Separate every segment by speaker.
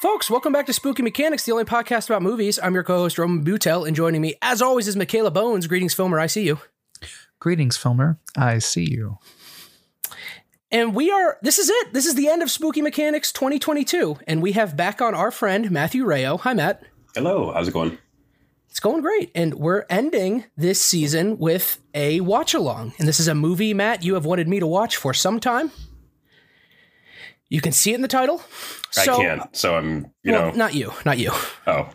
Speaker 1: Folks, welcome back to Spooky Mechanics, the only podcast about movies. I'm your co-host Roman Butel, and joining me, as always, is Michaela Bones. Greetings, filmer. I see you.
Speaker 2: Greetings, filmer. I see you.
Speaker 1: And we are. This is it. This is the end of Spooky Mechanics 2022, and we have back on our friend Matthew Rayo. Hi, Matt.
Speaker 3: Hello. How's it going?
Speaker 1: It's going great, and we're ending this season with a watch along. And this is a movie, Matt, you have wanted me to watch for some time. You can see it in the title.
Speaker 3: I can't. So I'm, you
Speaker 1: well,
Speaker 3: know.
Speaker 1: not you, not you.
Speaker 3: Oh,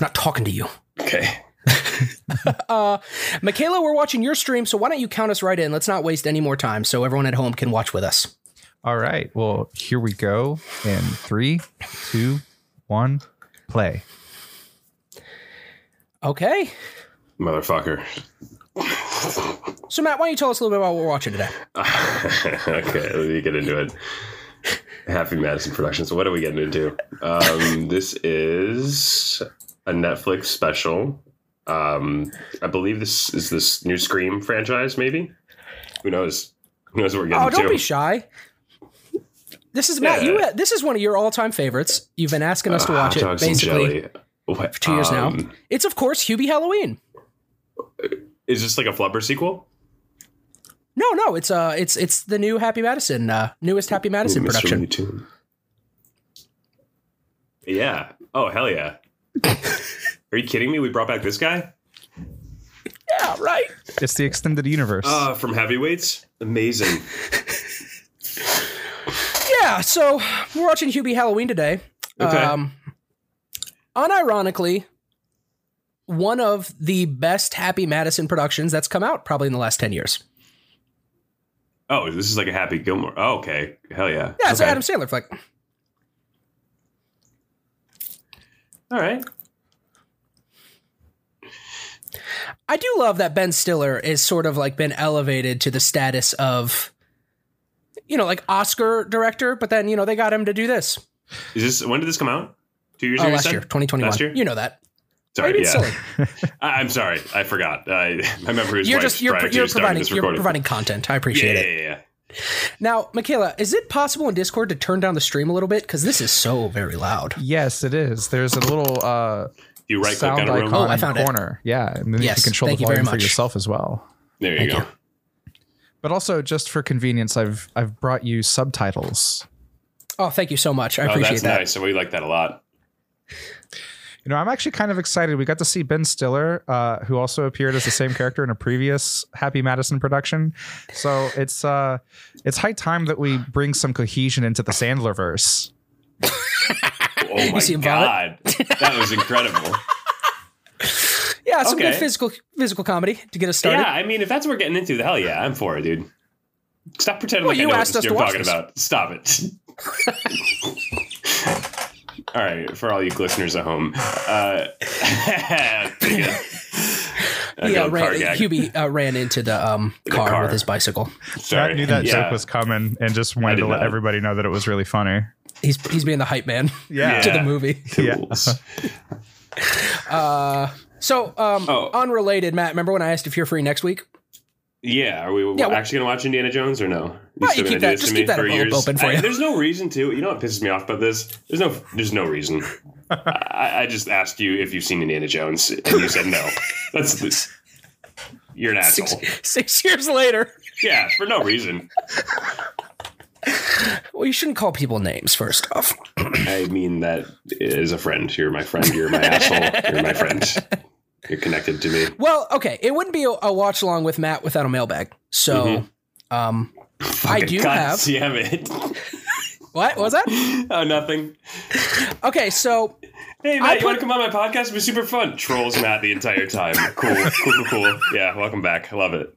Speaker 1: not talking to you.
Speaker 3: okay.
Speaker 1: Uh, Michaela, we're watching your stream, so why don't you count us right in? Let's not waste any more time so everyone at home can watch with us.
Speaker 2: All right. Well, here we go. In three, two, one, play.
Speaker 1: Okay.
Speaker 3: Motherfucker.
Speaker 1: So, Matt, why don't you tell us a little bit about what we're watching today?
Speaker 3: okay, let me get into it. Happy Madison Productions. What are we getting into? Um, this is a Netflix special. Um, I believe this is this new Scream franchise. Maybe who knows? Who knows what we're getting
Speaker 1: Oh, don't
Speaker 3: to?
Speaker 1: be shy. This is Matt. You.
Speaker 3: Yeah.
Speaker 1: This is one of your all-time favorites. You've been asking us to
Speaker 3: Uh,
Speaker 1: watch
Speaker 3: hot
Speaker 1: it
Speaker 3: dogs and
Speaker 1: basically
Speaker 3: jelly. What-
Speaker 1: for two years now.
Speaker 3: um,
Speaker 1: It's of course Hubie Halloween.
Speaker 3: Is this like a flubber sequel?
Speaker 1: No, no, it's uh, it's it's the new Happy Madison, uh, newest Happy Madison
Speaker 3: Mr.
Speaker 1: production.
Speaker 3: Mutune. Yeah. Oh hell yeah. Are you kidding me? We brought back this guy
Speaker 1: Yeah, right.
Speaker 2: It's the extended universe.
Speaker 3: uh, from heavyweights. Amazing.
Speaker 1: Yeah, so we're watching Hubie Halloween today. Um,
Speaker 3: Okay.
Speaker 1: unironically, one of the best Happy Madison productions that's come out probably in the last 10 years.
Speaker 3: oh, this is like a Happy Gilmore. Oh, okay. Hell yeah.
Speaker 1: Yeah, it's
Speaker 3: Okay.
Speaker 1: an Adam Sandler flick.
Speaker 3: All right.
Speaker 1: I do love that Ben Stiller is sort of like been elevated to the status of, you know, like Oscar director, but then, you know, they got him to do this
Speaker 3: Is this when did this come out? Two years
Speaker 1: oh,
Speaker 3: ago. you
Speaker 1: last
Speaker 3: said?
Speaker 1: year, 2021.
Speaker 3: Last year?
Speaker 1: You know that.
Speaker 3: Sorry.
Speaker 1: Maybe it's
Speaker 3: yeah.
Speaker 1: silly.
Speaker 3: I, I'm sorry. I forgot. I, I remember his
Speaker 1: You're
Speaker 3: wife
Speaker 1: just, you're,
Speaker 3: prior to
Speaker 1: you're,
Speaker 3: starting
Speaker 1: providing,
Speaker 3: this
Speaker 1: you're
Speaker 3: recording.
Speaker 1: providing content. I appreciate
Speaker 3: yeah,
Speaker 1: it.
Speaker 3: yeah, yeah, yeah.
Speaker 1: Now, Michaela, is it possible in Discord to turn down the stream a little bit? Because this is so very loud.
Speaker 2: yes, it is. There's a little uh,
Speaker 3: You right click
Speaker 2: sound
Speaker 3: on a room.
Speaker 2: icon
Speaker 1: Oh, I
Speaker 2: in
Speaker 1: found
Speaker 2: the
Speaker 1: it.
Speaker 2: corner. Yeah, and then you
Speaker 1: Yes,
Speaker 2: can control the
Speaker 1: thank you very
Speaker 2: volume for
Speaker 1: much.
Speaker 2: yourself as well.
Speaker 3: There you
Speaker 1: Thank
Speaker 3: go. Oh,
Speaker 1: you.
Speaker 2: But also, just for convenience, I've I've brought you subtitles.
Speaker 1: Oh, thank you so much. I
Speaker 3: Oh,
Speaker 1: appreciate
Speaker 3: that's
Speaker 1: that.
Speaker 3: nice. So we like that a lot.
Speaker 2: You know, I'm actually kind of excited. We got to see Ben Stiller, uh, who also appeared as the same character in a previous Happy Madison production. So it's uh, it's high time that we bring some cohesion into the Sandlerverse.
Speaker 3: Oh my
Speaker 1: see him
Speaker 3: god,
Speaker 1: vomit?
Speaker 3: that was incredible.
Speaker 1: Yeah, some good
Speaker 3: Okay.
Speaker 1: physical physical comedy to get us started.
Speaker 3: Yeah, I mean, if that's what we're getting into, the hell yeah, I'm for it, dude. Stop pretending
Speaker 1: Well,
Speaker 3: like I
Speaker 1: you
Speaker 3: know
Speaker 1: asked
Speaker 3: what
Speaker 1: us
Speaker 3: you're
Speaker 1: to watch
Speaker 3: talking
Speaker 1: this.
Speaker 3: about. Stop it. all right, for all you listeners at home. Uh, pretty good. That
Speaker 1: yeah,
Speaker 3: old car
Speaker 1: ran,
Speaker 3: gag.
Speaker 1: Hubie uh, ran into the, um, car,
Speaker 3: car.
Speaker 1: with his bicycle.
Speaker 3: Sorry.
Speaker 2: I knew that
Speaker 3: yeah.
Speaker 2: joke was coming and just wanted
Speaker 3: did
Speaker 2: to let
Speaker 3: not.
Speaker 2: everybody know that it was really funny.
Speaker 1: He's he's being the hype man
Speaker 3: Yeah.
Speaker 1: to the movie.
Speaker 2: Yeah.
Speaker 3: Tools.
Speaker 1: Uh, so, um,
Speaker 3: Oh.
Speaker 1: unrelated, Matt. Remember when I asked if you're free next week?
Speaker 3: Yeah, are we
Speaker 1: Yeah, well-
Speaker 3: actually going to watch Indiana Jones or no?
Speaker 1: Why you
Speaker 3: still gonna
Speaker 1: keep
Speaker 3: do
Speaker 1: that-
Speaker 3: this to
Speaker 1: just
Speaker 3: me
Speaker 1: keep that
Speaker 3: for
Speaker 1: envelope
Speaker 3: years?
Speaker 1: open for
Speaker 3: I-
Speaker 1: you.
Speaker 3: There's no reason to. You know what pisses me off about this? There's no, there's no reason. I, I just asked you if you've seen Indiana Jones, and you said no. That's this. You're an asshole.
Speaker 1: Six, six years later.
Speaker 3: Yeah, for no reason.
Speaker 1: Well, you shouldn't call people names. First off,
Speaker 3: I mean that as a friend. You're my friend. You're my asshole. You're my friend. You're connected to me.
Speaker 1: well, okay, it wouldn't be a, a watch along with Matt without a mailbag. So,
Speaker 3: Mm-hmm.
Speaker 1: um, I
Speaker 3: Fucking
Speaker 1: do
Speaker 3: God
Speaker 1: have.
Speaker 3: Damn it.
Speaker 1: What was that?
Speaker 3: oh, nothing.
Speaker 1: Okay, so
Speaker 3: Hey,
Speaker 1: put-
Speaker 3: Matt, you want to come on my podcast? It'll be super fun. Trolls Matt the entire time. Cool, cool, cool, cool. Yeah, welcome back. I love it.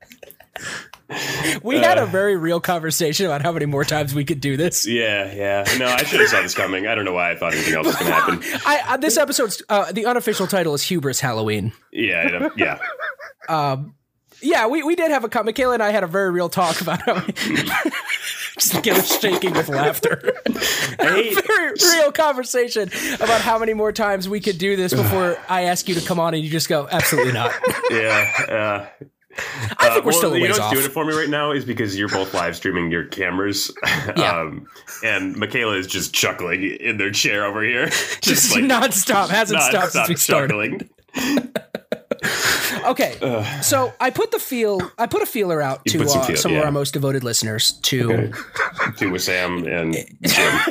Speaker 1: We had a very real conversation about how many more times we could do this.
Speaker 3: Uh. Yeah, yeah. No, I should have saw this coming. I don't know why I thought anything else was going to happen.
Speaker 1: I, uh, this episode's uh, the unofficial title is Hubris Halloween.
Speaker 3: Yeah, yeah, yeah.
Speaker 1: Um, yeah, we, we did have a con- Michaela and I had a very real talk about how just get us shaking with laughter.
Speaker 3: I hate-
Speaker 1: very real conversation about how many more times we could do this before I ask you to come on and you just go absolutely not.
Speaker 3: yeah. Uh,
Speaker 1: I think we're still a
Speaker 3: you know
Speaker 1: ways
Speaker 3: what's
Speaker 1: off.
Speaker 3: doing it for me right now is because you're both live streaming your cameras,
Speaker 1: Yeah.
Speaker 3: um, and Michaela is just chuckling in their chair over here, just,
Speaker 1: just nonstop hasn't stopped since
Speaker 3: nonstop
Speaker 1: we started.
Speaker 3: chuckling.
Speaker 1: Okay,
Speaker 3: Ugh.
Speaker 1: so I put the feel I put a feeler out
Speaker 3: You
Speaker 1: to
Speaker 3: put some
Speaker 1: uh,
Speaker 3: feel-
Speaker 1: some of
Speaker 3: yeah.
Speaker 1: our most devoted listeners to
Speaker 3: Two with Sam and Jim.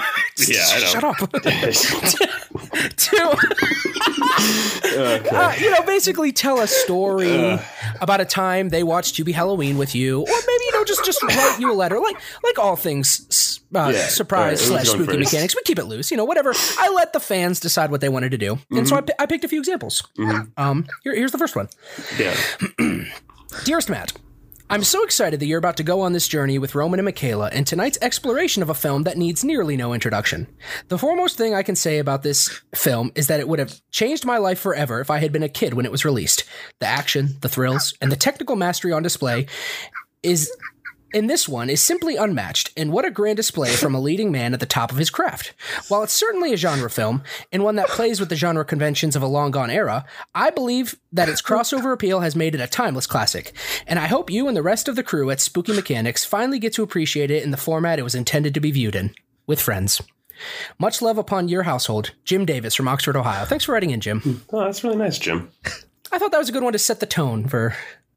Speaker 3: Yeah, I know.
Speaker 1: shut up to
Speaker 3: okay.
Speaker 1: uh, you know basically tell a
Speaker 3: Uh.
Speaker 1: story about a time they watched You Be Halloween with you, or maybe you know just just write you a letter like like all things s- uh,
Speaker 3: Yeah,
Speaker 1: surprise
Speaker 3: all right,
Speaker 1: slash
Speaker 3: who's going
Speaker 1: spooky
Speaker 3: first?
Speaker 1: mechanics. We keep it loose, you know whatever. I let the fans decide what they wanted to do, and
Speaker 3: Mm-hmm.
Speaker 1: so I, pi- I picked a few examples. Um, here, here's the first one.
Speaker 3: Yeah.
Speaker 1: Dearest Matt, I'm so excited that you're about to go on this journey with Roman and Michaela and tonight's exploration of a film that needs nearly no introduction. The foremost thing I can say about this film is that it would have changed my life forever if I had been a kid when it was released. The action, the thrills, and the technical mastery on display is in this one is simply unmatched, and what a grand display from a leading man at the top of his craft. While it's certainly a genre film, and one that plays with the genre conventions of a long gone era, I believe that its crossover appeal has made it a timeless classic. And I hope you and the rest of the crew at Spooky Mechanics finally get to appreciate it in the format it was intended to be viewed in with friends. Much love upon your household, Jim Davis from Oxford, Ohio. Thanks for writing in, Jim.
Speaker 3: Oh, that's really nice, Jim.
Speaker 1: I thought that was a good one to set the tone for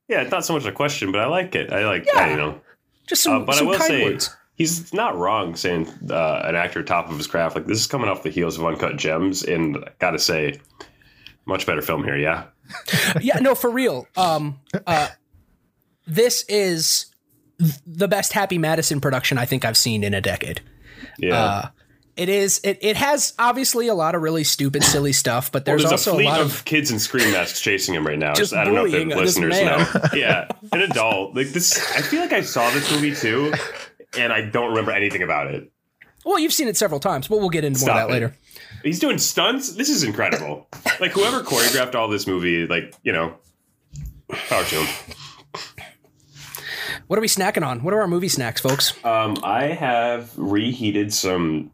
Speaker 3: Yeah, it's not so much a question, but I like it. I like,
Speaker 1: Yeah.
Speaker 3: I don't know.
Speaker 1: just
Speaker 3: Uh,
Speaker 1: some,
Speaker 3: but I
Speaker 1: some
Speaker 3: will
Speaker 1: kind
Speaker 3: say,
Speaker 1: words.
Speaker 3: he's not wrong saying uh, an actor top of his craft. Like, this is coming off the heels of Uncut Gems, and I gotta say, much better film here, yeah?
Speaker 1: yeah, no, for real. Um, uh, this is th- the best Happy Madison production I think I've seen in a decade.
Speaker 3: Yeah.
Speaker 1: Uh, it is. It, it has obviously a lot of really stupid, silly stuff, but
Speaker 3: Well,
Speaker 1: there's,
Speaker 3: a
Speaker 1: also a,
Speaker 3: fleet
Speaker 1: lot
Speaker 3: of,
Speaker 1: of
Speaker 3: kids in screen masks chasing him right now.
Speaker 1: Just
Speaker 3: I don't know if the
Speaker 1: bullying this
Speaker 3: listeners
Speaker 1: man.
Speaker 3: know. Yeah, an adult like this. I feel like I saw this movie too, and I don't remember anything about it.
Speaker 1: well, you've seen it several times, but we'll get into more of
Speaker 3: Stop
Speaker 1: that
Speaker 3: it.
Speaker 1: later.
Speaker 3: He's doing stunts. This is incredible. Like whoever choreographed all this movie, like you know, power to him.
Speaker 1: What are we snacking on? What are our movie snacks, folks?
Speaker 3: Um, I have reheated some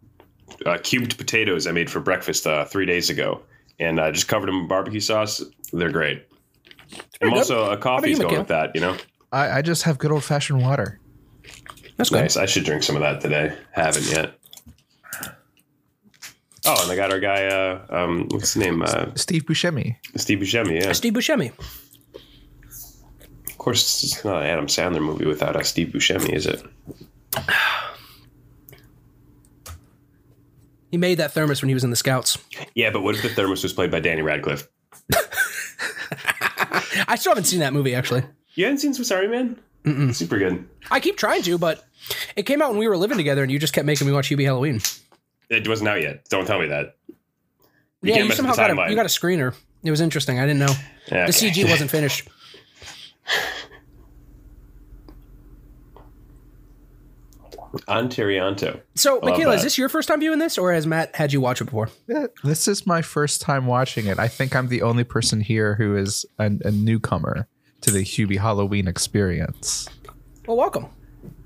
Speaker 3: uh, cubed potatoes I made for breakfast uh, three days ago, and I just covered them in barbecue sauce. They're great. And
Speaker 1: good.
Speaker 3: also a coffee's
Speaker 1: you,
Speaker 3: going
Speaker 1: Mikhail?
Speaker 3: with that, you know.
Speaker 2: I, I just have good old fashioned water.
Speaker 1: That's good.
Speaker 3: Nice. I should drink some of that today. Haven't yet. Oh, and I got our guy. Uh, um, what's his name? Uh,
Speaker 2: Steve Buscemi.
Speaker 3: Steve Buscemi. Yeah.
Speaker 1: Steve Buscemi.
Speaker 3: Of course, it's not an Adam Sandler movie without uh, Steve Buscemi, is it?
Speaker 1: He made that thermos when he was in the Scouts.
Speaker 3: Yeah, but what if the thermos was played by Danny Radcliffe?
Speaker 1: I still haven't seen that movie actually.
Speaker 3: You haven't seen Swiss Army Man? Super good.
Speaker 1: I keep trying to, but it came out when we were living together, and you just kept making me watch UB Halloween.
Speaker 3: It wasn't out yet. Don't tell me that.
Speaker 1: yeah,
Speaker 3: can't
Speaker 1: you
Speaker 3: mess
Speaker 1: somehow
Speaker 3: with the
Speaker 1: got a,
Speaker 3: timeline.
Speaker 1: you got a screener. It was interesting. I didn't know.
Speaker 3: Yeah,
Speaker 1: The
Speaker 3: okay.
Speaker 1: CG wasn't finished.
Speaker 3: Antarianto.
Speaker 1: So,
Speaker 3: love
Speaker 1: Michaela, is
Speaker 3: that.
Speaker 1: this your first time viewing this, or has Matt had you watch it before?
Speaker 2: Eh, This is my first time watching it. I think I'm the only person here who is a, a newcomer to the Hubie Halloween experience.
Speaker 1: Well, welcome.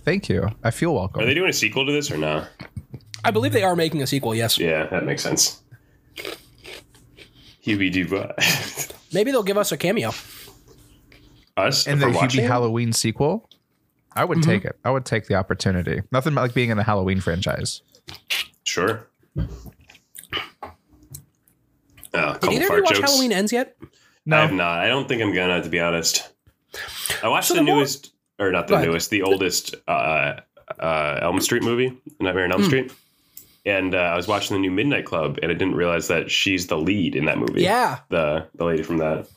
Speaker 2: Thank you. I feel welcome.
Speaker 3: Are they doing a sequel to this or no?
Speaker 1: I believe they are making a sequel. Yes,
Speaker 3: Yeah, that makes sense. Hubie Dubois.
Speaker 1: maybe they'll give us a cameo.
Speaker 3: Us?
Speaker 2: in
Speaker 3: if
Speaker 2: the
Speaker 3: we're watching
Speaker 2: Hubie
Speaker 3: it?
Speaker 2: Halloween sequel? I would
Speaker 1: Mm-hmm.
Speaker 2: take it. I would take the opportunity. Nothing like being in a Halloween franchise.
Speaker 3: Sure. Ah,
Speaker 1: Did
Speaker 3: Oh, a
Speaker 1: either
Speaker 3: couple
Speaker 1: of you
Speaker 3: fart
Speaker 1: watch
Speaker 3: jokes. Um,
Speaker 1: Halloween Ends yet?
Speaker 3: I
Speaker 2: No,
Speaker 3: have not. I don't think I'm gonna, to be honest. I watched
Speaker 1: So
Speaker 3: the
Speaker 1: the more-
Speaker 3: newest, or not the
Speaker 1: Go ahead.
Speaker 3: newest, the oldest uh, uh, Elm Street movie, Nightmare on Elm
Speaker 1: Hmm.
Speaker 3: Street. And uh, I was watching the new Midnight Club, and I didn't realize that she's the lead in that movie.
Speaker 1: Yeah,
Speaker 3: the the lady from that.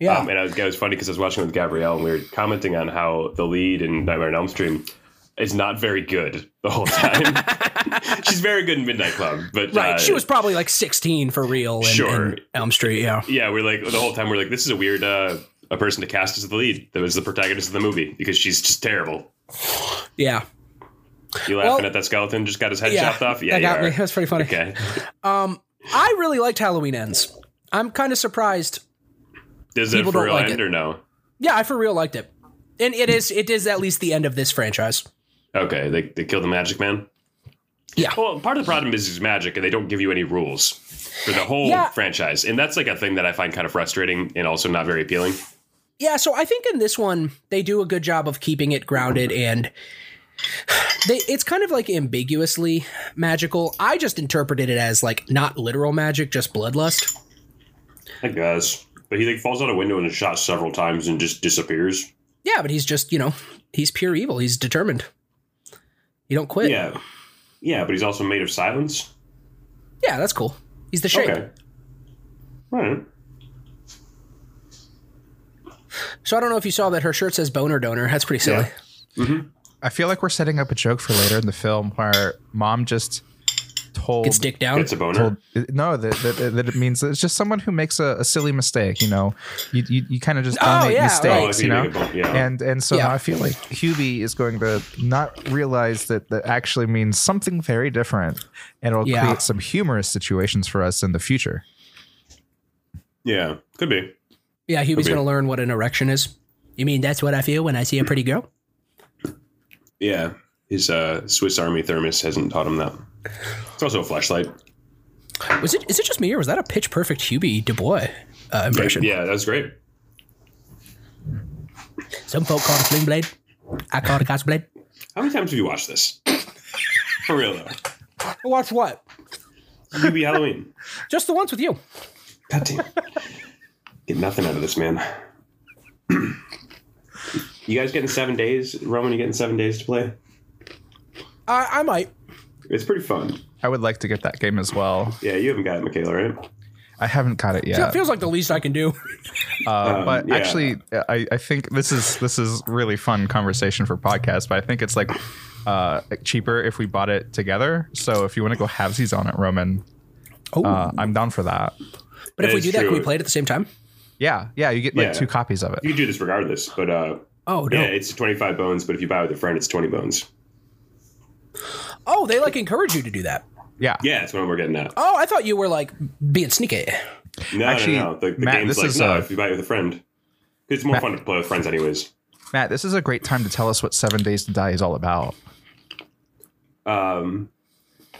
Speaker 1: yeah.
Speaker 3: Um, and I was, it was funny because I was watching with Gabrielle, and we were commenting on how the lead in Nightmare on Elm Street is not very good the whole time. She's very good in Midnight Club, but
Speaker 1: right.
Speaker 3: uh,
Speaker 1: she was probably like 16 for real. In,
Speaker 3: Sure.
Speaker 1: in Elm Street. Yeah.
Speaker 3: yeah, we're like the whole time we're like, this is a weird uh, a person to cast as the lead that was the protagonist of the movie because she's just terrible.
Speaker 1: Yeah.
Speaker 3: You laughing
Speaker 1: Well-
Speaker 3: at that skeleton just got his head
Speaker 1: yeah.
Speaker 3: chopped off? Yeah,
Speaker 1: that got
Speaker 3: you
Speaker 1: me.
Speaker 3: are.
Speaker 1: That's pretty funny.
Speaker 3: Okay.
Speaker 1: Um, I really liked Halloween Ends. I'm kind of surprised.
Speaker 3: Is it
Speaker 1: People
Speaker 3: for
Speaker 1: don't
Speaker 3: real
Speaker 1: like
Speaker 3: end
Speaker 1: it.
Speaker 3: or no?
Speaker 1: Yeah, I for real liked it, and it is it is at least the end of this franchise.
Speaker 3: Okay, they they kill the magic man.
Speaker 1: Yeah.
Speaker 3: Well, part of the problem is he's magic, and they don't give you any rules for the whole
Speaker 1: Yeah.
Speaker 3: franchise, and that's like a thing that I find kind of frustrating and also not very appealing.
Speaker 1: Yeah, so I think in this one they do a good job of keeping it grounded and they it's kind of like ambiguously magical. I just interpreted it as like not literal magic, just bloodlust.
Speaker 3: I guess, but he like falls out a window and is shot several times and just disappears.
Speaker 1: Yeah, but he's just, you know, he's pure evil. He's determined. You don't quit.
Speaker 3: yeah, yeah, but he's also made of silence.
Speaker 1: Yeah, that's cool. He's the shape.
Speaker 3: Okay. Right.
Speaker 1: So I don't know if you saw that her shirt says boner donor. That's pretty silly.
Speaker 3: Yeah. Mm-hmm.
Speaker 2: I feel like we're setting up a joke for later in the film where mom just told
Speaker 1: Gets dick down.
Speaker 3: It's a boner.
Speaker 2: told no that, that, that it means it's just someone who makes a, a silly mistake. You know, you you, you kind of just
Speaker 1: Oh,
Speaker 2: dominate
Speaker 1: yeah,
Speaker 3: Oh,
Speaker 2: mistakes.
Speaker 3: if
Speaker 2: You
Speaker 3: you
Speaker 2: know,
Speaker 3: make a bone- yeah.
Speaker 2: and and so
Speaker 1: Yeah.
Speaker 2: now I feel like Hubie is going to not realize that that actually means something very different, and it'll
Speaker 1: Yeah.
Speaker 2: create some humorous situations for us in the future.
Speaker 3: yeah, could be.
Speaker 1: yeah, Hubie's
Speaker 3: Okay.
Speaker 1: going to learn what an erection is. You mean that's what I feel when I see a pretty girl?
Speaker 3: Yeah, his uh, Swiss Army thermos hasn't taught him that. It's also a flashlight.
Speaker 1: Was it is it just me or was that a pitch perfect Hubie Du Bois uh, impression?
Speaker 3: Yeah, that was great.
Speaker 1: Some folk call it a fling blade. I call it a gossip blade.
Speaker 3: How many times have you watched this? For real though,
Speaker 1: Watch what?
Speaker 3: you be Halloween.
Speaker 1: Just the ones with you.
Speaker 3: God damn. Get nothing out of this man. you guys getting seven days, Roman? You getting seven days to play?
Speaker 1: I, I might.
Speaker 3: It's pretty fun.
Speaker 2: I would like to get that game as well.
Speaker 3: Yeah, you haven't got it, Michaela, right?
Speaker 2: I haven't got it yet.
Speaker 1: It feels like the least I can do.
Speaker 2: Uh, but
Speaker 3: Um, yeah.
Speaker 2: actually, I, I think this is this is really fun conversation for podcast. But I think it's like uh, cheaper if we bought it together. So if you want to go halvesies on it, Roman,
Speaker 1: Oh,
Speaker 2: uh, I'm down for that.
Speaker 1: but if
Speaker 3: that
Speaker 1: we
Speaker 3: is
Speaker 1: do that, can
Speaker 3: true.
Speaker 1: we play it at the same time?
Speaker 2: Yeah, yeah, you get like
Speaker 3: Yeah.
Speaker 2: two copies of
Speaker 3: You
Speaker 2: it.
Speaker 3: can do this regardless, but uh,
Speaker 1: Oh no!
Speaker 3: yeah, it's twenty-five bones. But if you buy with a friend, it's twenty bones.
Speaker 1: Oh, they like encourage you to do that.
Speaker 2: Yeah,
Speaker 3: Yeah, that's what we're getting at.
Speaker 1: Oh, I thought you were like being sneaky.
Speaker 3: No,
Speaker 2: Actually,
Speaker 3: no, no. The, the
Speaker 2: Matt,
Speaker 3: game's
Speaker 2: this
Speaker 3: like,
Speaker 2: is,
Speaker 3: no,
Speaker 2: uh,
Speaker 3: if you buy it with a friend, it's more
Speaker 2: Matt-
Speaker 3: fun to play with friends, anyways.
Speaker 2: Matt, this is a great time to tell us what Seven Days to Die is all about.
Speaker 3: Um,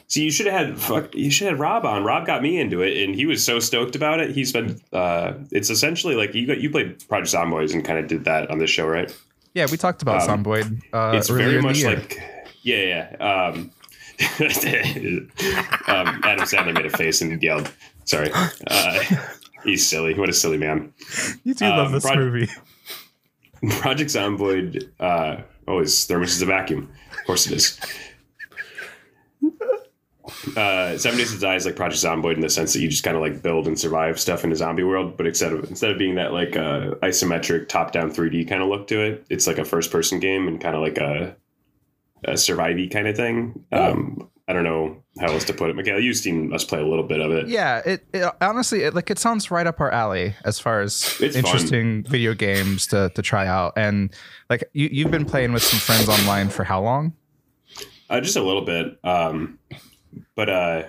Speaker 3: so you should have had fuck, you should have Rob on. Rob got me into it, and he was so stoked about it. He's been uh, it's essentially like you got you played Project Zomboid and kind of did that on this show, right?
Speaker 2: Yeah, we talked about
Speaker 3: Um,
Speaker 2: Zomboid. Uh,
Speaker 3: it's
Speaker 2: earlier
Speaker 3: very
Speaker 2: in the
Speaker 3: much
Speaker 2: year.
Speaker 3: like yeah, yeah. Um, um, Adam Sandler made a face and yelled, "Sorry." Uh, he's silly. What a silly man.
Speaker 2: you do
Speaker 3: love um, this Proj-
Speaker 2: movie.
Speaker 3: Project Zomboid. Uh, oh, his thermos is a vacuum. Of course it is. Uh, Seven Days to Die is like Project Zomboid in the sense that you just kind of like build and survive stuff in a zombie world, but instead of instead of being that like uh, isometric top down 3D kind of look to it, it's like a first person game and kind of like a a survivey kind of thing. Um, I don't know how else to put it. Michael, you've seen us play a little bit of it.
Speaker 2: Yeah, it, it honestly, it, like it sounds right up our alley as far as
Speaker 3: It's fun.
Speaker 2: interesting video games to, to try out. And like you, you've been playing with some friends online for how long?
Speaker 3: Uh, just a little bit. Um, but uh,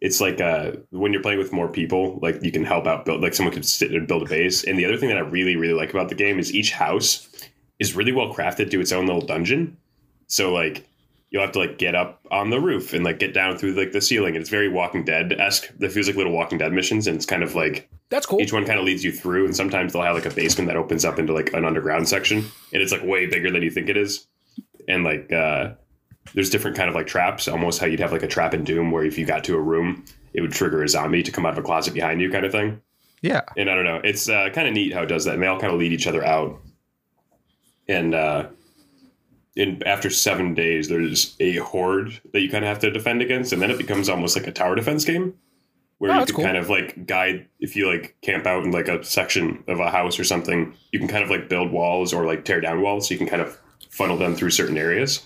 Speaker 3: it's like uh, when you're playing with more people, like you can help out build. Like someone could sit and build a base. And the other thing that I really really like about the game is each house is really well crafted to its own little dungeon. So like you'll have to like get up on the roof and like get down through like the ceiling. And it's very Walking Dead esque. It feels like little Walking Dead missions, and it's kind of like
Speaker 1: That's cool.
Speaker 3: each one kind of leads you through. And sometimes they'll have like a basement that opens up into like an underground section, and it's like way bigger than you think it is. And like uh, there's different kind of like traps, almost how you'd have like a trap in Doom, where if you got to a room, it would trigger a zombie to come out of a closet behind you, kind of thing.
Speaker 2: Yeah,
Speaker 3: And I don't know, it's uh, kind of neat how it does that, and they all kind of lead each other out. And uh, in after seven days, there's a horde that you kind of have to defend against, and then it becomes almost like a tower defense game, where
Speaker 1: Oh,
Speaker 3: you
Speaker 1: that's
Speaker 3: can
Speaker 1: cool.
Speaker 3: kind of like guide if you like camp out in like a section of a house or something. You can kind of like build walls or like tear down walls, so you can kind of funnel them through certain areas,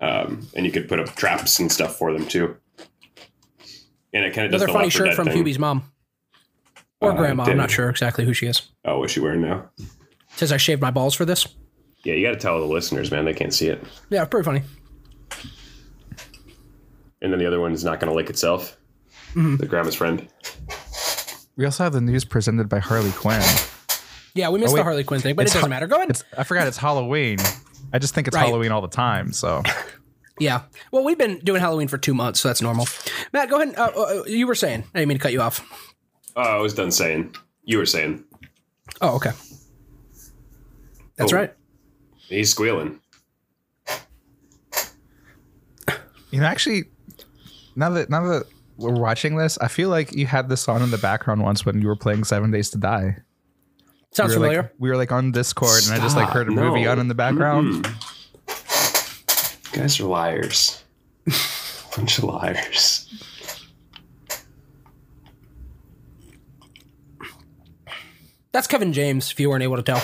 Speaker 3: um, and you could put up traps and stuff for them too. And it kind of does
Speaker 1: Another
Speaker 3: the
Speaker 1: funny
Speaker 3: Left 4
Speaker 1: shirt
Speaker 3: Dead
Speaker 1: from
Speaker 3: thing.
Speaker 1: Hubie's mom. Or
Speaker 3: Uh,
Speaker 1: grandma. I'm
Speaker 3: Dana.
Speaker 1: not sure exactly who she is.
Speaker 3: Oh, what's she wearing now?
Speaker 1: Says I shaved my balls for this.
Speaker 3: Yeah, you got to tell the listeners, man. They can't see it.
Speaker 1: Yeah, pretty funny.
Speaker 3: And then the other one's not going to lick itself.
Speaker 2: Mm-hmm.
Speaker 3: The grandma's friend.
Speaker 2: We also have the news presented by Harley Quinn.
Speaker 1: Yeah, we missed
Speaker 2: wait.
Speaker 1: the Harley Quinn thing, but it
Speaker 2: It's
Speaker 1: doesn't
Speaker 2: Har-
Speaker 1: matter. Go ahead.
Speaker 2: It's I forgot it's Halloween. I just think it's
Speaker 1: Right.
Speaker 2: Halloween all the time. So
Speaker 1: Yeah. Well, we've been doing Halloween for two months, so that's normal. Matt, go ahead. And, uh, uh, you were saying. I didn't mean to cut you off.
Speaker 3: Oh, I was done saying. You were saying.
Speaker 1: Oh, okay. That's
Speaker 3: Oh.
Speaker 1: right.
Speaker 3: He's squealing.
Speaker 2: you know, actually, now that now that we're watching this, I feel like you had this on in the background once when you were playing Seven Days to Die. We
Speaker 1: Sounds
Speaker 2: were,
Speaker 1: familiar.
Speaker 2: like, we were like on Discord, and I just like
Speaker 1: Stop.
Speaker 2: heard a
Speaker 3: No. Mm-hmm.
Speaker 2: movie on in the background.
Speaker 3: Mm-mm. Guys are liars. Bunch of liars.
Speaker 1: That's Kevin James, if you weren't able to tell.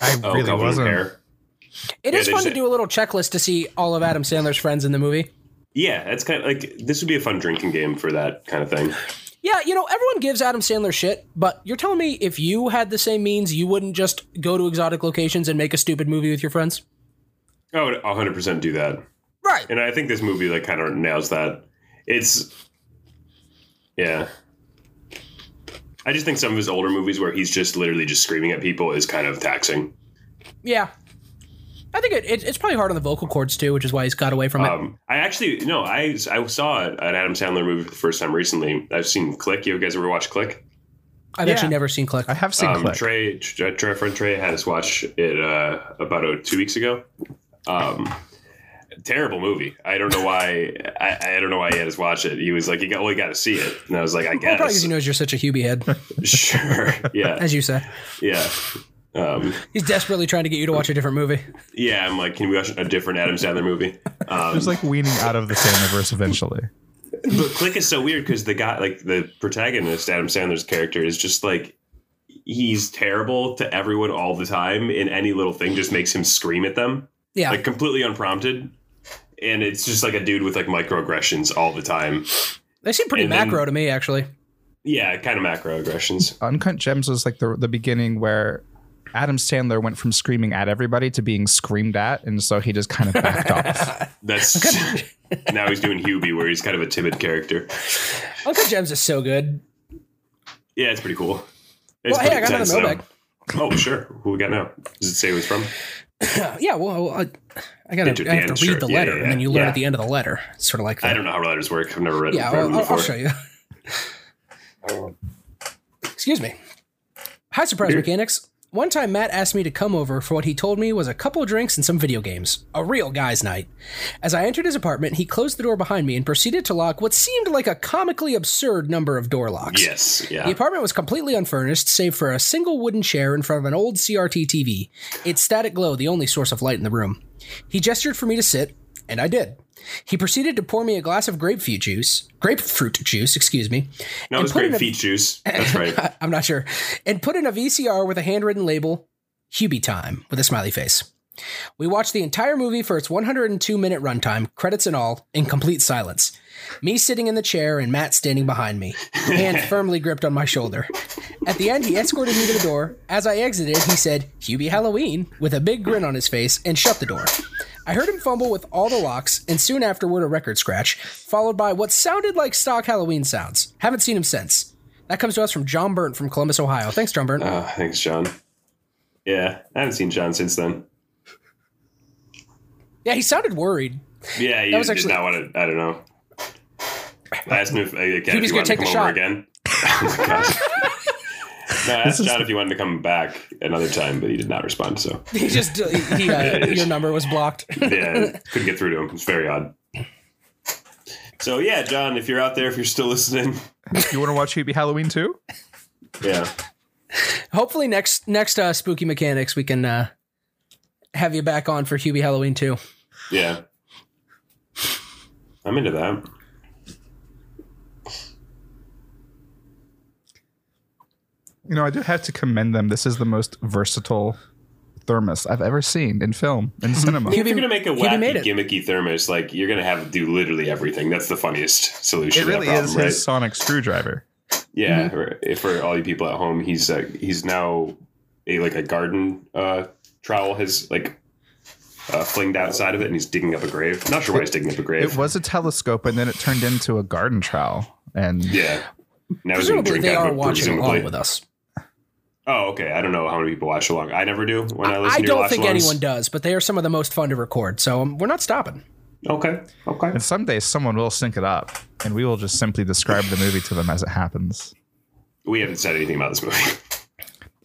Speaker 2: I
Speaker 3: Oh,
Speaker 2: really
Speaker 3: Calvin
Speaker 2: wasn't.
Speaker 3: Hair.
Speaker 1: It
Speaker 3: Yeah,
Speaker 1: is
Speaker 3: they
Speaker 1: fun
Speaker 3: say-
Speaker 1: to do a little checklist to see all of Adam Sandler's friends in the movie.
Speaker 3: Yeah, that's kind of like this would be a fun drinking game for that kind of thing.
Speaker 1: Yeah, you know, everyone gives Adam Sandler shit, but you're telling me if you had the same means, you wouldn't just go to exotic locations and make a stupid movie with your friends?
Speaker 3: I would 100% do that.
Speaker 1: Right.
Speaker 3: And I think this movie like kind of nails that. It's yeah. I just think some of his older movies where he's just literally just screaming at people is kind of taxing.
Speaker 1: Yeah. I think it, it, it's probably hard on the vocal cords too, which is why he's got away from it.
Speaker 3: Um, I actually no, I I saw an Adam Sandler movie for the first time recently. I've seen Click. You guys ever watched Click?
Speaker 1: I've
Speaker 2: yeah.
Speaker 1: actually never seen Click.
Speaker 2: I have seen
Speaker 3: um,
Speaker 2: click.
Speaker 3: Trey, Trey, Trey, our friend Trey had us watch it uh, about uh, two weeks ago. Um, terrible movie. I don't know why. I, I don't know why he had us watch it. He was like, "You got, well, you got to see it," and I was like, "I
Speaker 1: well, probably because
Speaker 3: guess."
Speaker 1: he knows you're such a Hubie head,
Speaker 3: sure. Yeah.
Speaker 1: as you say.
Speaker 3: Yeah. Um,
Speaker 1: He's desperately trying to get you to watch a different movie.
Speaker 3: yeah. I'm like, can we watch a different Adam Sandler movie? Um,
Speaker 2: It was like weaning out of the Sandlerverse eventually.
Speaker 3: But Click is so weird because the guy, like the protagonist, Adam Sandler's character, is just like he's terrible to everyone all the time, and any little thing just makes him scream at them.
Speaker 1: Yeah.
Speaker 3: like completely unprompted and it's just like a dude with like microaggressions all the time
Speaker 1: they seem pretty
Speaker 3: and then-
Speaker 1: macro to me, actually.
Speaker 3: yeah kind of macroaggressions
Speaker 2: Uncut Gems was like the the beginning where Adam Sandler went from screaming at everybody to being screamed at, and so he just kind of backed off.
Speaker 3: that's now he's doing hubie where he's kind of a timid character
Speaker 1: Uncle Gems is so good.
Speaker 3: yeah it's pretty cool it's
Speaker 1: Well, hey, I got
Speaker 3: pretty
Speaker 1: another
Speaker 3: intense, though.
Speaker 1: mailbag.
Speaker 3: oh sure who we got now does it say who's from
Speaker 1: Yeah, well, I, I gotta
Speaker 3: Dude,
Speaker 1: I have
Speaker 3: Dan,
Speaker 1: to read
Speaker 3: sure.
Speaker 1: the
Speaker 3: Yeah,
Speaker 1: letter,
Speaker 3: yeah,
Speaker 1: and then
Speaker 3: yeah.
Speaker 1: you learn
Speaker 3: Yeah.
Speaker 1: at the end of the letter. It's sort of like
Speaker 3: i
Speaker 1: that.
Speaker 3: don't know how letters work i've never read
Speaker 1: Yeah,
Speaker 3: read them
Speaker 1: well, I'll,
Speaker 3: before
Speaker 1: I'll show you. Excuse me. Hi, surprise
Speaker 3: Beer.
Speaker 1: mechanics. One time, Matt asked me to come over for what he told me was a couple of drinks and some video games. A real guy's night. As I entered his apartment, he cosed the door behind me and proceeded to lock what seemed like a comically absurd number of door locks.
Speaker 3: yes yeah
Speaker 1: The apartment was completely unfurnished, save for a single wooden chair in front of an old CRT TV, its static glow the only source of light in the room. He gestured for me to sit, and I did. He proceeded to pour me a glass of grapefruit juice, grapefruit juice, excuse me,
Speaker 3: no
Speaker 1: and
Speaker 3: it's
Speaker 1: put in
Speaker 3: great
Speaker 1: a-
Speaker 3: feet juice that's right
Speaker 1: I'm not sure, and put in a VCR with a handwritten label, Hubie Time, with a smiley face. We watched the entire movie for its 102 minute runtime, credits and all, in complete silence. Me sitting in the chair and Matt standing behind me, hand firmly gripped on my shoulder. At the end, he escorted me to the door. As I exited, he said, Hubie Halloween, with a big grin on his face, and shut the door. I heard him fumble with all the locks, and soon afterward, a record scratch, followed by what sounded like stock Halloween sounds. Haven't seen him since. That comes to us from John Burnt from Columbus, Ohio. Thanks, John Burnt.
Speaker 3: oh thanks john yeah i haven't seen john since then
Speaker 1: yeah, he sounded worried.
Speaker 3: yeah you
Speaker 1: was
Speaker 3: did
Speaker 1: actually-
Speaker 3: not want to i don't know I asked him if, again, if
Speaker 1: was gonna
Speaker 3: he wanted to
Speaker 1: take the
Speaker 3: come over
Speaker 1: shot.
Speaker 3: again. Oh my God. no, I asked John if he wanted to come back another time, but he did not respond. So
Speaker 1: He just, he, uh, your number was blocked.
Speaker 3: yeah, couldn't get through to him. It's very odd. So yeah, John, if you're out there, if you're still listening,
Speaker 2: you want to watch Hubie Halloween too?
Speaker 3: yeah,
Speaker 1: Hopefully next next uh, spooky mechanics we can uh, have you back on for Hubie Halloween too.
Speaker 3: yeah, I'm into that.
Speaker 2: You know, I do have to commend them. This is the most versatile thermos I've ever seen in film in cinema.
Speaker 3: if
Speaker 1: Hubie-
Speaker 3: you're gonna make a
Speaker 1: Hubie
Speaker 3: wacky,
Speaker 1: made it.
Speaker 3: gimmicky thermos, like you're gonna have to do literally everything. That's the funniest solution.
Speaker 2: it really
Speaker 3: to that
Speaker 2: is
Speaker 3: problem,
Speaker 2: his sonic screwdriver.
Speaker 3: right?
Speaker 1: Mm-hmm.
Speaker 3: Yeah, for- eh, for all you people at home, he's uh, he's now a like a garden uh, trowel has like uh, flinged outside of it, and he's digging up a grave. Not sure why he's digging up a grave.
Speaker 2: It was a telescope, and then it turned into a garden trowel. And
Speaker 3: yeah. Now he's gonna
Speaker 1: Presumably,
Speaker 3: drink
Speaker 1: they
Speaker 3: out of
Speaker 1: are
Speaker 3: it,
Speaker 1: watching
Speaker 3: presumably.
Speaker 1: along with us.
Speaker 3: Oh, okay. I don't know how many people watch along. I never do when I
Speaker 1: I,
Speaker 3: listen to your
Speaker 1: don't
Speaker 3: watch
Speaker 1: think
Speaker 3: alongs.
Speaker 1: anyone does, but they are some of the most fun to record, so um, we're not stopping.
Speaker 3: Okay. Okay.
Speaker 2: and someday someone will sync it up, and we will just simply describe the movie to them as it happens.
Speaker 3: We haven't said anything about this movie.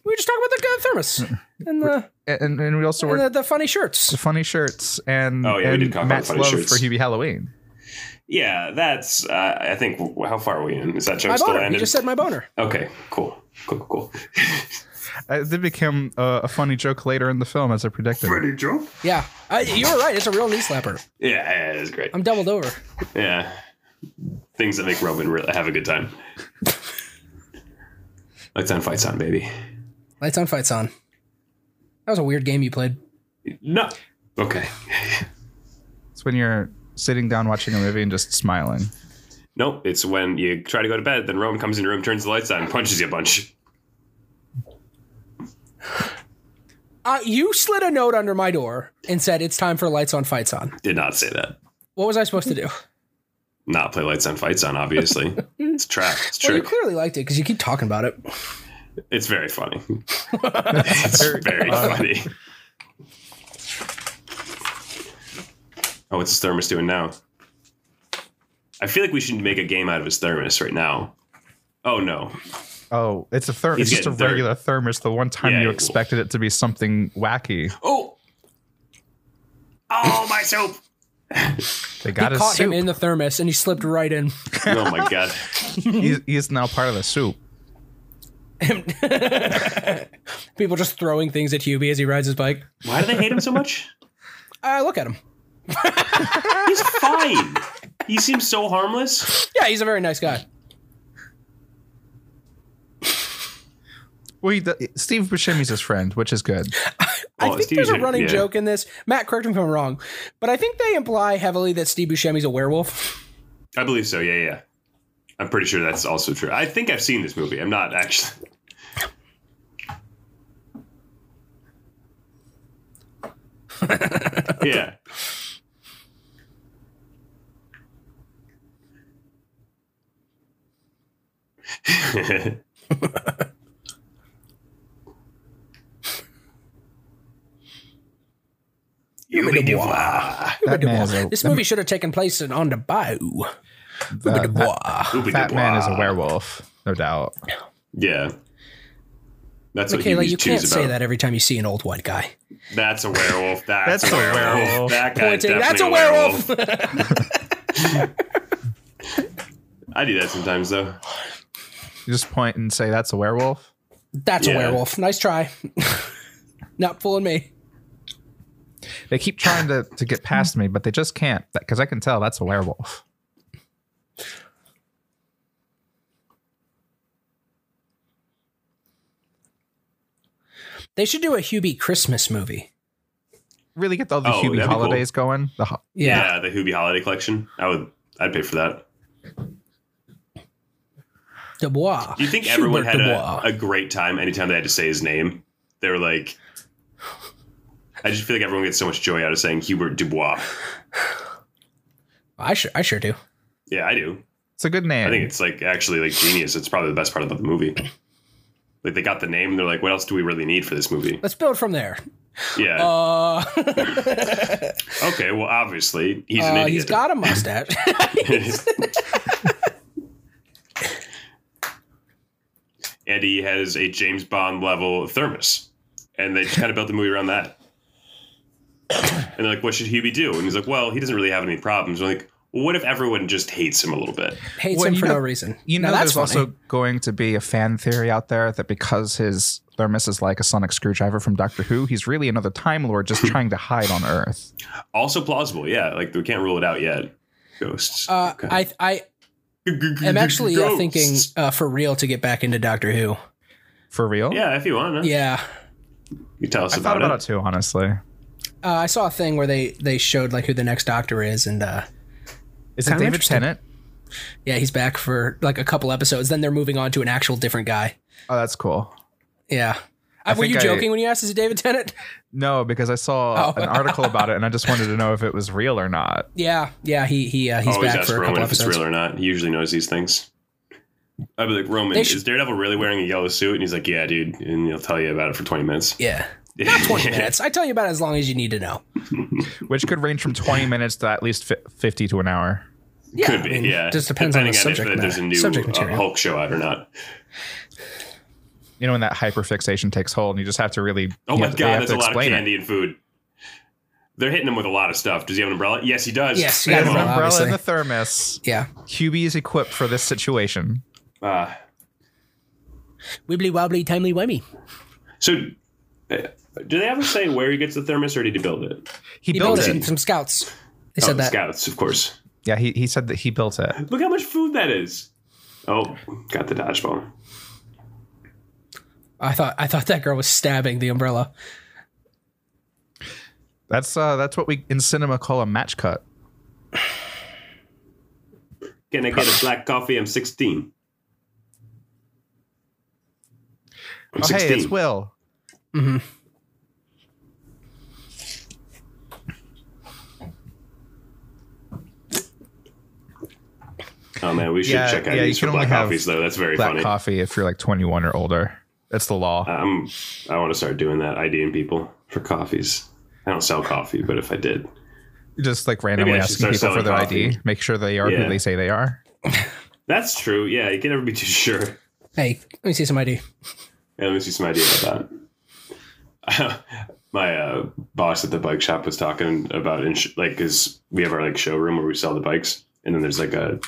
Speaker 1: We just talked about the uh, thermos and the
Speaker 2: And, and we also
Speaker 1: and
Speaker 2: work
Speaker 1: the, the funny shirts.
Speaker 2: the funny shirts and,
Speaker 3: Oh, yeah, we
Speaker 2: and
Speaker 3: did talk about
Speaker 2: Matt's
Speaker 3: funny
Speaker 2: love
Speaker 3: shirts.
Speaker 2: for Hubie Halloween.
Speaker 3: yeah, that's. Uh, I think. How far are we in? Is that joke
Speaker 1: My
Speaker 3: still
Speaker 1: boner. You
Speaker 3: ended?
Speaker 1: just said my boner.
Speaker 3: okay. Cool. Cool. Cool. cool.
Speaker 2: Uh, It did become uh, a funny joke later in the film, as I predicted.
Speaker 3: Pretty joke.
Speaker 1: Yeah, I, you were right. It's a real knee slapper.
Speaker 3: Yeah, yeah, it was great.
Speaker 1: I'm doubled over.
Speaker 3: Yeah. Things that make Roman really have a good time. Lights on, fights on, baby.
Speaker 1: Lights on, fights on. That was a weird game you played.
Speaker 3: No. Okay.
Speaker 2: It's when you're sitting down watching a movie and just smiling.
Speaker 3: Nope. It's when you try to go to bed, then Roman comes in your room, turns the lights on, and punches you a bunch.
Speaker 1: Uh, you slid a note under my door and said it's time for lights on, fights on.
Speaker 3: Did not say that.
Speaker 1: What was I supposed to do?
Speaker 3: Not play lights on, fights on, obviously. it's a trap. It's a
Speaker 1: Well, you
Speaker 3: trick.
Speaker 1: clearly liked it because you keep talking about it.
Speaker 3: It's very funny. it's very funny. Oh, what's his thermos doing now? I feel like we should make a game out of his thermos right now. Oh no.
Speaker 2: Oh, it's a therm.
Speaker 3: He's
Speaker 2: It's just a
Speaker 3: getting dirt.
Speaker 2: regular thermos. The one time
Speaker 3: Yeah,
Speaker 2: you
Speaker 3: he-
Speaker 2: expected it to be something wacky,
Speaker 3: Oh. Oh my soap.
Speaker 2: they got
Speaker 1: he
Speaker 2: his
Speaker 1: caught
Speaker 2: soup.
Speaker 1: him in the thermos and he slipped right in.
Speaker 3: Oh my god.
Speaker 2: he's, he's now part of the soup.
Speaker 1: People just throwing things at Hubie as he rides his bike.
Speaker 3: Why do they hate him so much?
Speaker 1: I look at him.
Speaker 3: He's fine. He seems so harmless.
Speaker 1: Yeah, he's a very nice guy.
Speaker 2: Well, he, d- Steve Buscemi's his friend, which is good.
Speaker 1: I
Speaker 3: Oh,
Speaker 1: think
Speaker 3: Steve
Speaker 1: there's a
Speaker 3: Buscemi,
Speaker 1: running
Speaker 3: yeah.
Speaker 1: joke in this. Matt, correct me if I'm wrong, but I think they imply heavily that Steve Buscemi's a werewolf.
Speaker 3: I believe so. Yeah, yeah. I'm pretty sure that's also true. I think I've seen this movie. I'm not actually. yeah. you be the one.
Speaker 2: That man is a,
Speaker 1: This
Speaker 2: that-
Speaker 1: movie should have taken place in on the bayou.
Speaker 2: that- that-
Speaker 3: Ooby
Speaker 2: that man is a
Speaker 3: doob.
Speaker 2: werewolf, no doubt.
Speaker 3: Yeah. That's what
Speaker 1: Michaela,
Speaker 3: he
Speaker 1: you can't
Speaker 3: chews
Speaker 1: say
Speaker 3: about.
Speaker 1: that every time you see an old white guy.
Speaker 3: That's a werewolf. That's,
Speaker 2: That's
Speaker 3: a
Speaker 2: a
Speaker 3: werewolf.
Speaker 2: werewolf.
Speaker 3: That guy's
Speaker 1: Pointing,
Speaker 3: definitely
Speaker 1: that's a werewolf.
Speaker 3: I do that sometimes though.
Speaker 2: You just point and say, "That's a werewolf."
Speaker 1: that's a
Speaker 3: Yeah.
Speaker 1: werewolf. Nice try. Not fooling me.
Speaker 2: They keep trying to, to get past me, but they just can't because I can tell that's a werewolf.
Speaker 1: They should do a Hubie Christmas movie.
Speaker 2: Really get all the
Speaker 3: Oh,
Speaker 2: Hubie
Speaker 3: that'd be cool.
Speaker 2: holidays going. The ho-
Speaker 1: Yeah.
Speaker 3: the Hoobie Holiday Collection. I would. I'd pay for that.
Speaker 1: Dubois.
Speaker 3: Do you think everyone
Speaker 1: Hubert
Speaker 3: had a, a great time anytime they had to say his name? They were like. I just feel like everyone gets so much joy out of saying Hubert Dubois.
Speaker 1: I sure I sure do.
Speaker 3: Yeah, I do.
Speaker 2: it's a good name.
Speaker 3: I think it's like actually like genius. It's probably the best part about the movie. Like they got the name, and they're like, "What else do we really need for this movie?"
Speaker 1: Let's build from there.
Speaker 3: Yeah.
Speaker 1: Uh,
Speaker 3: okay. Well, obviously he's an
Speaker 1: uh,
Speaker 3: idiot.
Speaker 1: he's got a mustache.
Speaker 3: and he has a James Bond level thermos. And they just kind of built the movie around that. And they're like, what should Hubie do? And he's like, well, he doesn't really have any problems. We're like, well, what if everyone just hates him a little bit?
Speaker 1: Hates
Speaker 2: Well,
Speaker 1: him
Speaker 2: you
Speaker 1: for
Speaker 2: know-
Speaker 1: no reason.
Speaker 2: You know,
Speaker 1: now,
Speaker 2: there's
Speaker 1: that's funny.
Speaker 2: also going to be a fan theory out there that because his thermos is like a sonic screwdriver from Doctor Who, he's really another Time Lord just trying to hide on Earth.
Speaker 3: Also plausible, yeah. Like, we can't rule it out yet. Ghosts.
Speaker 1: Uh,
Speaker 3: Okay.
Speaker 1: I I am actually uh, thinking
Speaker 3: Ghosts.
Speaker 1: uh, for real to get back into Doctor Who.
Speaker 2: For real?
Speaker 3: Yeah, if you want. Huh?
Speaker 1: Yeah,
Speaker 3: You tell us
Speaker 2: I thought
Speaker 3: about,
Speaker 2: about
Speaker 3: it.
Speaker 2: it too, honestly.
Speaker 1: uh, I saw a thing where they they showed like who the next Doctor is, and uh,
Speaker 2: Is it
Speaker 1: Kinda
Speaker 2: David
Speaker 1: interesting.
Speaker 2: Tennant?
Speaker 1: Yeah, he's back for like a couple episodes. Then they're moving on to an actual different guy.
Speaker 2: Oh, that's cool.
Speaker 1: Yeah. Uh, were
Speaker 2: think
Speaker 1: you
Speaker 2: I-
Speaker 1: joking when you asked is it David Tennant?
Speaker 2: No, because I saw
Speaker 1: Oh.
Speaker 2: an article about it and I just wanted to know if it was real or not.
Speaker 1: Yeah, yeah, he he uh, he's
Speaker 3: Always
Speaker 1: back
Speaker 3: ask
Speaker 1: for a
Speaker 3: Roman
Speaker 1: couple
Speaker 3: if it's
Speaker 1: episodes.
Speaker 3: real or not. He usually knows these things. I'd be like, Roman,
Speaker 1: They should-
Speaker 3: is Daredevil really wearing a yellow suit? And he's like, Yeah, dude. And he'll tell you about it for 20 minutes.
Speaker 1: Yeah, not twenty minutes. I tell you about it as long as you need to know.
Speaker 2: Which could range from 20 minutes to at least fi- 50 to an hour.
Speaker 1: Yeah,
Speaker 3: Could be,
Speaker 1: I mean,
Speaker 3: yeah.
Speaker 1: Just depends on the
Speaker 3: Depending
Speaker 1: subject
Speaker 3: if
Speaker 1: matter.
Speaker 3: there's a new
Speaker 1: subject
Speaker 3: uh,
Speaker 1: material.
Speaker 3: Hulk show out or not.
Speaker 2: You know, when that hyperfixation takes hold and you just have to really.
Speaker 3: Oh
Speaker 2: you
Speaker 3: my
Speaker 2: have to- they
Speaker 3: god,
Speaker 2: have
Speaker 3: that's
Speaker 2: to
Speaker 3: a lot of
Speaker 2: explain it.
Speaker 3: candy and food. They're hitting him with a lot of stuff. Does he have an umbrella? Yes, he does.
Speaker 1: Yes, he
Speaker 2: They
Speaker 1: got
Speaker 2: have
Speaker 3: Come
Speaker 2: an
Speaker 1: Umbrella,
Speaker 2: umbrella
Speaker 1: obviously.
Speaker 2: and the thermos.
Speaker 1: yeah,
Speaker 2: QB is equipped for this situation.
Speaker 3: on. Uh,
Speaker 1: wibbly wobbly, timely wimey.
Speaker 3: so, uh, do they ever say where he gets the thermos, or did he build it?
Speaker 2: He,
Speaker 1: He
Speaker 2: built,
Speaker 1: built it.
Speaker 2: it.
Speaker 1: in Some scouts. They
Speaker 3: oh,
Speaker 1: said
Speaker 3: the
Speaker 1: that.
Speaker 3: scouts, of course.
Speaker 2: Yeah, he, he said that he built it.
Speaker 3: Look how much food that is. Oh, got the dodgeball.
Speaker 1: I thought I thought that girl was stabbing the umbrella.
Speaker 2: That's uh, that's what we in cinema call a match cut.
Speaker 3: Can I get a black coffee? I'm 16. I'm
Speaker 2: Oh, hey,
Speaker 3: 16.
Speaker 2: it's Will.
Speaker 3: oh man, we should
Speaker 2: Yeah,
Speaker 3: check out
Speaker 2: yeah,
Speaker 3: these
Speaker 2: you
Speaker 3: for
Speaker 2: can only
Speaker 3: black
Speaker 2: have
Speaker 3: coffees though. That's very
Speaker 2: Black
Speaker 3: funny. Uh,
Speaker 2: coffee if you're like 21 or older. That's the law.
Speaker 3: I'm, Um, I want to start doing that, IDing people for coffees. I don't sell coffee, but if I did,
Speaker 2: just like randomly
Speaker 3: should
Speaker 2: asking
Speaker 3: start
Speaker 2: people for
Speaker 3: selling
Speaker 2: their
Speaker 3: coffee.
Speaker 2: ID, make sure they are
Speaker 3: Yeah.
Speaker 2: who they say they are.
Speaker 3: that's true. Yeah, you can never be too sure. Yeah,
Speaker 1: Hey, let me see some ID.
Speaker 3: let me see some idea about that. My uh, boss at the bike shop was talking about ins- like, cause we have our like showroom where we sell the bikes, and then there's like a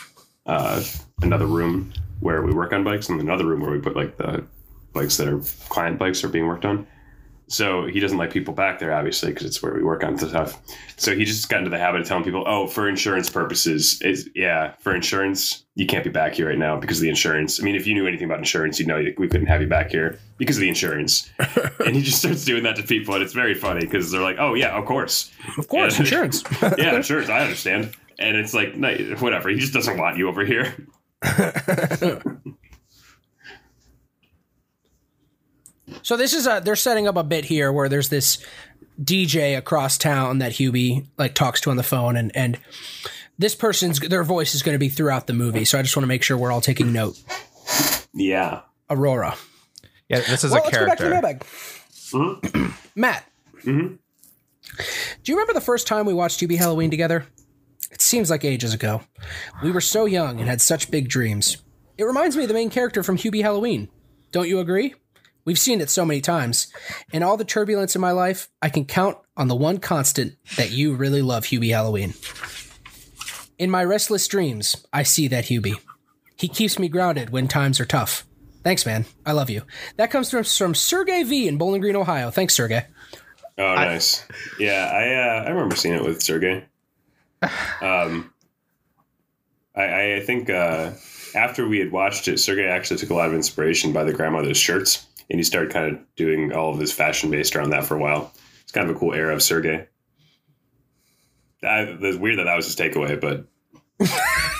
Speaker 3: uh, another room where we work on bikes, and another room where we put like the bikes that are client bikes are being worked on. So he doesn't like people back there, obviously, because it's where we work on stuff. So he just got into the habit of telling people, "Oh, for insurance purposes, is yeah, for insurance, you can't be back here right now because of the insurance. I mean, if you knew anything about insurance, you'd know that we couldn't have you back here because of the insurance." and he just starts doing that to people, and it's very funny because they're like, "Oh yeah, of course,
Speaker 1: Of course,
Speaker 3: Yeah.
Speaker 1: insurance.
Speaker 3: yeah, insurance, I understand." And it's like, no, whatever. He just doesn't want you over here.
Speaker 1: So this is a they're setting up a bit here where there's this DJ across town that Hubie like talks to on the phone and and this person's their voice is going to be throughout the movie. So I just want to make sure we're all taking note.
Speaker 3: Yeah.
Speaker 1: Aurora.
Speaker 2: Yeah, this is
Speaker 1: well,
Speaker 2: a
Speaker 1: let's go back to the
Speaker 2: character.
Speaker 1: mailbag. Matt, do you remember the first time we watched UB Halloween together? It seems like ages ago. We were so young and had such big dreams. It reminds me of the main character from Hubie Halloween. Don't you agree? We've seen it so many times. In all the turbulence in my life, I can count on the one constant that you really love Hubie Halloween. In my restless dreams, I see that Hubie. He keeps me grounded when times are tough. Thanks, man. I love you. That comes from, from Sergey V in Bowling Green, Ohio. Thanks, Sergey.
Speaker 3: Oh, nice. Yeah, I uh, I remember seeing it with Sergey. Um, I- I I think uh, after we had watched it, Sergey actually took a lot of inspiration by the grandmother's shirts, and he started kind of doing all of his fashion based around that for a while. It's kind of a cool era of Sergey. I, it's weird that that was his takeaway, but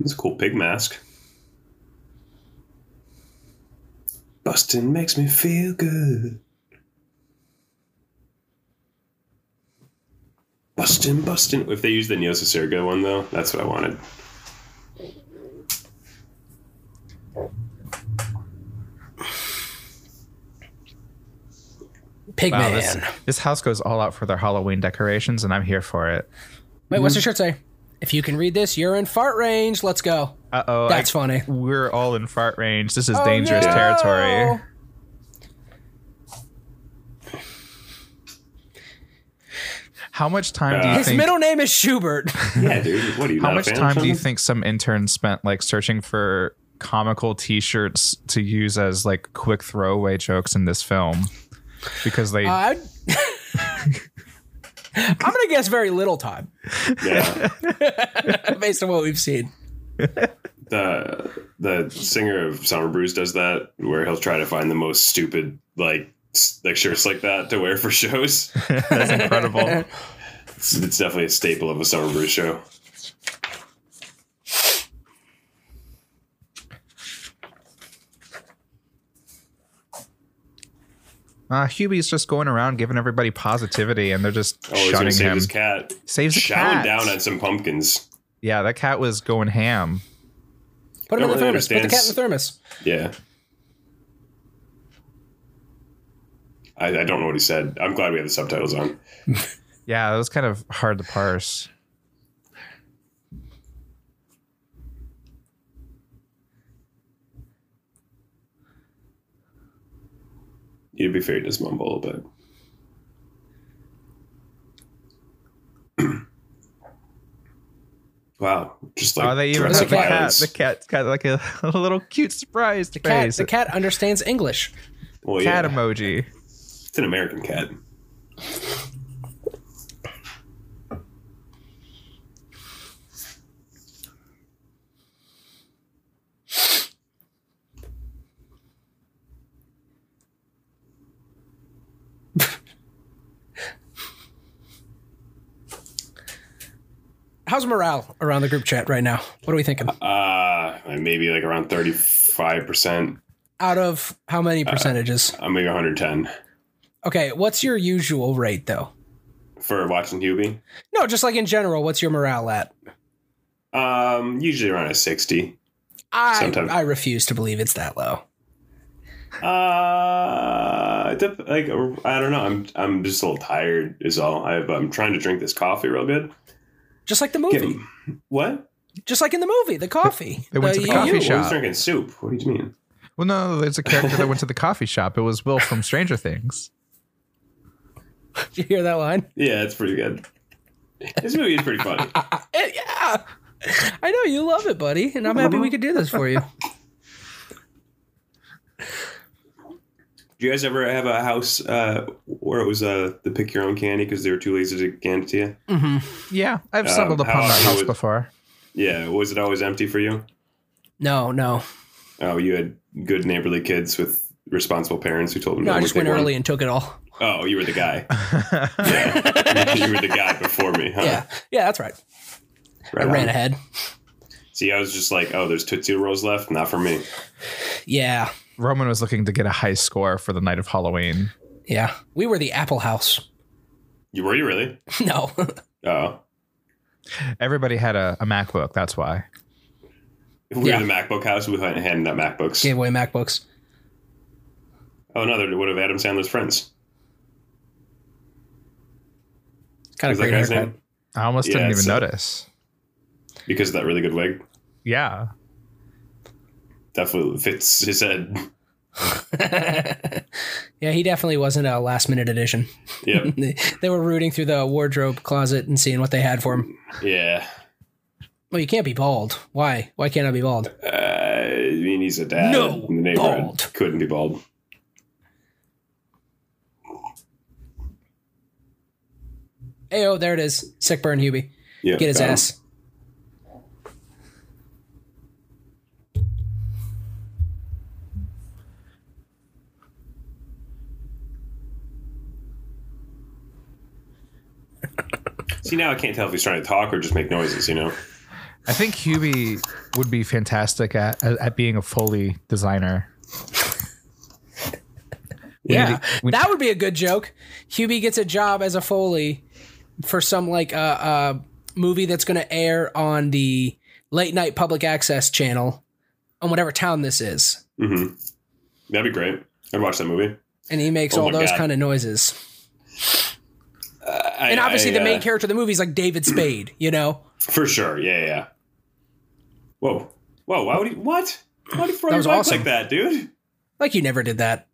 Speaker 3: it's a cool pig mask. Bustin' makes me feel good. Bustin', bustin'. If they use the Neo Circa one, though, that's what I wanted.
Speaker 1: Pigman.
Speaker 2: Wow, this, this house goes all out for their Halloween decorations, and I'm here for it.
Speaker 1: Wait, what's the shirt say? If you can read this, you're in fart range. Let's go.
Speaker 2: Uh oh.
Speaker 1: That's funny.
Speaker 2: We're all in fart range. This is
Speaker 1: Oh,
Speaker 2: dangerous
Speaker 1: no!
Speaker 2: territory. How much time do
Speaker 3: Uh,
Speaker 2: you
Speaker 1: His
Speaker 2: think?
Speaker 1: middle name is Schubert.
Speaker 3: Yeah, dude. What are you?
Speaker 2: how
Speaker 3: not a
Speaker 2: much
Speaker 3: fan or
Speaker 2: time do you
Speaker 3: something?
Speaker 2: think some interns spent like searching for comical T-shirts to use as like quick throwaway jokes in this film? Because they
Speaker 1: Uh, I'm gonna guess very little time
Speaker 3: Yeah.
Speaker 1: based on what we've seen.
Speaker 3: the the singer of Summer Breeze does that, where he'll try to find the most stupid like s- like shirts like that to wear for shows.
Speaker 2: that's incredible.
Speaker 3: It's, it's definitely a staple of a summer brew show.
Speaker 2: Uh, Hubie's just going around giving everybody positivity, and they're just
Speaker 3: Oh, he's
Speaker 2: shunning
Speaker 3: gonna save
Speaker 2: him.
Speaker 3: his cat.
Speaker 2: Saves the
Speaker 3: Chowing
Speaker 2: cat.
Speaker 3: down on some pumpkins.
Speaker 2: yeah, that cat was going ham.
Speaker 1: Put him
Speaker 3: Don't
Speaker 1: in the
Speaker 3: really
Speaker 1: thermos. Put the cat in the thermos.
Speaker 3: understands- Yeah. I, I don't know what he said. I'm glad we have the subtitles on.
Speaker 2: Yeah, that was kind of hard to parse.
Speaker 3: Yeah, To be fair, he does mumble a little bit. wow. Just like
Speaker 2: Oh, they even
Speaker 1: That's
Speaker 3: threats
Speaker 2: have
Speaker 3: of
Speaker 2: the cat,
Speaker 3: violence.
Speaker 2: the cat got like a, little cute surprised
Speaker 1: The cat,
Speaker 2: face.
Speaker 1: the cat understands English.
Speaker 3: Well,
Speaker 2: Cat
Speaker 3: Oh, yeah,
Speaker 2: emoji.
Speaker 3: it's an American cat.
Speaker 1: How's morale around the group chat right now? What are we thinking?
Speaker 3: Uh, maybe like around 35%.
Speaker 1: Out of how many
Speaker 3: uh,
Speaker 1: percentages?
Speaker 3: I'm maybe 110
Speaker 1: Okay, what's your usual rate though?
Speaker 3: for watching Hubie.
Speaker 1: No, just like in general, what's your morale at?
Speaker 3: Um, usually around a 60.
Speaker 1: I
Speaker 3: Sometimes.
Speaker 1: I refuse to believe it's that low.
Speaker 3: Uh, it dep- like I don't know. I'm I'm just a little tired is all. I've, I'm trying to drink this coffee real good.
Speaker 1: Just like the
Speaker 3: Get-
Speaker 1: movie.
Speaker 3: what?
Speaker 1: Just like in the movie, the coffee.
Speaker 2: They went to the
Speaker 1: you-
Speaker 2: coffee
Speaker 1: you-
Speaker 2: shop.
Speaker 3: I was drinking soup. What do you mean?
Speaker 2: Well, no, there's a character that went to the coffee shop. It was Will from Stranger Things.
Speaker 1: Did you hear that line?
Speaker 3: Yeah, it's pretty good. This movie is pretty funny.
Speaker 1: Eh, yeah. I know you love it, buddy, and I'm happy we could do this for you.
Speaker 3: Do you guys ever have a house uh, where it was uh, the pick your own candy because they were too lazy to hand it to you?
Speaker 2: Mm-hmm. Yeah, I've
Speaker 3: Um,
Speaker 2: stumbled
Speaker 3: how
Speaker 2: upon that
Speaker 3: often
Speaker 2: house
Speaker 3: would-
Speaker 2: before.
Speaker 3: Yeah, was it always empty for you?
Speaker 1: No, no,
Speaker 3: Oh, you had good neighborly kids with responsible parents who told them.
Speaker 1: no.
Speaker 3: to
Speaker 1: I
Speaker 3: do
Speaker 1: just
Speaker 3: what
Speaker 1: went
Speaker 3: they
Speaker 1: early and took it all.
Speaker 3: wanted. Oh, you were the guy. yeah, you were the guy before me. Huh?
Speaker 1: Yeah, yeah, that's right.
Speaker 3: Uh-huh. Right
Speaker 1: I ran
Speaker 3: on.
Speaker 1: ahead.
Speaker 3: See, I was just like, oh, there's Tootsie Rolls left. Not for me.
Speaker 1: Yeah,
Speaker 2: Roman was looking to get a high score for the night of Halloween.
Speaker 1: yeah. We were the Apple House.
Speaker 3: You were you really?
Speaker 1: No,
Speaker 3: Oh,
Speaker 2: Everybody had a, a MacBook, that's why.
Speaker 3: we
Speaker 1: Yeah.
Speaker 3: were the MacBook house. We hadn't handed out MacBooks.
Speaker 1: gave away MacBooks.
Speaker 3: Oh, no, they're one of Adam Sandler's friends.
Speaker 1: Kind of
Speaker 3: Is that
Speaker 1: great
Speaker 3: guy's
Speaker 1: haircut.
Speaker 3: name?
Speaker 2: I almost
Speaker 3: Yeah,
Speaker 2: didn't even
Speaker 3: it's a-
Speaker 2: notice.
Speaker 3: Because of that really good wig.
Speaker 2: Yeah.
Speaker 3: Definitely fits his head.
Speaker 1: Yeah, he definitely wasn't a last minute addition.
Speaker 3: Yep.
Speaker 1: they were rooting through the wardrobe closet and seeing what they had for him.
Speaker 3: yeah.
Speaker 1: Well, you can't be bald. Why? Why can't I be bald?
Speaker 3: Uh, I mean, he's a dad.
Speaker 1: No,
Speaker 3: in the neighborhood.
Speaker 1: bald.
Speaker 3: Couldn't be bald.
Speaker 1: Hey, oh, there it is. Sick burn, Hubie.
Speaker 3: Yeah.
Speaker 1: Get his
Speaker 3: got him.
Speaker 1: ass.
Speaker 3: See, now I can't tell if he's trying to talk or just make noises, you know?
Speaker 2: I think Hubie would be fantastic at, at, at being a Foley designer.
Speaker 1: Yeah,
Speaker 2: need to- we-
Speaker 1: that would be a good joke. Hubie gets a job as a Foley for some like uh, uh, movie that's going to air on the late night public access channel on whatever town this is,
Speaker 3: hmm That'd be great. I'd watch that movie.
Speaker 1: and he makes
Speaker 3: Oh
Speaker 1: all
Speaker 3: my
Speaker 1: those
Speaker 3: God.
Speaker 1: kind of noises.
Speaker 3: I-
Speaker 1: And obviously,
Speaker 3: I,
Speaker 1: the main
Speaker 3: uh,
Speaker 1: character of the movie is like David Spade. You know,
Speaker 3: For sure. Yeah, yeah, yeah. Whoa. Whoa, why would he what? Why would he
Speaker 1: That
Speaker 3: ride
Speaker 1: was
Speaker 3: his bike
Speaker 1: awesome.
Speaker 3: like that, dude?
Speaker 1: like you never did that.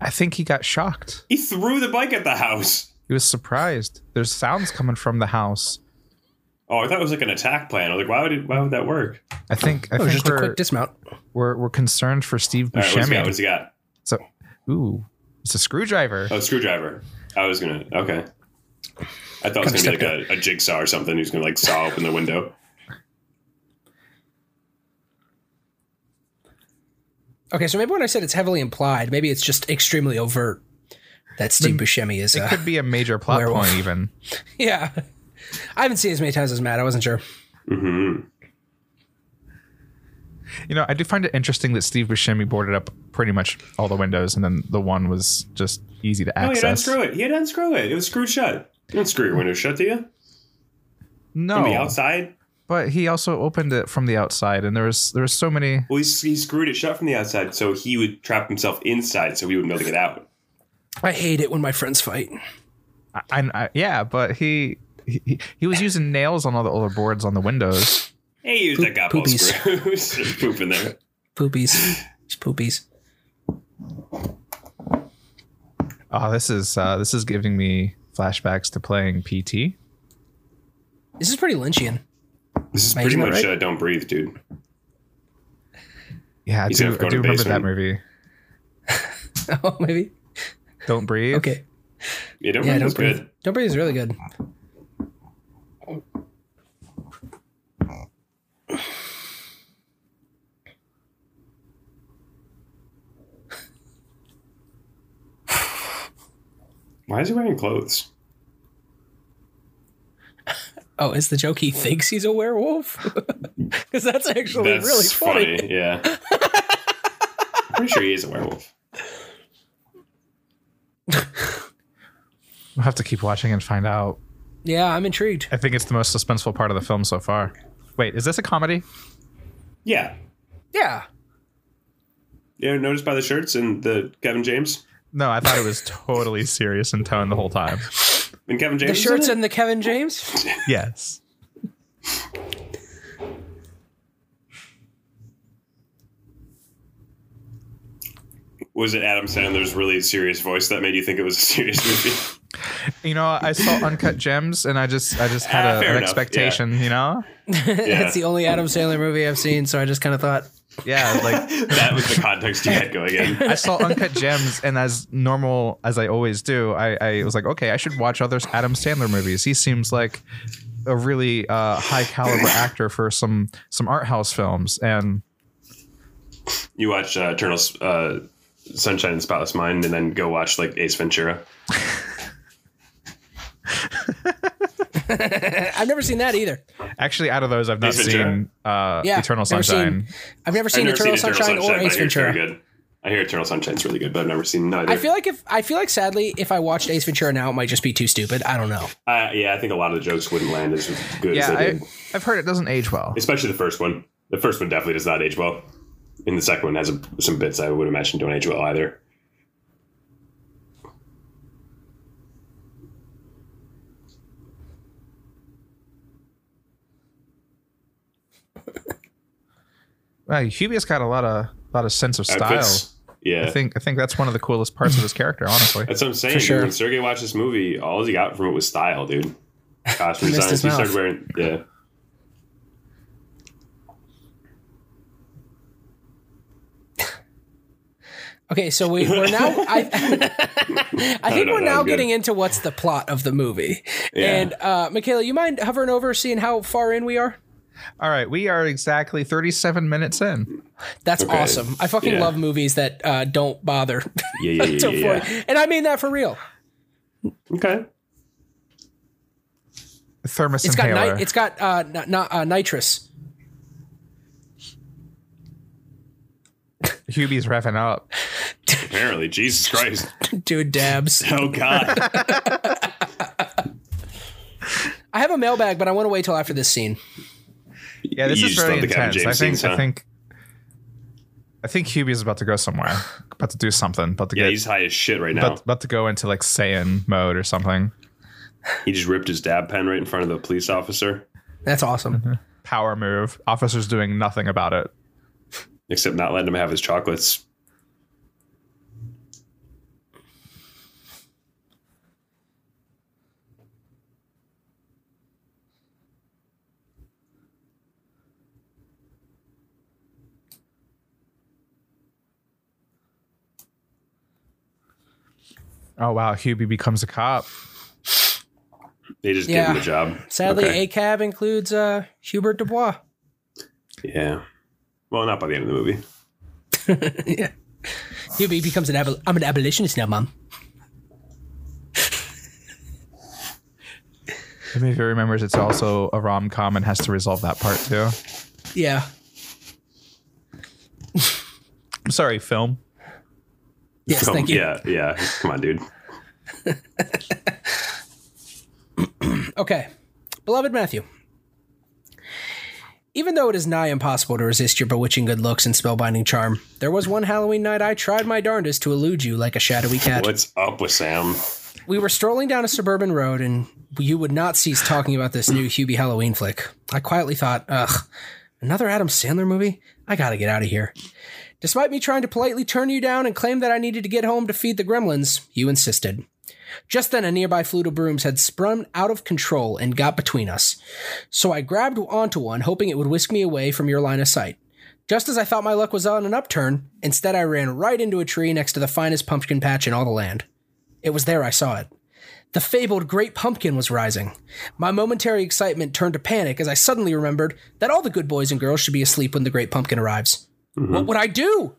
Speaker 2: I think he got shocked.
Speaker 3: He threw the bike at the house.
Speaker 2: He was surprised. There's sounds coming from the house.
Speaker 3: Oh, I thought it was like an attack plan. I was like, why would it, why would that work?
Speaker 2: I think I
Speaker 1: It was Oh,
Speaker 2: think
Speaker 1: just a
Speaker 2: we're,
Speaker 1: quick dismount.
Speaker 2: we're we're concerned for Steve
Speaker 3: All right, what's he got?
Speaker 2: Buscemi.
Speaker 3: What's he got?
Speaker 2: so, ooh, it's a screwdriver.
Speaker 3: Oh, screwdriver. I was gonna. Okay. I thought it was gonna
Speaker 1: Kinda
Speaker 3: be like a, a jigsaw or something. He's gonna like saw open the window.
Speaker 1: Okay, so maybe when I said it's heavily implied, maybe it's just extremely overt. that Steve Buscemi is.
Speaker 2: It
Speaker 1: Uh,
Speaker 2: could be a major plot
Speaker 1: Werewolf.
Speaker 2: point, even.
Speaker 1: yeah, I haven't seen it as many times as Matt. I wasn't sure.
Speaker 3: Mm-hmm.
Speaker 2: You know, I do find it interesting that Steve Buscemi boarded up pretty much all the windows, and then the one was just easy to
Speaker 3: Oh, you had to
Speaker 2: access.
Speaker 3: unscrew it. You had to unscrew it. It was screwed shut. You don't screw your windows shut, do you? From the
Speaker 1: Oh.
Speaker 2: no,
Speaker 3: outside?
Speaker 2: but he also opened it from the outside, and there was there was so many.
Speaker 3: Well, he, he screwed it shut from the outside, so he would trap himself inside, so he wouldn't be able to get out.
Speaker 1: I hate it when my friends fight.
Speaker 2: I, I, yeah, but he, he he was using nails on all the other boards on the windows.
Speaker 3: Hey, he used a
Speaker 1: Poop-
Speaker 3: couple
Speaker 1: poopies.
Speaker 3: screws. Just poop in there.
Speaker 1: Poopies, Just poopies.
Speaker 2: Oh, this is uh, this is giving me flashbacks to playing PT.
Speaker 1: This is pretty Lynchian.
Speaker 3: This is
Speaker 1: Am I
Speaker 3: pretty
Speaker 1: using that
Speaker 3: much
Speaker 1: right?
Speaker 3: uh, Don't Breathe, dude.
Speaker 2: Yeah, I
Speaker 3: He's
Speaker 2: do,
Speaker 3: gonna go
Speaker 2: I
Speaker 3: to
Speaker 2: do remember that
Speaker 3: basement.
Speaker 2: movie.
Speaker 1: oh, maybe.
Speaker 2: Don't breathe.
Speaker 1: Okay.
Speaker 3: Yeah, Don't
Speaker 1: Yeah,
Speaker 3: Breathe
Speaker 1: don't
Speaker 3: was
Speaker 1: breathe.
Speaker 3: good.
Speaker 1: Don't breathe is really good.
Speaker 3: Why is he wearing clothes?
Speaker 1: Oh, is the joke he thinks he's a werewolf? Because that's actually
Speaker 3: That's
Speaker 1: really funny.
Speaker 3: funny. Yeah. pretty sure he is a werewolf.
Speaker 2: We'll have to keep watching and find out.
Speaker 1: Yeah, I'm intrigued.
Speaker 2: I think it's the most suspenseful part of the film so far. Wait, is this a comedy?
Speaker 3: Yeah.
Speaker 1: Yeah.
Speaker 3: You know, noticed by the shirts and the Kevin James?
Speaker 2: No, I thought it was totally serious in tone the whole time.
Speaker 3: And Kevin James.
Speaker 1: The
Speaker 3: is in
Speaker 1: shirts
Speaker 3: it?
Speaker 1: and the Kevin James?
Speaker 2: Yes.
Speaker 3: Was it Adam Sandler's really serious voice that made you think it was a serious movie?
Speaker 2: You know, I saw Uncut Gems and I just I just had
Speaker 3: Ah,
Speaker 2: a-
Speaker 3: fair
Speaker 2: an
Speaker 3: enough,
Speaker 2: expectation, you know?
Speaker 3: Yeah.
Speaker 1: That's the only Adam Sandler movie I've seen, so I just kind of thought,
Speaker 2: Yeah, like
Speaker 3: that was the context you had going in.
Speaker 2: I saw Uncut Gems, and as normal as I always do, I, I was like, okay, I should watch other Adam Sandler movies. He seems like a really uh, high caliber actor for some some art house films, and
Speaker 3: You watch uh, Eternal uh, Sunshine and Spotless Mind, and then go watch like Ace Ventura.
Speaker 1: I've never seen that either.
Speaker 2: actually, out of those, I've not
Speaker 3: Ace Ventura?
Speaker 2: seen uh,
Speaker 1: Yeah,
Speaker 2: Eternal
Speaker 1: never seen-
Speaker 2: Sunshine.
Speaker 1: I've never seen
Speaker 3: I've never
Speaker 1: Eternal
Speaker 3: seen
Speaker 1: Sunshine
Speaker 3: Eternal Sunshine,
Speaker 1: or
Speaker 3: but
Speaker 1: Ace
Speaker 3: I hear it's very
Speaker 1: Ventura.
Speaker 3: good. I hear Eternal Sunshine's really good, but I've never seen neither.
Speaker 1: I feel like if I feel like sadly, if I watched Ace Ventura now, it might just be too stupid. I don't know.
Speaker 3: uh, yeah, I think a lot of the jokes wouldn't land as good as
Speaker 2: Yeah,
Speaker 3: they
Speaker 2: I,
Speaker 3: did,
Speaker 2: I've heard it doesn't age well.
Speaker 3: especially the first one. The first one definitely does not age well, and the second one has a, some bits I would imagine don't age well either.
Speaker 2: Uh, Hubie's got a lot of lot of sense of
Speaker 3: Uh,
Speaker 2: style.
Speaker 3: Outfits, yeah,
Speaker 2: I think I think that's one of the coolest parts of his character, honestly.
Speaker 3: That's what I'm saying.
Speaker 1: For
Speaker 3: dude.
Speaker 1: sure.
Speaker 3: When Sergey watched this movie, all he got from it was style, dude. Costume
Speaker 1: He missed
Speaker 3: designs.
Speaker 1: his
Speaker 3: He
Speaker 1: mouth.
Speaker 3: started wearing. Yeah.
Speaker 1: Okay, so we, we're now. I, I think
Speaker 3: know,
Speaker 1: we're
Speaker 3: that was
Speaker 1: now
Speaker 3: good.
Speaker 1: getting into what's the plot of the movie.
Speaker 3: Yeah.
Speaker 1: And uh, Michaela, you mind hovering over, seeing how far in we are?
Speaker 2: All right, we are exactly 37 minutes in.
Speaker 1: That's
Speaker 3: Okay.
Speaker 1: awesome. I fucking
Speaker 3: Yeah.
Speaker 1: love movies that uh, don't bother
Speaker 3: Yeah, yeah, yeah,
Speaker 1: until
Speaker 3: yeah,
Speaker 1: 40.
Speaker 3: yeah.
Speaker 1: And I mean that for real.
Speaker 3: Okay.
Speaker 2: Thermos
Speaker 1: It's got
Speaker 2: inhaler.
Speaker 1: ni- it's got uh, n- n- uh, nitrous.
Speaker 2: Hubie's revving up.
Speaker 3: Apparently, Jesus Christ.
Speaker 1: Dude dabs.
Speaker 3: Oh God.
Speaker 1: I have a mailbag, but I want to wait till after this scene.
Speaker 2: Yeah, this
Speaker 3: You
Speaker 2: is
Speaker 3: just
Speaker 2: very
Speaker 3: love the Kevin
Speaker 2: intense. I
Speaker 3: James
Speaker 2: think
Speaker 3: scenes,
Speaker 2: I
Speaker 3: huh?
Speaker 2: think I think Hubie's about to go somewhere, about to do something, about to
Speaker 3: yeah,
Speaker 2: get
Speaker 3: he's high as shit right now.
Speaker 2: about, about to go into like Saiyan mode or something.
Speaker 3: He just ripped his dab pen right in front of the police officer,
Speaker 1: That's awesome.
Speaker 2: Power move. Officers doing nothing about it.
Speaker 3: except not letting him have his chocolates.
Speaker 2: Oh wow, Hubie becomes a cop.
Speaker 3: They just
Speaker 1: Yeah.
Speaker 3: give him a job.
Speaker 1: Sadly,
Speaker 3: Okay.
Speaker 1: A cab includes uh, Hubert Dubois.
Speaker 3: yeah. Well, not by the end of the movie.
Speaker 1: yeah. Hubie becomes an abol- I'm an abolitionist now, mom.
Speaker 2: If he remembers, it's also a rom com and has to resolve that part too.
Speaker 1: Yeah.
Speaker 2: I'm sorry, film.
Speaker 1: Yes,
Speaker 3: Come-
Speaker 1: thank you.
Speaker 3: Oh, Yeah, yeah. Come on, dude.
Speaker 1: Okay. Beloved Matthew. Even though it is nigh impossible to resist your bewitching good looks and spellbinding charm, there was one Halloween night I tried my darndest to elude you like a shadowy cat.
Speaker 3: What's up with Sam?
Speaker 1: We were strolling down a suburban road, and you would not cease talking about this new Hubie Halloween flick. I quietly thought, ugh, another Adam Sandler movie? I gotta get out of here. Despite me trying to politely turn you down and claim that I needed to get home to feed the gremlins, you insisted. Just then, a nearby flute of brooms had sprung out of control and got between us. So I grabbed onto one, hoping it would whisk me away from your line of sight. Just as I thought my luck was on an upturn, instead I ran right into a tree next to the finest pumpkin patch in all the land. It was there I saw it. The fabled great pumpkin was rising. My momentary excitement turned to panic as I suddenly remembered that all the good boys and girls should be asleep when the great pumpkin arrives. What would I do?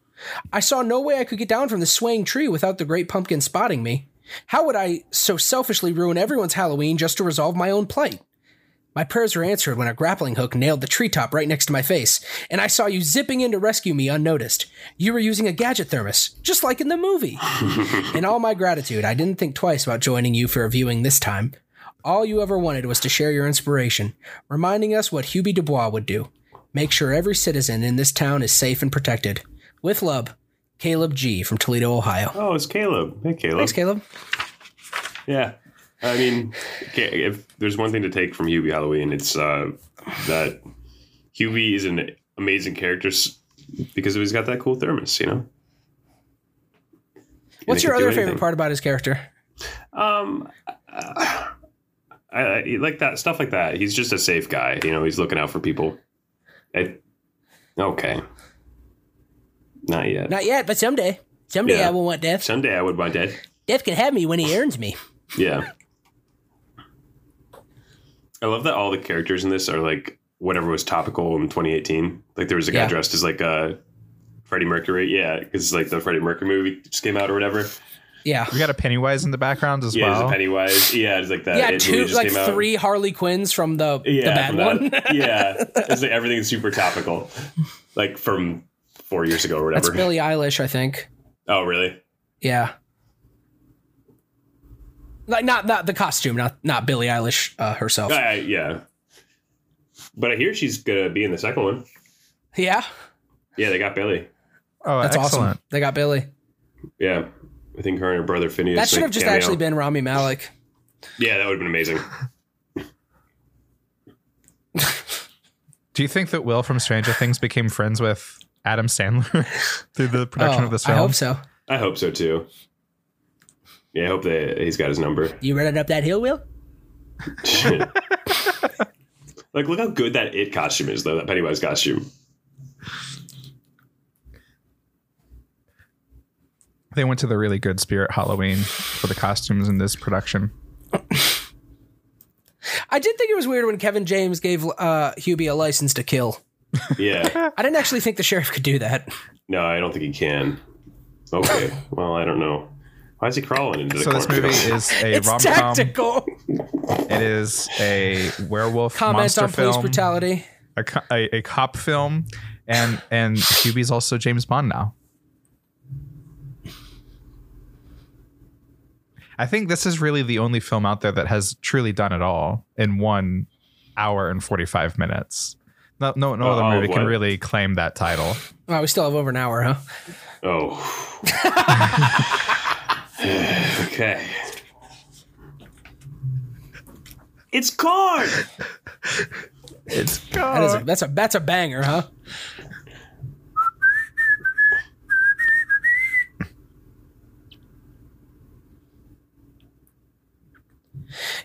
Speaker 1: I saw no way I could get down from the swaying tree without the great pumpkin spotting me. How would I so selfishly ruin everyone's Halloween just to resolve my own plight? My prayers were answered when a grappling hook nailed the treetop right next to my face, and I saw you zipping in to rescue me unnoticed. You were using a gadget thermos, just like in the movie. In all my gratitude, I didn't think twice about joining you for a viewing this time. All you ever wanted was to share your inspiration, reminding us what Hubie Dubois would do. Make sure every citizen in this town is safe and protected. With love, Caleb G. from Toledo, Ohio.
Speaker 3: Oh, it's Caleb. Hey, Caleb.
Speaker 1: Thanks, Caleb.
Speaker 3: Yeah. I mean, ca- if there's one thing to take from Hubie Halloween, it's uh, that Hubie is an amazing character s- because he's got that cool thermos, you know? And
Speaker 1: What's
Speaker 3: it can
Speaker 1: your
Speaker 3: do
Speaker 1: other
Speaker 3: anything.
Speaker 1: favorite part about his character?
Speaker 3: Um, uh, I, I like that stuff like that. He's just a safe guy, you know. He's looking out for people. I, okay, not yet.
Speaker 1: Not yet, but someday. Someday
Speaker 3: Yeah.
Speaker 1: I will want Death.
Speaker 3: Someday I would want dead.
Speaker 1: Death can have me when he earns me.
Speaker 3: Yeah. I love that all the characters in this are like whatever was topical in 2018. Like there was a guy
Speaker 1: Yeah.
Speaker 3: dressed as like uh, Freddie Mercury. Yeah, because like the Freddie Mercury movie just came out or whatever.
Speaker 1: Yeah.
Speaker 2: We got a Pennywise in the background as
Speaker 3: Yeah,
Speaker 2: well.
Speaker 3: it's Pennywise. Yeah, it's like that. It
Speaker 1: Yeah,
Speaker 3: movie
Speaker 1: two,
Speaker 3: just
Speaker 1: like
Speaker 3: came out.
Speaker 1: three Harley Quinns from the, the
Speaker 3: yeah,
Speaker 1: bad
Speaker 3: from
Speaker 1: one.
Speaker 3: that- yeah, it's like everything's super topical, like from four years ago or
Speaker 1: That's
Speaker 3: whatever.
Speaker 1: Billie Eilish, I think.
Speaker 3: oh, really?
Speaker 1: Yeah. Like not not the costume, not not Billie Eilish uh, herself.
Speaker 3: I- I- yeah. But I hear she's gonna be in the second one.
Speaker 1: Yeah,
Speaker 3: Yeah, they got Billy.
Speaker 2: oh,
Speaker 1: that's
Speaker 2: excellent.
Speaker 1: awesome. They got Billie.
Speaker 3: Yeah, I think her and her brother Phineas.
Speaker 1: that should
Speaker 3: like,
Speaker 1: have just
Speaker 3: cameo.
Speaker 1: actually been Rami Malik.
Speaker 3: Yeah, that would have been amazing.
Speaker 2: Do you think that Will from Stranger Things became friends with Adam Sandler through the production
Speaker 1: Oh,
Speaker 2: of this
Speaker 1: I
Speaker 2: film?
Speaker 1: hope so.
Speaker 3: I hope so too. Yeah, I hope that he's got his number.
Speaker 1: You running up that hill, Will?
Speaker 3: like, look how good that it costume is, though. That Pennywise costume.
Speaker 2: They went to the really good Spirit Halloween for the costumes in this production.
Speaker 1: I did think it was weird when Kevin James gave uh, Hubie a license to kill.
Speaker 3: Yeah.
Speaker 1: I didn't actually think the sheriff could do that.
Speaker 3: No, I don't think he can. Okay. Well, I don't know. Why is he crawling into the
Speaker 2: So this movie
Speaker 3: cornfield?
Speaker 2: is a
Speaker 1: it's
Speaker 2: rom com.
Speaker 1: tactical.
Speaker 2: It is a werewolf
Speaker 1: Comments
Speaker 2: monster
Speaker 1: on police
Speaker 2: film,
Speaker 1: brutality.
Speaker 2: a, co- a, a cop film, and and Hubie's also James Bond now. I think this is really the only film out there that has truly done it all in one hour and forty five minutes. No, no, no
Speaker 3: Uh, all
Speaker 2: other
Speaker 3: of
Speaker 2: movie can
Speaker 3: what?
Speaker 2: really claim that title.
Speaker 1: Oh, we still have over an hour, huh?
Speaker 3: Oh. okay. It's gone.
Speaker 2: It's
Speaker 1: That is a, that's a that's a banger, huh?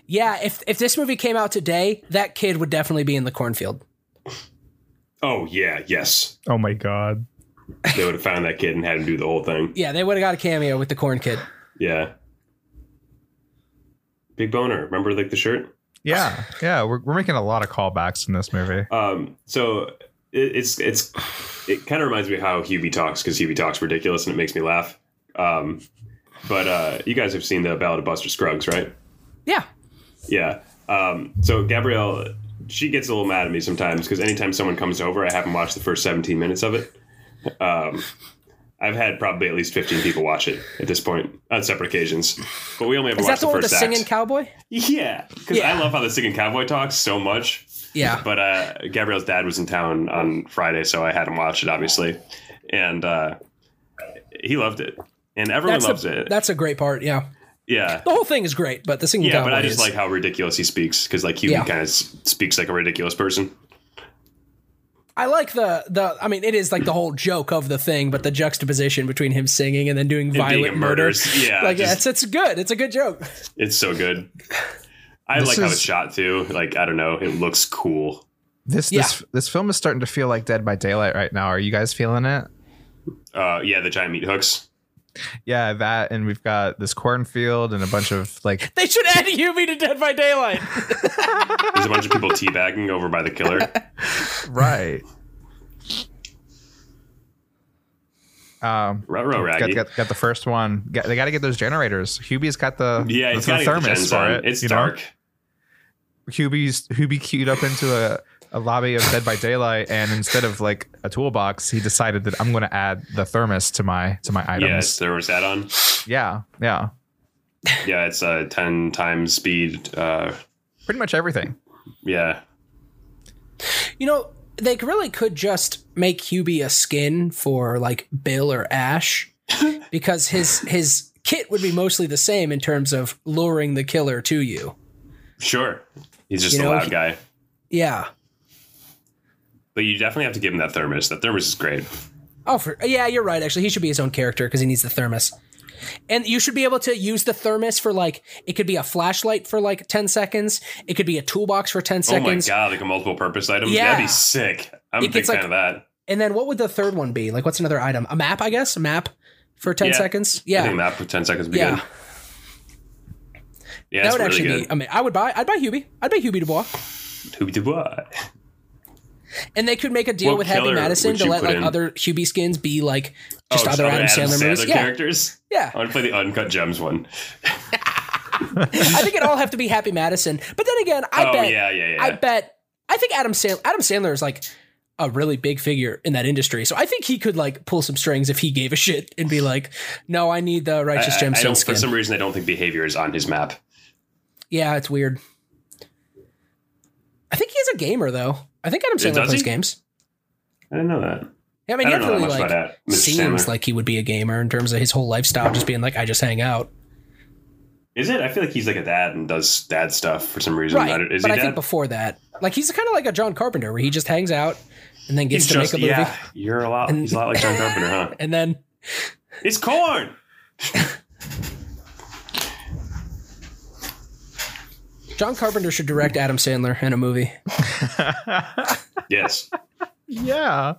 Speaker 1: Yeah, if if this movie came out today, that kid would definitely be in the cornfield.
Speaker 3: Oh yeah, yes.
Speaker 2: oh my god.
Speaker 3: They would have found that kid and had him do the whole thing.
Speaker 1: Yeah, they would have got a cameo with the corn kid.
Speaker 3: Yeah. Big boner. Remember like the shirt?
Speaker 2: Yeah, yeah, we're, we're making a lot of callbacks in this movie.
Speaker 3: Um, so it, it's it's it kind of reminds me of how Hubie talks because Hubie talks ridiculous and it makes me laugh. Um, but uh, you guys have seen the Ballad of Buster Scruggs, right?
Speaker 1: Yeah.
Speaker 3: Yeah. Um, so Gabrielle, she gets a little mad at me sometimes because anytime someone comes over, I haven't watched the first 17 minutes of it. Um, I've had probably at least 15 people watch it at this point on separate occasions, but we only ever
Speaker 1: Is that
Speaker 3: watched
Speaker 1: the
Speaker 3: the
Speaker 1: one with
Speaker 3: first
Speaker 1: the
Speaker 3: act.
Speaker 1: singing cowboy?
Speaker 3: yeah, because
Speaker 1: Yeah.
Speaker 3: I love how the singing cowboy talks so much.
Speaker 1: Yeah.
Speaker 3: But uh, Gabrielle's dad was in town on Friday, so I had him watch it, obviously, and uh, he loved it, and everyone
Speaker 1: That's,
Speaker 3: loves
Speaker 1: the,
Speaker 3: it.
Speaker 1: that's a great part. Yeah.
Speaker 3: yeah,
Speaker 1: The whole thing is great, but the singing
Speaker 3: yeah,
Speaker 1: cowboy
Speaker 3: but I just
Speaker 1: is-
Speaker 3: like how ridiculous he speaks because like Huey
Speaker 1: Yeah.
Speaker 3: kind of s- speaks like a ridiculous person.
Speaker 1: I like the the. I mean, it is like the whole joke of the thing, but the juxtaposition between him singing and then doing
Speaker 3: being
Speaker 1: violent
Speaker 3: a
Speaker 1: murders.
Speaker 3: murderous- yeah,
Speaker 1: like yeah,
Speaker 3: just-
Speaker 1: it's it's good. It's a good joke.
Speaker 3: It's so good. I
Speaker 2: This
Speaker 3: like how
Speaker 2: is-
Speaker 3: it's shot too. Like I don't know, it looks cool.
Speaker 2: This this this film is starting to feel like Dead by Daylight right now. Are you guys feeling it?
Speaker 3: Uh, yeah, the giant meat hooks.
Speaker 2: Yeah, that and we've got this cornfield and a bunch of like
Speaker 1: They should add Yumi to Dead by Daylight.
Speaker 3: There's a bunch of people teabagging over by the killer.
Speaker 2: right. Um,
Speaker 3: Ruh-roh,
Speaker 2: got,
Speaker 3: Raggy.
Speaker 2: got, got the first one. Got, they got to get those generators. Hubie's got the
Speaker 3: yeah,
Speaker 2: the,
Speaker 3: it's
Speaker 2: the
Speaker 3: got the gens on. It's
Speaker 2: you know?
Speaker 3: dark.
Speaker 2: Hubie's Hubie queued up into a, a lobby of Dead by Daylight, and instead of like a toolbox, he decided that I'm going to add the thermos to my to my items.
Speaker 3: Yes, there was that on.
Speaker 2: Yeah, yeah,
Speaker 3: Yeah, it's uh, ten times speed. Uh,
Speaker 2: pretty much everything.
Speaker 3: yeah,
Speaker 1: You know, they really could just make Hubie a skin for like Bill or Ash, because his his kit would be mostly the same in terms of luring the killer to you.
Speaker 3: sure. He's just
Speaker 1: You know,
Speaker 3: a loud
Speaker 1: he-
Speaker 3: guy,
Speaker 1: Yeah.
Speaker 3: but you definitely have to give him that thermos. That thermos is great.
Speaker 1: Oh, for, yeah, you're right. Actually, he should be his own character because he needs the thermos. And you should be able to use the thermos for like it could be a flashlight for like ten seconds. It could be a toolbox for ten seconds.
Speaker 3: Oh my god, like a multiple purpose item.
Speaker 1: Yeah.
Speaker 3: That'd be sick. I'm a
Speaker 1: It
Speaker 3: big
Speaker 1: gets,
Speaker 3: fan
Speaker 1: like,
Speaker 3: of that.
Speaker 1: And then what would the third one be? Like, what's another item? A map, I guess. A map for ten
Speaker 3: Yeah.
Speaker 1: seconds.
Speaker 3: I think
Speaker 1: Yeah,
Speaker 3: that for ten seconds would be
Speaker 1: Yeah.
Speaker 3: good. Yeah,
Speaker 1: that
Speaker 3: it's
Speaker 1: would
Speaker 3: really
Speaker 1: actually
Speaker 3: good.
Speaker 1: be. I mean, I would buy. I'd buy Hubie. I'd buy Hubie Dubois.
Speaker 3: Who did what?
Speaker 1: And they could make a deal
Speaker 3: What
Speaker 1: with Happy
Speaker 3: killer
Speaker 1: Madison
Speaker 3: would
Speaker 1: to
Speaker 3: you
Speaker 1: let
Speaker 3: put
Speaker 1: like
Speaker 3: in?
Speaker 1: other Hubie skins be like just
Speaker 3: Oh,
Speaker 1: other Adam, Sandler, movies. Yeah,
Speaker 3: characters.
Speaker 1: yeah.
Speaker 3: I want to play the uncut gems one.
Speaker 1: I think it all have to be Happy Madison. But then again, I
Speaker 3: oh
Speaker 1: bet.
Speaker 3: yeah, yeah, yeah.
Speaker 1: I bet. I think Adam Sandler, Adam Sandler is like a really big figure in that industry. So I think he could like pull some strings if he gave a shit and be like, "No, I need the
Speaker 3: I-
Speaker 1: Righteous
Speaker 3: I- I
Speaker 1: Gemstone
Speaker 3: don't-
Speaker 1: skin."
Speaker 3: For some reason, I don't think behavior is on his map.
Speaker 1: yeah, it's weird. I think he's a gamer though. I think Adam
Speaker 3: Yeah,
Speaker 1: Sandler
Speaker 3: does
Speaker 1: plays
Speaker 3: he?
Speaker 1: games.
Speaker 3: I didn't know that.
Speaker 1: Yeah, I
Speaker 3: I,
Speaker 1: mean, he
Speaker 3: don't know that
Speaker 1: definitely
Speaker 3: much
Speaker 1: like
Speaker 3: about that. Mr.
Speaker 1: seems
Speaker 3: Sandler.
Speaker 1: like he would be a gamer in terms of his whole lifestyle, just being like, "I just hang out."
Speaker 3: is it? I feel like he's like a dad and does dad stuff for some reason. I
Speaker 1: right?
Speaker 3: don't- Is
Speaker 1: but
Speaker 3: he
Speaker 1: I
Speaker 3: dad?
Speaker 1: think before that, like he's kind of like a John Carpenter, where he just hangs out and then gets
Speaker 3: he's
Speaker 1: to
Speaker 3: just
Speaker 1: make a movie,
Speaker 3: yeah. You're a lot.
Speaker 1: And-
Speaker 3: he's a lot like John Carpenter, huh?
Speaker 1: and then
Speaker 3: It's corn.
Speaker 1: John Carpenter should direct Adam Sandler in a movie.
Speaker 3: Yes.
Speaker 2: Yeah.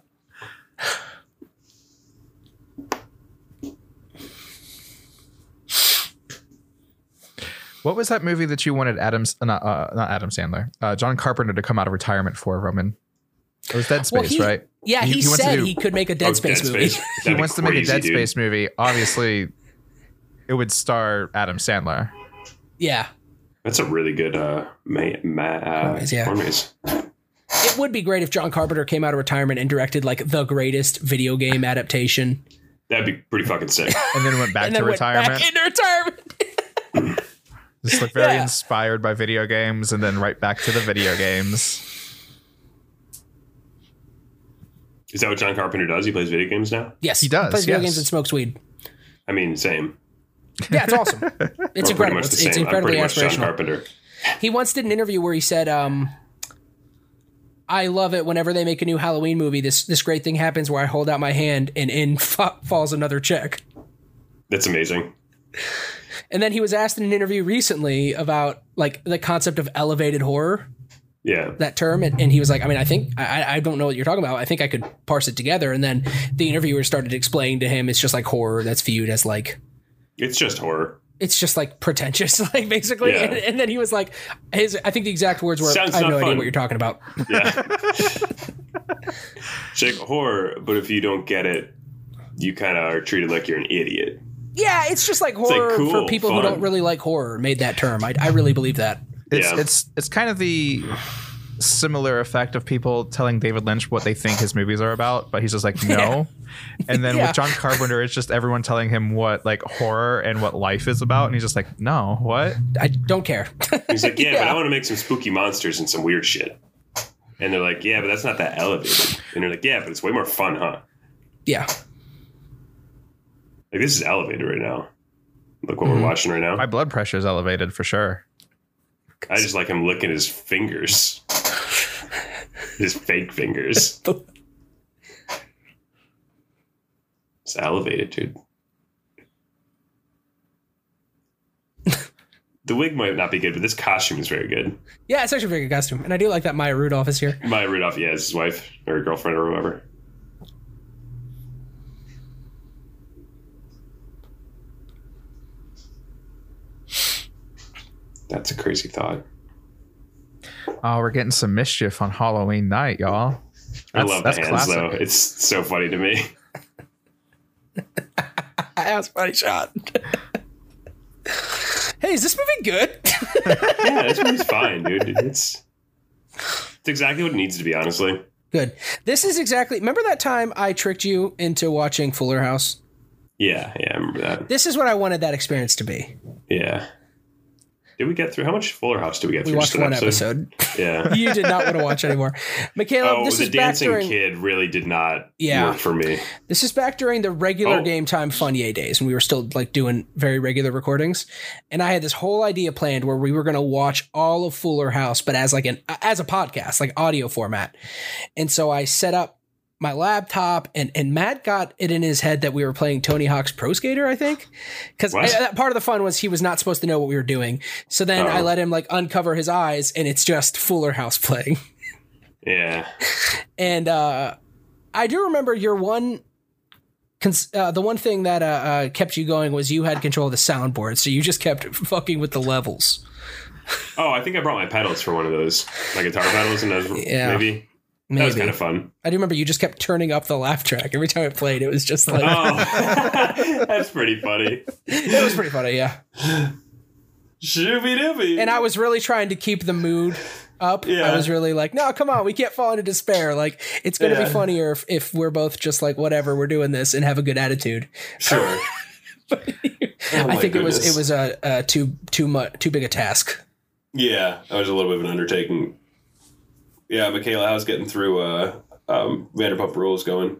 Speaker 2: What was that movie that you wanted Adam, uh, not, uh, not Adam Sandler, uh, John Carpenter to come out of retirement for, Roman? It was Dead
Speaker 1: Well,
Speaker 2: Space,
Speaker 1: he-
Speaker 2: right?
Speaker 1: Yeah,
Speaker 2: He-
Speaker 1: he,
Speaker 2: he wants to
Speaker 1: said
Speaker 2: do-
Speaker 1: he could make a Dead
Speaker 3: Oh,
Speaker 1: Space movie.
Speaker 2: He
Speaker 3: That'd be
Speaker 2: wants to make a
Speaker 3: crazy,
Speaker 2: Dead
Speaker 3: dude.
Speaker 2: Space movie. Obviously, it would star Adam Sandler.
Speaker 1: yeah,
Speaker 3: That's a really good uh, ma- ma- uh,
Speaker 1: Cornrows, yeah.
Speaker 3: cornrows.
Speaker 1: it would be great if John Carpenter came out of retirement and directed like the greatest video game adaptation,
Speaker 3: That'd be pretty fucking sick.
Speaker 2: And then went back
Speaker 1: and
Speaker 2: to
Speaker 1: then went
Speaker 2: retirement.
Speaker 1: back into retirement.
Speaker 2: Just looked very
Speaker 1: Yeah.
Speaker 2: inspired by video games and then right back to the video games.
Speaker 3: Is that what John Carpenter does? He plays video games now.
Speaker 1: Yes,
Speaker 2: He does,
Speaker 1: plays video
Speaker 2: yes.
Speaker 1: games and smokes weed.
Speaker 3: I mean, same.
Speaker 1: Yeah, it's awesome. It's
Speaker 3: We're pretty
Speaker 1: incredible.
Speaker 3: much the
Speaker 1: It's,
Speaker 3: same.
Speaker 1: it's
Speaker 3: I'm
Speaker 1: incredibly
Speaker 3: pretty much John
Speaker 1: aspirational.
Speaker 3: Carpenter.
Speaker 1: He once did an interview where he said, um, "I love it whenever they make a new Halloween movie. This this great thing happens where I hold out my hand and in fa- falls another check."
Speaker 3: That's amazing.
Speaker 1: And then he was asked in an interview recently about like the concept of elevated horror,
Speaker 3: Yeah.
Speaker 1: that term, and, and he was like, "I mean, I think I, I- I don't know what you're talking about. I think I could parse it together." And then the interviewer started explaining to him, "It's just like horror that's viewed as like."
Speaker 3: It's just horror.
Speaker 1: It's just like pretentious, like basically.
Speaker 3: Yeah.
Speaker 1: And, and then he was like, "His," I think the exact words were,
Speaker 3: Sounds
Speaker 1: "I have
Speaker 3: not
Speaker 1: no idea
Speaker 3: fun.
Speaker 1: what you're talking about."
Speaker 3: Yeah. it's like horror, but if you don't get it, you kind of are treated like you're an idiot.
Speaker 1: Yeah, it's just like
Speaker 3: like,
Speaker 1: horror
Speaker 3: cool,
Speaker 1: for people who
Speaker 3: fun.
Speaker 1: don't really like horror. Made that term. I, I really believe that.
Speaker 2: it's
Speaker 3: Yeah.
Speaker 2: it's it's kind of the similar effect of people telling David Lynch what they think his movies are about, but he's just like no. And then
Speaker 1: Yeah.
Speaker 2: with John Carpenter, it's just everyone telling him what like horror and what life is about, and he's just like no, what?
Speaker 1: I don't care.
Speaker 3: He's like, yeah, but
Speaker 1: Yeah.
Speaker 3: I want to make some spooky monsters and some weird shit. And they're like, yeah, but that's not that elevated. And they're like, yeah, but it's way more fun, huh?
Speaker 1: yeah.
Speaker 3: Like this is elevated right now. Look what we're watching right now.
Speaker 2: My blood pressure is elevated for sure.
Speaker 3: I just like him licking his fingers. his fake fingers. It's elevated, dude. the wig might not be good, but this costume is very good.
Speaker 1: Yeah, it's actually a very good costume. And I do like that Maya Rudolph is here.
Speaker 3: Maya Rudolph, yeah, is his wife or girlfriend or whoever. That's a crazy thought.
Speaker 2: Oh, we're getting some mischief on Halloween night, y'all.
Speaker 3: I
Speaker 2: That's-
Speaker 3: love the
Speaker 2: that's
Speaker 3: hands
Speaker 2: classic.
Speaker 3: though. It's so funny to me.
Speaker 1: That was a funny shot. hey, is this movie good?
Speaker 3: yeah, this movie's fine, dude. It's it's exactly what it needs to be, honestly.
Speaker 1: good. This is exactly. Remember that time I tricked you into watching Fuller House?
Speaker 3: Yeah, yeah, I remember that.
Speaker 1: This is what I wanted that experience to be.
Speaker 3: Yeah. Did we get through how much Fuller House did we get
Speaker 1: We
Speaker 3: through?
Speaker 1: watched
Speaker 3: Just an
Speaker 1: one episode.
Speaker 3: Yeah.
Speaker 1: you did not want to watch anymore, Michaela.
Speaker 3: Oh,
Speaker 1: this
Speaker 3: the
Speaker 1: is back
Speaker 3: dancing
Speaker 1: during.
Speaker 3: kid really did not
Speaker 1: Yeah.
Speaker 3: work for me.
Speaker 1: This is back during the regular
Speaker 3: Oh.
Speaker 1: game time Funnier days when we were still like doing very regular recordings, and I had this whole idea planned where we were going to watch all of Fuller House, but as like an as a podcast, like audio format. And so I set up my laptop, and and Matt got it in his head that we were playing Tony Hawk's Pro Skater, I think, because
Speaker 3: What?
Speaker 1: that part of the fun was he was not supposed to know what we were doing. So then I
Speaker 3: Oh.
Speaker 1: let him like uncover his eyes, and it's just Fuller House playing.
Speaker 3: Yeah.
Speaker 1: And uh, I do remember your one. Cons- uh, the one thing that uh, uh, kept you going was you had control of the soundboard, so you just kept fucking with the levels.
Speaker 3: Oh, I think I brought my pedals for one of those. My guitar pedals and those
Speaker 1: Yeah.
Speaker 3: maybe. That was
Speaker 1: Maybe
Speaker 3: kind of fun.
Speaker 1: I do remember you just kept turning up the laugh track every time it played. It was just like
Speaker 3: Oh, that's pretty funny.
Speaker 1: it was pretty funny, yeah.
Speaker 3: Shooby dooby.
Speaker 1: And I was really trying to keep the mood up.
Speaker 3: Yeah.
Speaker 1: I was really like, no, come on, we can't fall into despair. Like it's gonna
Speaker 3: Yeah.
Speaker 1: be funnier if, if we're both just like whatever we're doing this and have a good attitude.
Speaker 3: sure. Oh
Speaker 1: I think it was it was a, uh too too much too big a task.
Speaker 3: Yeah, that was a little bit of an undertaking. Yeah, Michaela, I was getting through uh, um, Vanderpump Rules going.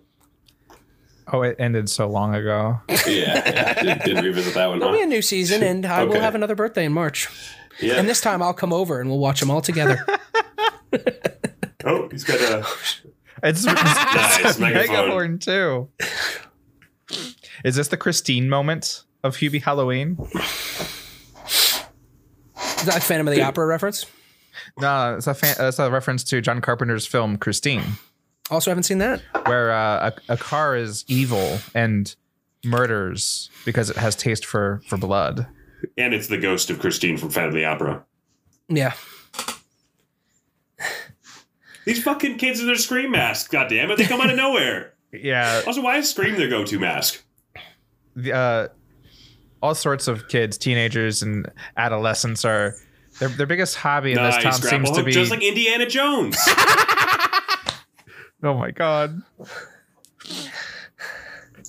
Speaker 2: Oh, it ended so long ago.
Speaker 3: Yeah, yeah did, didn't revisit that one.
Speaker 2: Oh,
Speaker 1: There'll be
Speaker 3: Huh?
Speaker 1: a new season, and I
Speaker 3: Uh, Okay.
Speaker 1: will have another birthday in March.
Speaker 3: Yeah.
Speaker 1: And this time I'll come over and we'll watch them all together.
Speaker 3: oh, he's got a
Speaker 2: It's, it's
Speaker 3: Nice,
Speaker 2: a
Speaker 3: megaphone.
Speaker 2: megaphone too. Is this the Christine moment of Hubie Halloween?
Speaker 1: Is that a Phantom of the Opera reference?
Speaker 2: No, it's a fan, it's a reference to John Carpenter's film Christine,
Speaker 1: Also, haven't seen that.
Speaker 2: where uh, a, a car is evil and murders because it has taste for for blood.
Speaker 3: and it's the ghost of Christine from Phantom of the Opera.
Speaker 1: Yeah.
Speaker 3: These fucking kids with their scream masks. God damn it, they come out of nowhere.
Speaker 2: Yeah,
Speaker 3: Also, why is scream their go-to mask?
Speaker 2: the, uh, all sorts of kids, teenagers, and adolescents are their their biggest hobby in this town
Speaker 3: grapple
Speaker 2: seems to
Speaker 3: hook,
Speaker 2: be.
Speaker 3: just like Indiana Jones.
Speaker 2: Oh my god.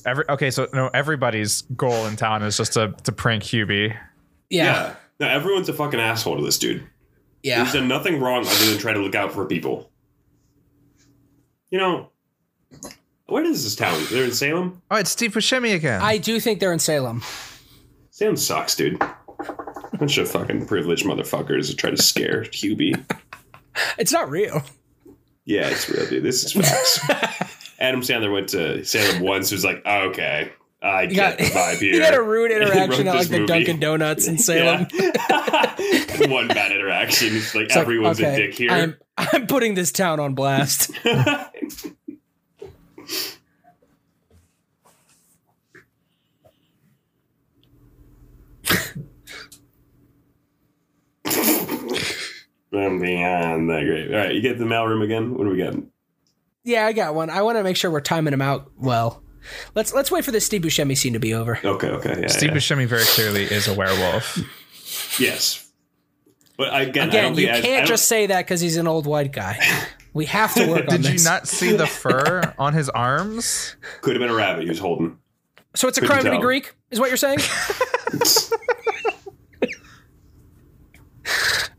Speaker 2: Every okay, so no, everybody's goal in town is just to to prank Hubie.
Speaker 1: Yeah.
Speaker 3: yeah. No, everyone's a fucking asshole to this dude.
Speaker 1: Yeah.
Speaker 3: He's done nothing wrong other than try to look out for people. You know, where is this town? They're in Salem?
Speaker 2: Oh, it's Steve Buscemi again.
Speaker 1: I do think they're in Salem.
Speaker 3: Salem sucks, dude. Bunch of fucking privileged motherfuckers that try to scare Hubie.
Speaker 1: It's not real.
Speaker 3: Yeah, it's real, dude. This is facts. Adam Sandler went to Salem once. He was like, okay, I
Speaker 1: You got,
Speaker 3: get the vibe here.
Speaker 1: you got a rude interaction
Speaker 3: wrote
Speaker 1: at like
Speaker 3: this
Speaker 1: the
Speaker 3: movie.
Speaker 1: Dunkin' Donuts in Salem.
Speaker 3: Yeah. One bad interaction. It's like
Speaker 1: It's like,
Speaker 3: everyone's
Speaker 1: okay,
Speaker 3: a dick here.
Speaker 1: I'm, I'm putting this town on blast.
Speaker 3: I'm beyond Oh, that great. All right, you get the mailroom again. What do we got?
Speaker 1: yeah, I got one. I want to make sure we're timing them out well. Let's let's wait for this Steve Buscemi scene to be over.
Speaker 3: Okay, okay, yeah,
Speaker 2: Steve
Speaker 3: yeah.
Speaker 2: Buscemi very clearly is a werewolf.
Speaker 3: yes, But again, I don't
Speaker 1: Again, you
Speaker 3: think I- I
Speaker 1: can't
Speaker 3: don't-
Speaker 1: just say that because he's an old white guy. We have to work on
Speaker 2: Did
Speaker 1: this.
Speaker 2: you not see the fur on his arms?
Speaker 3: could have been a rabbit he was holding.
Speaker 1: so it's a
Speaker 3: couldn't
Speaker 1: crime to be
Speaker 3: tell.
Speaker 1: Greek, is what you're saying?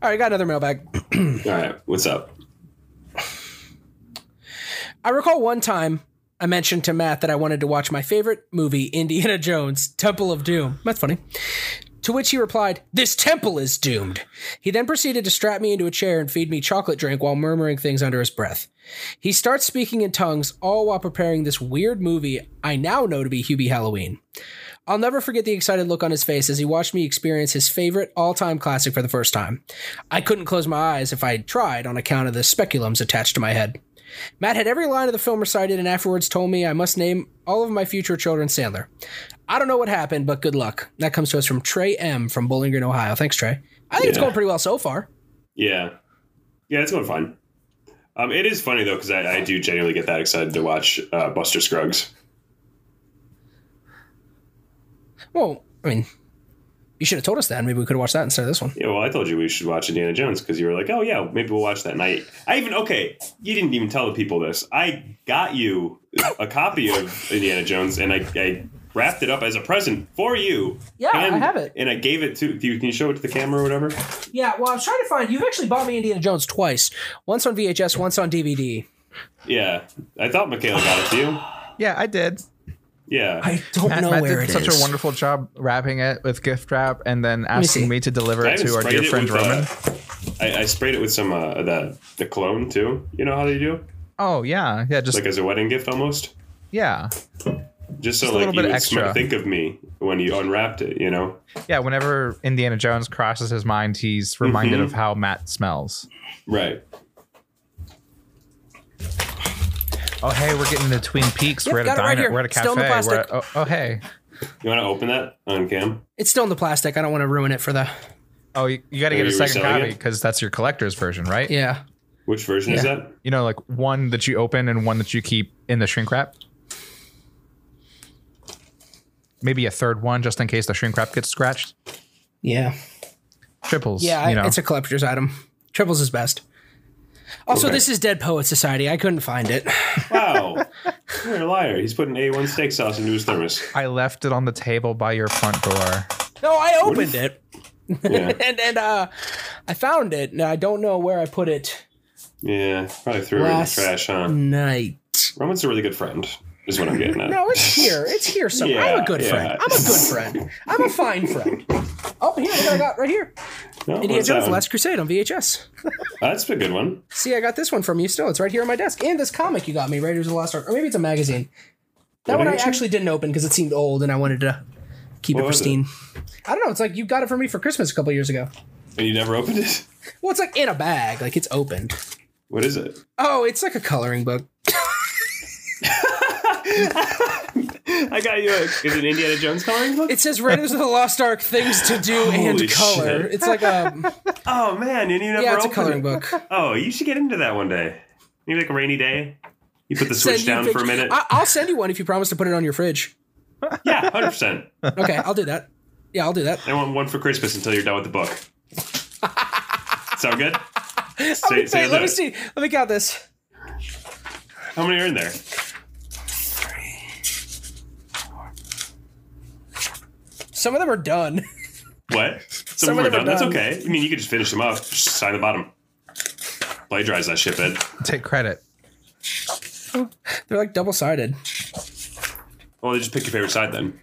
Speaker 1: All right, I got another mailbag.
Speaker 3: All right, what's up?
Speaker 1: I recall one time I mentioned to Matt that I wanted to watch my favorite movie, Indiana Jones, Temple of Doom. That's funny. To which he replied, This temple is doomed. He then proceeded to strap me into a chair and feed me chocolate drink while murmuring things under his breath. He starts speaking in tongues, all while preparing this weird movie I now know to be Hubie Halloween. I'll never forget the excited look on his face as he watched me experience his favorite all time classic for the first time. I couldn't close my eyes if I had tried on account of the speculums attached to my head. Matt had every line of the film recited and afterwards told me I must name all of my future children Sandler. I don't know what happened, but good luck. That comes to us from Trey M from Bowling Green, Ohio. Thanks, Trey. I think it's
Speaker 3: Yeah.
Speaker 1: going pretty well so far.
Speaker 3: Yeah, yeah, it's going fine. Um, it is funny though because I, I do genuinely get that excited to watch uh, Buster Scruggs.
Speaker 1: Well, I mean, you should have told us that. Maybe we could have watched that instead of this one.
Speaker 3: Yeah, well, I told you we should watch Indiana Jones because you were like, "Oh yeah, maybe we'll watch that." And I, I even okay, you didn't even tell the people this. I got you a copy of Indiana Jones, and I, I wrapped it up as a present for you.
Speaker 1: Yeah, I
Speaker 3: And-
Speaker 1: have it.
Speaker 3: and I gave it to do you. Can you show it to the camera or whatever?
Speaker 1: Yeah, well, I was trying to find. You've actually bought me Indiana Jones twice once on VHS, once on DVD.
Speaker 3: Yeah, I thought Michaela got it to you.
Speaker 2: Yeah, I did.
Speaker 3: Yeah,
Speaker 1: I don't
Speaker 2: Matt,
Speaker 1: know
Speaker 2: Matt
Speaker 1: where
Speaker 2: did
Speaker 1: it is.
Speaker 2: such a wonderful job wrapping it with gift wrap and then
Speaker 1: me
Speaker 2: asking
Speaker 1: see.
Speaker 2: me, to deliver
Speaker 3: I
Speaker 2: it
Speaker 3: even
Speaker 2: to our
Speaker 3: sprayed
Speaker 2: dear
Speaker 3: it
Speaker 2: friend
Speaker 3: with, uh,
Speaker 2: Roman.
Speaker 3: I, I sprayed it with some uh, the the cologne too. You know how they do,
Speaker 2: oh yeah, yeah, just
Speaker 3: like as a wedding gift almost.
Speaker 2: yeah,
Speaker 3: Just so
Speaker 2: Just a
Speaker 3: like
Speaker 2: little
Speaker 3: you
Speaker 2: bit
Speaker 3: would sm-
Speaker 2: extra.
Speaker 3: think of me when you unwrapped it. You know.
Speaker 2: yeah. Whenever Indiana Jones crosses his mind, he's
Speaker 3: Mm-hmm.
Speaker 2: reminded of how Matt smells.
Speaker 3: Right.
Speaker 2: Oh hey, we're getting to Twin Peaks.
Speaker 1: Yep,
Speaker 2: we're at a
Speaker 1: got it
Speaker 2: diner.
Speaker 1: right here.
Speaker 2: we're at a cafe.
Speaker 1: Still in the
Speaker 2: we're at, oh, oh, hey.
Speaker 3: You want to open that on cam?
Speaker 1: it's still in the plastic. I don't want to ruin it for the.
Speaker 2: Oh, you, you got to
Speaker 3: Are
Speaker 2: get a
Speaker 3: you
Speaker 2: second
Speaker 3: reselling
Speaker 2: copy
Speaker 3: it?
Speaker 2: because that's your collector's version, right?
Speaker 1: Yeah.
Speaker 3: Which version is
Speaker 1: Yeah.
Speaker 3: that?
Speaker 2: You know, like one that you open and one that you keep in the shrink wrap. Maybe a third one just in case the shrink wrap gets scratched.
Speaker 1: Yeah.
Speaker 2: Triples.
Speaker 1: Yeah,
Speaker 2: you know.
Speaker 1: it's a collector's item. Triples is best. Also,
Speaker 3: Okay.
Speaker 1: this is Dead Poet Society. I couldn't find it.
Speaker 3: Wow. You're a liar. He's putting A1 steak sauce into his thermos.
Speaker 2: I left it on the table by your front door.
Speaker 1: No, I opened it,
Speaker 3: Yeah.
Speaker 1: and and uh, I found it. Now I don't know where I put it
Speaker 3: Yeah. Probably threw
Speaker 1: Last-
Speaker 3: it in the trash, huh?
Speaker 1: night.
Speaker 3: Roman's a really good friend, is what I'm getting at.
Speaker 1: No, it's here. It's here somewhere. I'm a
Speaker 3: Yeah,
Speaker 1: good
Speaker 3: yeah.
Speaker 1: friend. I'm a good friend. I'm a fine friend. Oh, here, look what I got right here.
Speaker 3: No,
Speaker 1: Indiana
Speaker 3: what's that
Speaker 1: Jones:
Speaker 3: one?
Speaker 1: Last Crusade on VHS.
Speaker 3: That's a good one.
Speaker 1: See, I got this one from you still. It's right here on my desk. And this comic you got me, Raiders of the Lost Ark. Or maybe it's a magazine. That
Speaker 3: What
Speaker 1: one I
Speaker 3: magazine?
Speaker 1: actually didn't open because it seemed old and I wanted to keep
Speaker 3: What
Speaker 1: it
Speaker 3: was it?
Speaker 1: pristine. I don't know. It's like you got it for me for Christmas a couple years ago.
Speaker 3: And you never opened it?
Speaker 1: Well, it's like in a bag, like it's opened.
Speaker 3: What is it?
Speaker 1: Oh, it's like a coloring book.
Speaker 3: I got you. A, is it Indiana Jones coloring book?
Speaker 1: It says Raiders of the Lost Ark things to do
Speaker 3: Holy
Speaker 1: and color.
Speaker 3: shit.
Speaker 1: It's like a
Speaker 3: oh man, and you never
Speaker 1: yeah, it's a
Speaker 3: opened
Speaker 1: coloring
Speaker 3: it.
Speaker 1: book.
Speaker 3: Oh, you should get into that one day. Maybe like a rainy day. You put the
Speaker 1: Send
Speaker 3: switch
Speaker 1: you
Speaker 3: down for a
Speaker 1: pic-
Speaker 3: minute.
Speaker 1: I- I'll send you one if you promise to put it on your fridge.
Speaker 3: yeah, hundred percent.
Speaker 1: Okay, I'll do that. Yeah, I'll do that.
Speaker 3: I want one for Christmas until you're done with the book. Sound good? Say-
Speaker 1: Wait,
Speaker 3: say
Speaker 1: let me
Speaker 3: that.
Speaker 1: see. Let me count this.
Speaker 3: How many are in there?
Speaker 1: Some of them are done.
Speaker 3: What? Some,
Speaker 1: Some
Speaker 3: of
Speaker 1: of
Speaker 3: them
Speaker 1: them
Speaker 3: are done.
Speaker 1: are
Speaker 3: That's
Speaker 1: done.
Speaker 3: okay. I mean, you could just finish them up. Just sign the bottom. Plagiarize that shit, bud.
Speaker 2: Take credit.
Speaker 1: They're like double sided.
Speaker 3: Well, just pick your favorite side then.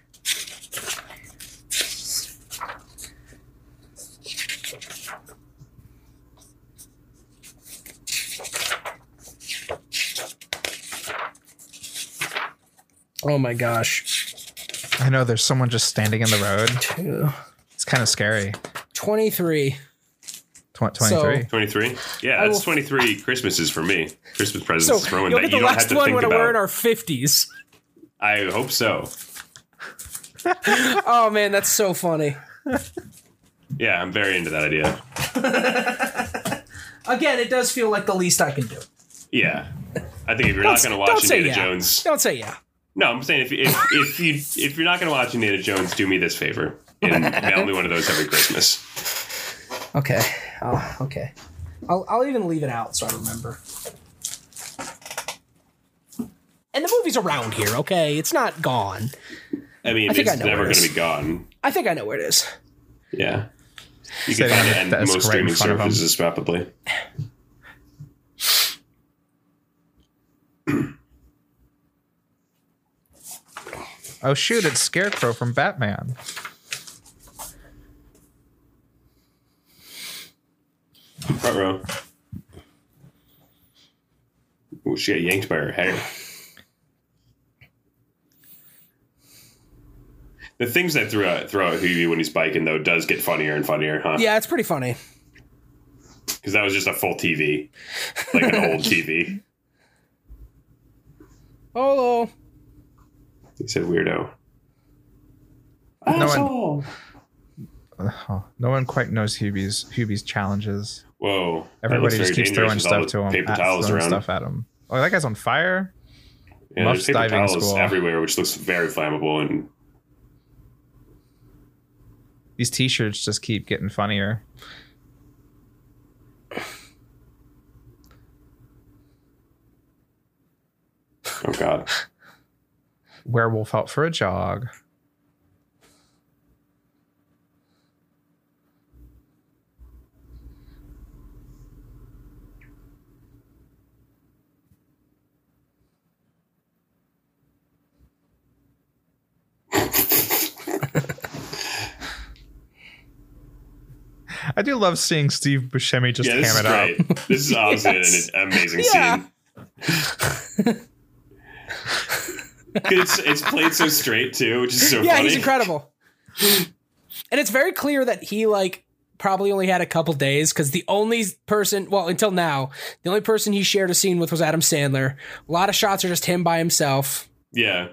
Speaker 1: Oh my gosh.
Speaker 2: I know there's someone just standing in the road.
Speaker 1: Two.
Speaker 2: It's kind of scary.
Speaker 1: 23.
Speaker 2: Tw- 23.
Speaker 3: 23? Yeah,
Speaker 1: I
Speaker 3: that's
Speaker 1: will-
Speaker 3: 23 Christmases for me. Christmas
Speaker 1: So
Speaker 3: presents for Roman
Speaker 1: you'll
Speaker 3: that
Speaker 1: get
Speaker 3: you
Speaker 1: the
Speaker 3: don't have
Speaker 1: last
Speaker 3: to
Speaker 1: one
Speaker 3: think
Speaker 1: when
Speaker 3: about.
Speaker 1: we're in our 50s.
Speaker 3: I hope so.
Speaker 1: Oh man, that's so funny.
Speaker 3: Yeah, I'm very into that idea.
Speaker 1: Again, it does feel like the least I can do.
Speaker 3: Yeah. I think if you're not going to watch
Speaker 1: say
Speaker 3: Indiana
Speaker 1: yeah.
Speaker 3: Jones.
Speaker 1: Don't say yeah.
Speaker 3: No, I'm saying if, if, if, you, if you're not going to watch Indiana Jones, do me this favor and mail me one of those every Christmas.
Speaker 1: Okay. Oh, okay. I'll, I'll even leave it out so I remember. And the movie's around here, okay? It's not gone.
Speaker 3: I mean,
Speaker 1: I think
Speaker 3: it's
Speaker 1: I know
Speaker 3: never
Speaker 1: where it
Speaker 3: going to
Speaker 1: is.
Speaker 3: be gone.
Speaker 1: I think I know where it is.
Speaker 3: Yeah. You
Speaker 2: Say
Speaker 3: can find
Speaker 2: that-
Speaker 3: it on
Speaker 2: that's
Speaker 3: most
Speaker 2: right in
Speaker 3: streaming
Speaker 2: front of 'em.
Speaker 3: services rapidly.
Speaker 2: Oh shoot! It's Scarecrow from Batman.
Speaker 3: Front row. Ooh, she got yanked by her hair. The things that throw out, throw out Hoovy when he's biking though does get funnier and funnier, huh?
Speaker 1: Yeah, it's pretty funny.
Speaker 3: Because that was just a full TV, like an old TV.
Speaker 1: Hello.
Speaker 3: He said weirdo.
Speaker 2: one-
Speaker 3: Asshole.
Speaker 2: Oh, no one quite knows Hubie's Hubie's challenges.
Speaker 3: Whoa! that looks
Speaker 2: Everybody just
Speaker 3: very
Speaker 2: keeps throwing
Speaker 3: dangerous with all
Speaker 2: stuff to
Speaker 3: the
Speaker 2: him.
Speaker 3: Paper
Speaker 2: at-
Speaker 3: towels
Speaker 2: throwing
Speaker 3: around.
Speaker 2: stuff at him. Oh, that guy's on fire.
Speaker 3: Yeah, there's
Speaker 2: Muff's
Speaker 3: paper
Speaker 2: diving
Speaker 3: towels
Speaker 2: school.
Speaker 3: everywhere, which looks very flammable and
Speaker 2: These T-shirts just keep getting funnier.
Speaker 3: oh god.
Speaker 2: Werewolf out for a jog. I do love seeing Steve Buscemi just
Speaker 3: yeah, this
Speaker 2: ham
Speaker 3: is
Speaker 2: it up.
Speaker 3: great. This is obviously
Speaker 1: Yes.
Speaker 3: an amazing
Speaker 1: Yeah.
Speaker 3: scene. it's it's played so straight too, which is so
Speaker 1: yeah,
Speaker 3: funny.
Speaker 1: he's incredible. and it's very clear that he like probably only had a couple days because the only person, well, until now, the only person he shared a scene with was Adam Sandler. A lot of shots are just him by himself.
Speaker 3: Yeah.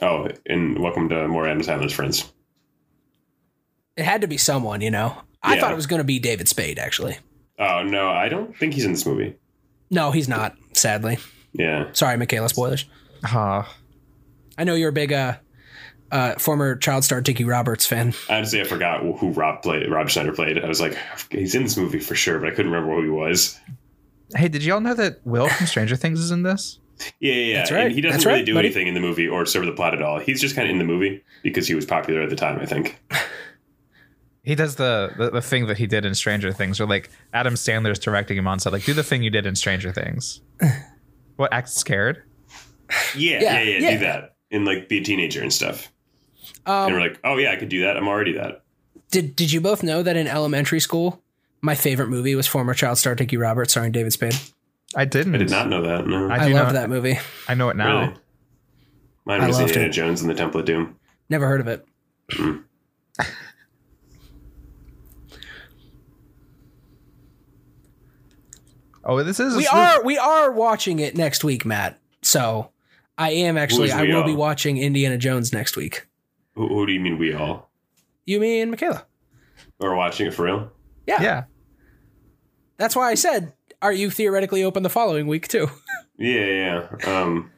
Speaker 3: Oh, and welcome to more Adam Sandler's friends.
Speaker 1: It had to be someone, you know. I
Speaker 3: Yeah.
Speaker 1: thought it was going to be David Spade, actually.
Speaker 3: Oh no, I don't think he's in this movie.
Speaker 1: No, he's not. Sadly,
Speaker 3: Yeah.
Speaker 1: sorry, Michaela. Spoilers.
Speaker 2: Ah,
Speaker 1: I know you're a big uh, uh, former child star Dickie Roberts fan.
Speaker 3: Honestly, I forgot who Rob played. Rob Schneider played. I was like, he's in this movie for sure, but I couldn't remember who he was.
Speaker 2: Hey, did y'all know that Will from Stranger Things is in this?
Speaker 3: Yeah, yeah, yeah.
Speaker 1: That's right.
Speaker 3: And he doesn't
Speaker 1: That's
Speaker 3: really
Speaker 1: right,
Speaker 3: do
Speaker 1: buddy.
Speaker 3: anything in the movie or serve the plot at all. He's just kind of in the movie because he was popular at the time, I think.
Speaker 2: He does the, the the thing that he did in Stranger Things, or like Adam Sandler's directing him on set, like do the thing you did in Stranger Things. What act scared?
Speaker 1: Yeah,
Speaker 3: Yeah, yeah, yeah,
Speaker 1: yeah.
Speaker 3: do that. And like be a teenager and stuff. and
Speaker 1: Um,
Speaker 3: we're like, oh yeah, I could do that. I'm already that.
Speaker 1: did Did you both know that in elementary school, my favorite movie was former child star Dickie Roberts starring David Spade?
Speaker 2: I didn't.
Speaker 3: I did not know that. No,
Speaker 2: I
Speaker 1: I,
Speaker 2: do
Speaker 1: loved
Speaker 2: not-
Speaker 1: that movie.
Speaker 2: I know it now.
Speaker 3: really. Mine
Speaker 1: I
Speaker 3: was
Speaker 1: loved
Speaker 3: Indiana
Speaker 1: it.
Speaker 3: Jones and the Temple of Doom.
Speaker 1: Never heard of it.
Speaker 2: Oh, this is
Speaker 1: We
Speaker 2: this-
Speaker 1: are we are watching it next week, Matt. So I am actually
Speaker 3: is
Speaker 1: I
Speaker 3: we
Speaker 1: will be
Speaker 3: are?
Speaker 1: watching Indiana Jones next week.
Speaker 3: Who, who do you mean we all
Speaker 1: You, me, and Michaela.
Speaker 3: are watching it for real?
Speaker 2: Yeah,
Speaker 1: That's why I said, are you theoretically open the following week too?
Speaker 3: Yeah, yeah. yeah. Um,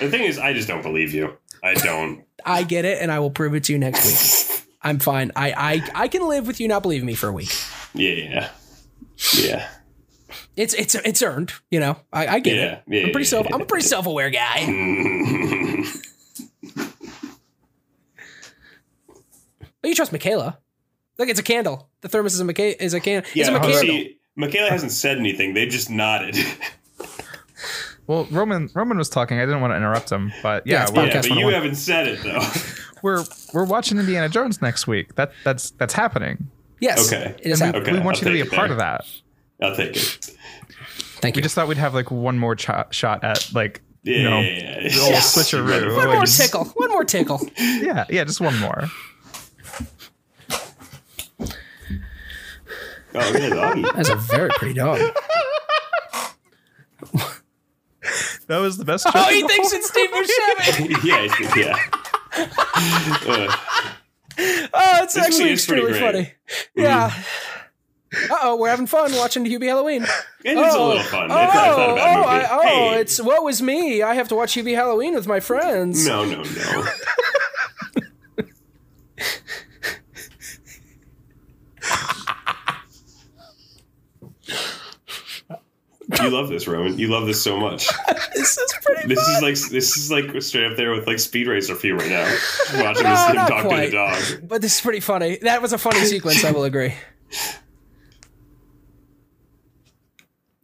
Speaker 3: the thing is, I just don't believe you. I don't.
Speaker 1: I get it, and I will prove it to you next week. I'm fine. I I, I can live with you not believing me for a week.
Speaker 3: Yeah, yeah, yeah,
Speaker 1: It's it's it's earned, you know. I, I get
Speaker 3: yeah.
Speaker 1: it.
Speaker 3: yeah
Speaker 1: I'm pretty
Speaker 3: yeah,
Speaker 1: self
Speaker 3: yeah,
Speaker 1: I'm a pretty self aware guy.
Speaker 3: yeah.
Speaker 1: But you trust Michaela. Like it's a candle. The thermos is a Micha- is a can. it's
Speaker 3: yeah,
Speaker 1: a
Speaker 3: but
Speaker 1: Michaela.
Speaker 3: see, Michaela hasn't said anything. They just nodded.
Speaker 2: Well, Roman Roman was talking. I didn't want to interrupt him, but
Speaker 1: Yeah,
Speaker 2: yeah,
Speaker 1: it's
Speaker 2: we're,
Speaker 1: fine.
Speaker 3: yeah,
Speaker 1: Podcast
Speaker 3: but you
Speaker 1: 101.
Speaker 3: haven't said it though.
Speaker 2: we're we're watching Indiana Jones next week. That that's that's happening.
Speaker 1: Yes.
Speaker 3: Okay.
Speaker 1: It is
Speaker 2: And we,
Speaker 1: happening.
Speaker 3: Okay,
Speaker 2: we want
Speaker 3: I'll
Speaker 2: you to be a
Speaker 3: take it
Speaker 2: part
Speaker 3: there.
Speaker 2: of that.
Speaker 3: I'll take it.
Speaker 1: Thank
Speaker 2: We
Speaker 1: you.
Speaker 2: just thought we'd have like one more cho- shot at like
Speaker 3: Yeah,
Speaker 2: you know
Speaker 3: yeah, yeah, yeah.
Speaker 2: the old
Speaker 1: Yeah.
Speaker 2: switcheroo.
Speaker 1: One more
Speaker 2: and-
Speaker 1: tickle. One more tickle.
Speaker 2: Yeah, yeah, just one more.
Speaker 3: Oh, yeah, doggy.
Speaker 1: That's a very pretty dog.
Speaker 2: That was the best. joke
Speaker 1: oh,
Speaker 2: in
Speaker 1: he
Speaker 2: the
Speaker 1: thinks
Speaker 2: whole-
Speaker 1: it's Steve Buscemi.
Speaker 3: yeah, it's- yeah. Uh,
Speaker 1: Oh, it's
Speaker 3: This movie
Speaker 1: actually
Speaker 3: is pretty
Speaker 1: extremely
Speaker 3: great.
Speaker 1: funny. Yeah. Uh oh, we're having fun watching Hubie Halloween.
Speaker 3: it
Speaker 1: oh,
Speaker 3: is a little fun.
Speaker 1: Oh,
Speaker 3: it's not, it's not a
Speaker 1: oh,
Speaker 3: bad movie.
Speaker 1: I, oh,
Speaker 3: hey,
Speaker 1: it's what was me? I have to watch Hubie Halloween with my friends.
Speaker 3: no, no, no. you love this, Roman. You love this so much.
Speaker 1: this is pretty
Speaker 3: This
Speaker 1: fun.
Speaker 3: is like this is like straight up there with like speed racer for you right now. Just Watching
Speaker 1: No,
Speaker 3: this him
Speaker 1: not
Speaker 3: talk to
Speaker 1: quite.
Speaker 3: the dog.
Speaker 1: but this is pretty funny. That was a funny sequence, I will agree.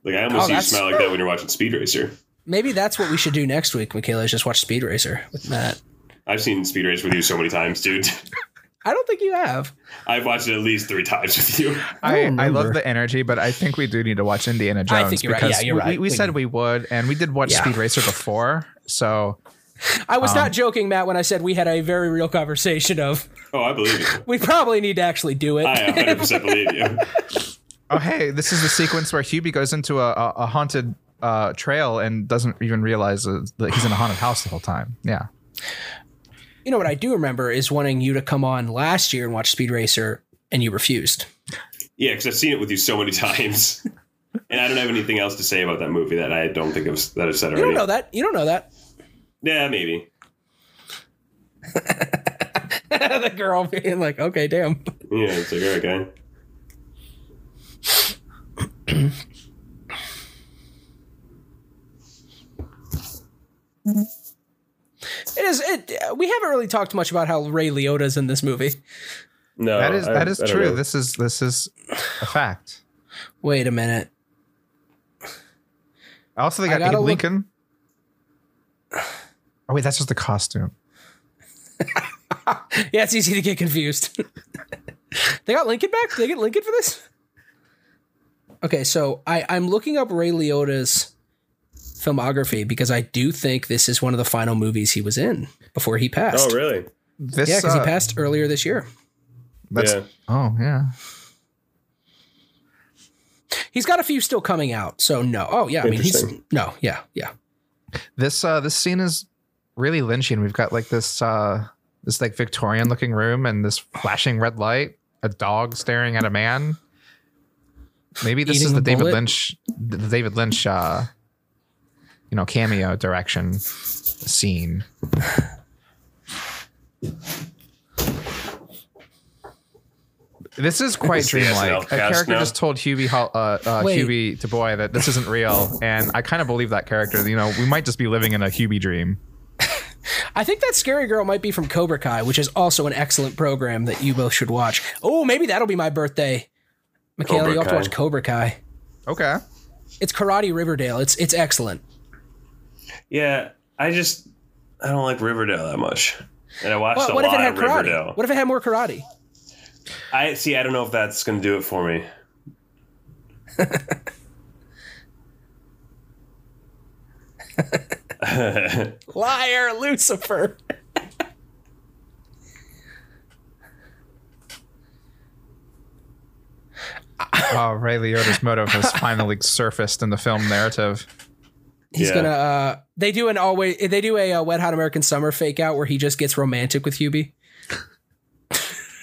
Speaker 3: Like
Speaker 1: Oh,
Speaker 3: I almost used
Speaker 1: that's-
Speaker 3: to smile like that when you're watching Speed Racer.
Speaker 1: Maybe that's what we should do next week, Michaela, is just watch Speed Racer with Matt.
Speaker 3: I've seen Speed Racer with you so many times, dude.
Speaker 1: I don't think you have.
Speaker 3: I've watched it at least three times with you.
Speaker 1: I
Speaker 2: I,
Speaker 1: don't
Speaker 2: I love
Speaker 1: remember.
Speaker 2: the energy, but I think we do need to watch Indiana Jones
Speaker 1: I think you're right. Yeah,
Speaker 2: because
Speaker 1: you're
Speaker 2: we,
Speaker 1: right.
Speaker 2: we, we
Speaker 1: We
Speaker 2: said
Speaker 1: need-
Speaker 2: we would, and we did watch
Speaker 1: Yeah.
Speaker 2: Speed Racer before. So
Speaker 1: I was
Speaker 2: Um,
Speaker 1: not joking, Matt, when I said we had a very real conversation of
Speaker 3: Oh, I believe you.
Speaker 1: we probably need to actually do it.
Speaker 3: I 100 percent believe you.
Speaker 2: oh hey, this is the sequence where Hubie goes into a, a, a haunted uh, trail and doesn't even realize uh, that he's in a haunted house the whole time. Yeah.
Speaker 1: you know what I do remember is wanting you to come on last year and watch Speed Racer, and you refused.
Speaker 3: Yeah, because I've seen it with you so many times, and I don't have anything else to say about that movie that I don't think of that I've said
Speaker 1: You don't
Speaker 3: already.
Speaker 1: know that. You don't know that.
Speaker 3: Yeah, maybe.
Speaker 1: the girl being like, okay, damn.
Speaker 3: Yeah, it's like all right, guy.
Speaker 1: It is. It, we haven't really talked much about how Ray Liotta's in this movie. Oh,
Speaker 3: No,
Speaker 2: that is
Speaker 3: I-
Speaker 2: that is
Speaker 3: I don't
Speaker 2: true.
Speaker 3: know.
Speaker 2: This is this is a fact.
Speaker 1: Wait a minute.
Speaker 2: Also, they
Speaker 1: I gotta
Speaker 2: got Abe
Speaker 1: look-
Speaker 2: Lincoln. Oh wait, that's just the costume.
Speaker 1: Yeah, it's easy to get confused. they got Lincoln back? Did they get Lincoln for this? Okay, so I, I'm looking up Ray Liotta's filmography because I do think this is one of the final movies he was in before he passed.
Speaker 3: Oh, really?
Speaker 2: This
Speaker 1: Yeah, because
Speaker 2: uh,
Speaker 1: he passed earlier this year.
Speaker 2: That's
Speaker 3: yeah.
Speaker 2: oh yeah.
Speaker 1: He's got a few still coming out, so no. Oh yeah, I mean he's
Speaker 3: Interesting.
Speaker 1: no, yeah, yeah.
Speaker 2: This uh this scene is really Lynchian. We've got like this uh this like Victorian looking room and this flashing red light, a dog staring at a man. Maybe this
Speaker 1: Eating
Speaker 2: is the
Speaker 1: a
Speaker 2: David
Speaker 1: bullet?
Speaker 2: Lynch the David Lynch uh you know cameo direction scene. This is quite
Speaker 3: It's the SNL
Speaker 2: dreamlike. A
Speaker 3: cast
Speaker 2: character
Speaker 3: now.
Speaker 2: just told Hubie Hol- uh, uh,
Speaker 1: Wait.
Speaker 2: Hubie to boy that this isn't real, and I kind of believe that character. You know, we might just be living in a Hubie dream.
Speaker 1: I think that scary girl might be from Cobra Kai, which is also an excellent program that you both should watch. Oh, maybe that'll be my birthday. Michaela,
Speaker 3: Cobra
Speaker 1: you have to
Speaker 3: Kai.
Speaker 1: watch Cobra Kai.
Speaker 2: Okay.
Speaker 1: It's Karate Riverdale. It's it's excellent.
Speaker 3: Yeah, I just I don't like Riverdale that much, and I watched
Speaker 1: But
Speaker 3: a
Speaker 1: what if
Speaker 3: lot
Speaker 1: it had
Speaker 3: of
Speaker 1: karate?
Speaker 3: Riverdale.
Speaker 1: What if it had more karate?
Speaker 3: I see. I don't know if that's going to do it for me.
Speaker 1: Liar, Lucifer.
Speaker 2: Oh, Ray Liotta's motive has finally surfaced in the film narrative.
Speaker 1: He's
Speaker 3: Yeah.
Speaker 1: gonna. Uh, they do an always. They do a, uh Wet Hot American Summer fake out where he just gets romantic with Hubie.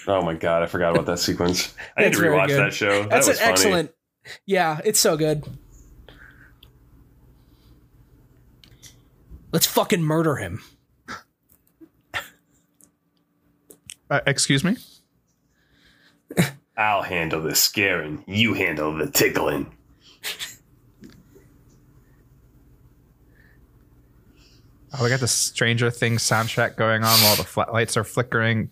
Speaker 3: Oh my god, I forgot about that sequence. I need
Speaker 1: That's
Speaker 3: to
Speaker 1: very
Speaker 3: rewatch
Speaker 1: good.
Speaker 3: that show. That
Speaker 1: That's
Speaker 3: was
Speaker 1: an
Speaker 3: funny.
Speaker 1: excellent. Yeah, it's so good. Let's fucking murder him.
Speaker 2: Uh, excuse me.
Speaker 3: I'll handle the scaring. You handle the tickling.
Speaker 2: Oh, we got the Stranger Things soundtrack going on while the flat lights are flickering.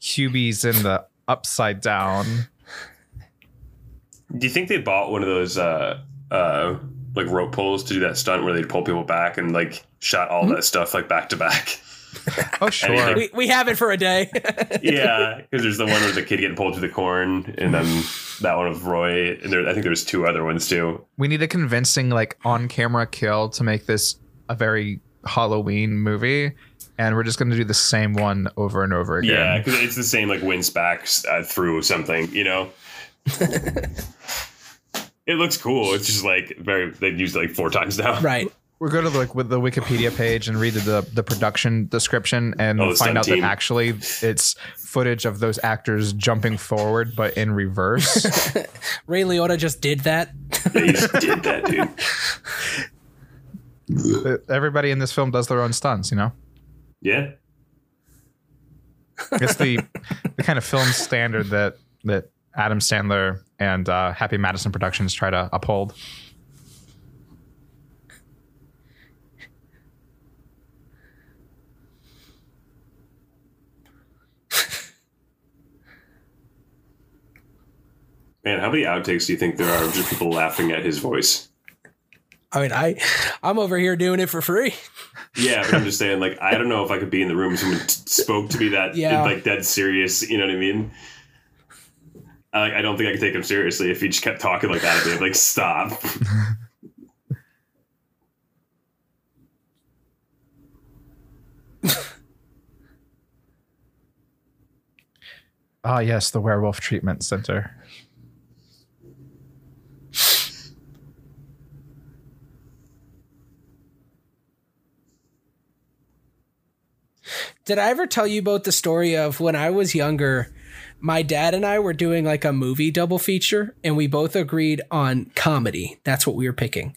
Speaker 2: Hubie's in the upside down.
Speaker 3: Do you think they bought one of those uh uh like rope pulls to do that stunt where they'd pull people back and like shot all
Speaker 1: Hmm?
Speaker 3: that stuff like back to back?
Speaker 2: Oh, sure.
Speaker 3: Anything.
Speaker 1: We, we have it for a day.
Speaker 3: yeah, because there's the one with the kid getting pulled through the corn, and then that one of Roy, and there, I think there was two other ones too.
Speaker 2: We need a convincing, like, on camera kill to make this a very Halloween movie. And we're just going to do the same one over and over
Speaker 3: Yeah,
Speaker 2: again.
Speaker 3: 'cause it's the same like wins back uh, through something, you know. it looks cool. It's just like very they've used it like four times now.
Speaker 1: right.
Speaker 2: We're going to like with the Wikipedia page and read the, the production description and
Speaker 3: Oh, the
Speaker 2: find
Speaker 3: stunt
Speaker 2: out
Speaker 3: team.
Speaker 2: that actually it's footage of those actors jumping forward but in reverse.
Speaker 1: Ray Liotta just did that.
Speaker 3: They just did that, dude.
Speaker 2: Uh, Everybody in this film does their own stunts, you know?
Speaker 3: Yeah.
Speaker 2: It's the the kind of film standard that that Adam Sandler and uh, Happy Madison Productions try to uphold.
Speaker 3: Man, how many outtakes do you think there are of just people laughing at his voice?
Speaker 1: I mean, I I'm over here doing it for free.
Speaker 3: Yeah, but I'm just saying, like, I don't know if I could be in the room if someone t- spoke to me that,
Speaker 1: Yeah.
Speaker 3: like, dead serious. You know what I mean? I, I don't think I could take him seriously if he just kept talking like that. I'd be like, stop.
Speaker 2: Ah, yes, the werewolf treatment center.
Speaker 1: Did I ever tell you about the story of when I was younger? My dad and I were doing like a movie double feature, and we both agreed on comedy. That's what we were picking.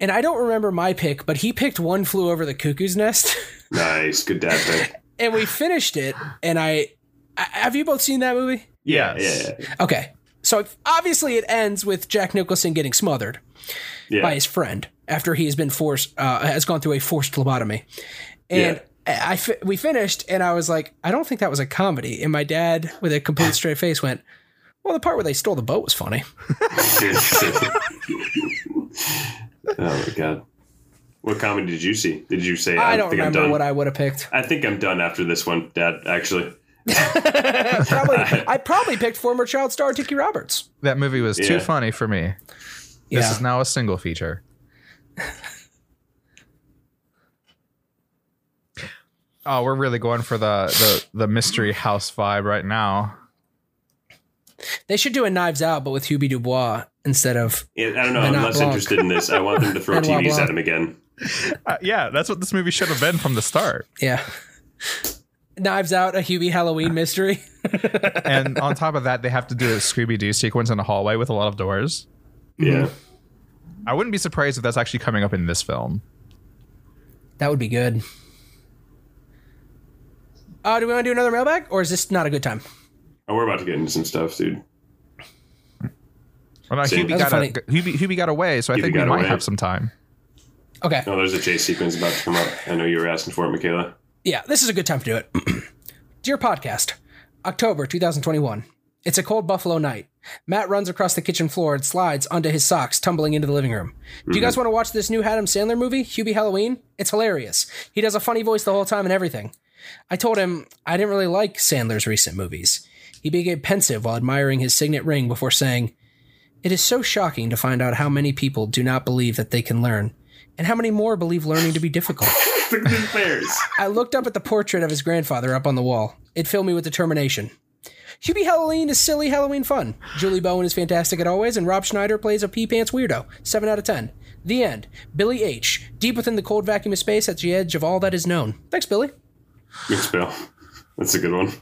Speaker 1: And I don't remember my pick, but he picked One Flew Over the Cuckoo's Nest,
Speaker 3: Nice, good dad pick.
Speaker 1: and we finished it. And I, I have you both seen that movie?
Speaker 3: Yeah,
Speaker 2: Yes.
Speaker 3: yeah, yeah,
Speaker 1: Okay. So obviously, it ends with Jack Nicholson getting smothered.
Speaker 3: yeah.
Speaker 1: by his friend after he has been forced uh, has gone through a forced lobotomy and I I fi- we finished and i was like i don't think that was a comedy and my dad with a complete straight face went well the part where they stole the boat was funny
Speaker 3: oh my god! What comedy did you see? Did you say?
Speaker 1: i don't
Speaker 3: think
Speaker 1: remember
Speaker 3: I'm done.
Speaker 1: what i would have picked
Speaker 3: I think I'm done after this one, Dad. Actually,
Speaker 1: probably i probably picked former child star dickie roberts
Speaker 2: That movie was
Speaker 3: Yeah.
Speaker 2: too funny for me. This
Speaker 1: Yeah.
Speaker 2: is now a single feature. oh, we're really going for the, the the mystery house vibe right now.
Speaker 1: they should do a knives out but with hubie dubois instead of
Speaker 3: Yeah, I don't know.
Speaker 1: They're
Speaker 3: I'm
Speaker 1: not
Speaker 3: less
Speaker 1: Blanc.
Speaker 3: interested in this. I want them to throw
Speaker 1: Benoit
Speaker 3: TVs
Speaker 1: Blanc.
Speaker 3: at him again.
Speaker 2: Uh, yeah, that's what this movie should have been from the start.
Speaker 1: yeah knives out a hubie halloween mystery
Speaker 2: and on top of that, they have to do a Scooby Doo sequence in a hallway with a lot of doors.
Speaker 1: Mm-hmm.
Speaker 3: Yeah.
Speaker 2: I wouldn't be surprised if that's actually coming up in this film.
Speaker 1: that would be good uh, do we want to do another mailbag or is this not a good time
Speaker 3: Oh, we're about to get into some stuff, dude.
Speaker 2: Well, no,
Speaker 3: See,
Speaker 2: Hubie
Speaker 1: That's
Speaker 2: got,
Speaker 1: funny.
Speaker 2: a, Hubie, Hubie got away, so I
Speaker 3: Hubie
Speaker 2: think we
Speaker 3: got
Speaker 2: might
Speaker 3: away.
Speaker 2: have some time.
Speaker 1: okay
Speaker 3: Oh, there's a chase sequence about to come up. I know you were asking for it, Michaela.
Speaker 1: Yeah, this is a good time to do it. Dear podcast, October 2021. It's a cold Buffalo night. Matt runs across the kitchen floor and slides onto his socks, tumbling into the living room. Do you guys want to watch this new Adam Sandler movie, Hubie Halloween? It's hilarious. He does a funny voice the whole time and everything. I told him I didn't really like Sandler's recent movies. He became pensive while admiring his signet ring before saying, It is so shocking to find out how many people do not believe that they can learn, and how many more believe learning to be difficult.
Speaker 3: Look at these bears.
Speaker 1: I looked up at the portrait of his grandfather up on the wall. It filled me with determination. Hubie Halloween is silly Halloween fun. Julie Bowen is fantastic at always, and Rob Schneider plays a pee pants weirdo. 7 out of 10. The end. Billy H. Deep within the cold vacuum of space at the edge of all that is known. Thanks, Billy.
Speaker 3: Good spell. That's a good one.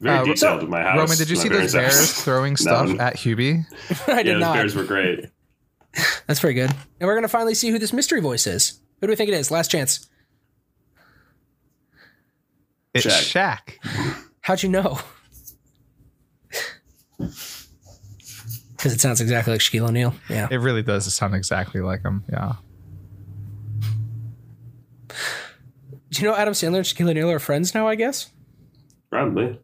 Speaker 3: Very
Speaker 2: Uh, Ro-
Speaker 3: detailed at my house.
Speaker 2: Roman, did you
Speaker 3: my
Speaker 2: see those
Speaker 3: parents'
Speaker 2: bears
Speaker 3: house.
Speaker 2: throwing stuff
Speaker 3: No.
Speaker 2: at Hubie?
Speaker 1: I
Speaker 3: Yeah,
Speaker 1: did
Speaker 3: those
Speaker 1: not.
Speaker 3: bears were great.
Speaker 1: That's pretty good. And we're going to finally see who this mystery voice is. Who do we think it is? Last chance.
Speaker 2: It's Shaq.
Speaker 1: How'd you know? Because it sounds exactly like Shaquille O'Neal. Yeah.
Speaker 2: It really does sound exactly like him. Yeah.
Speaker 1: Do you know Adam Sandler and Shaquille O'Neal are friends now, I guess?
Speaker 3: Probably.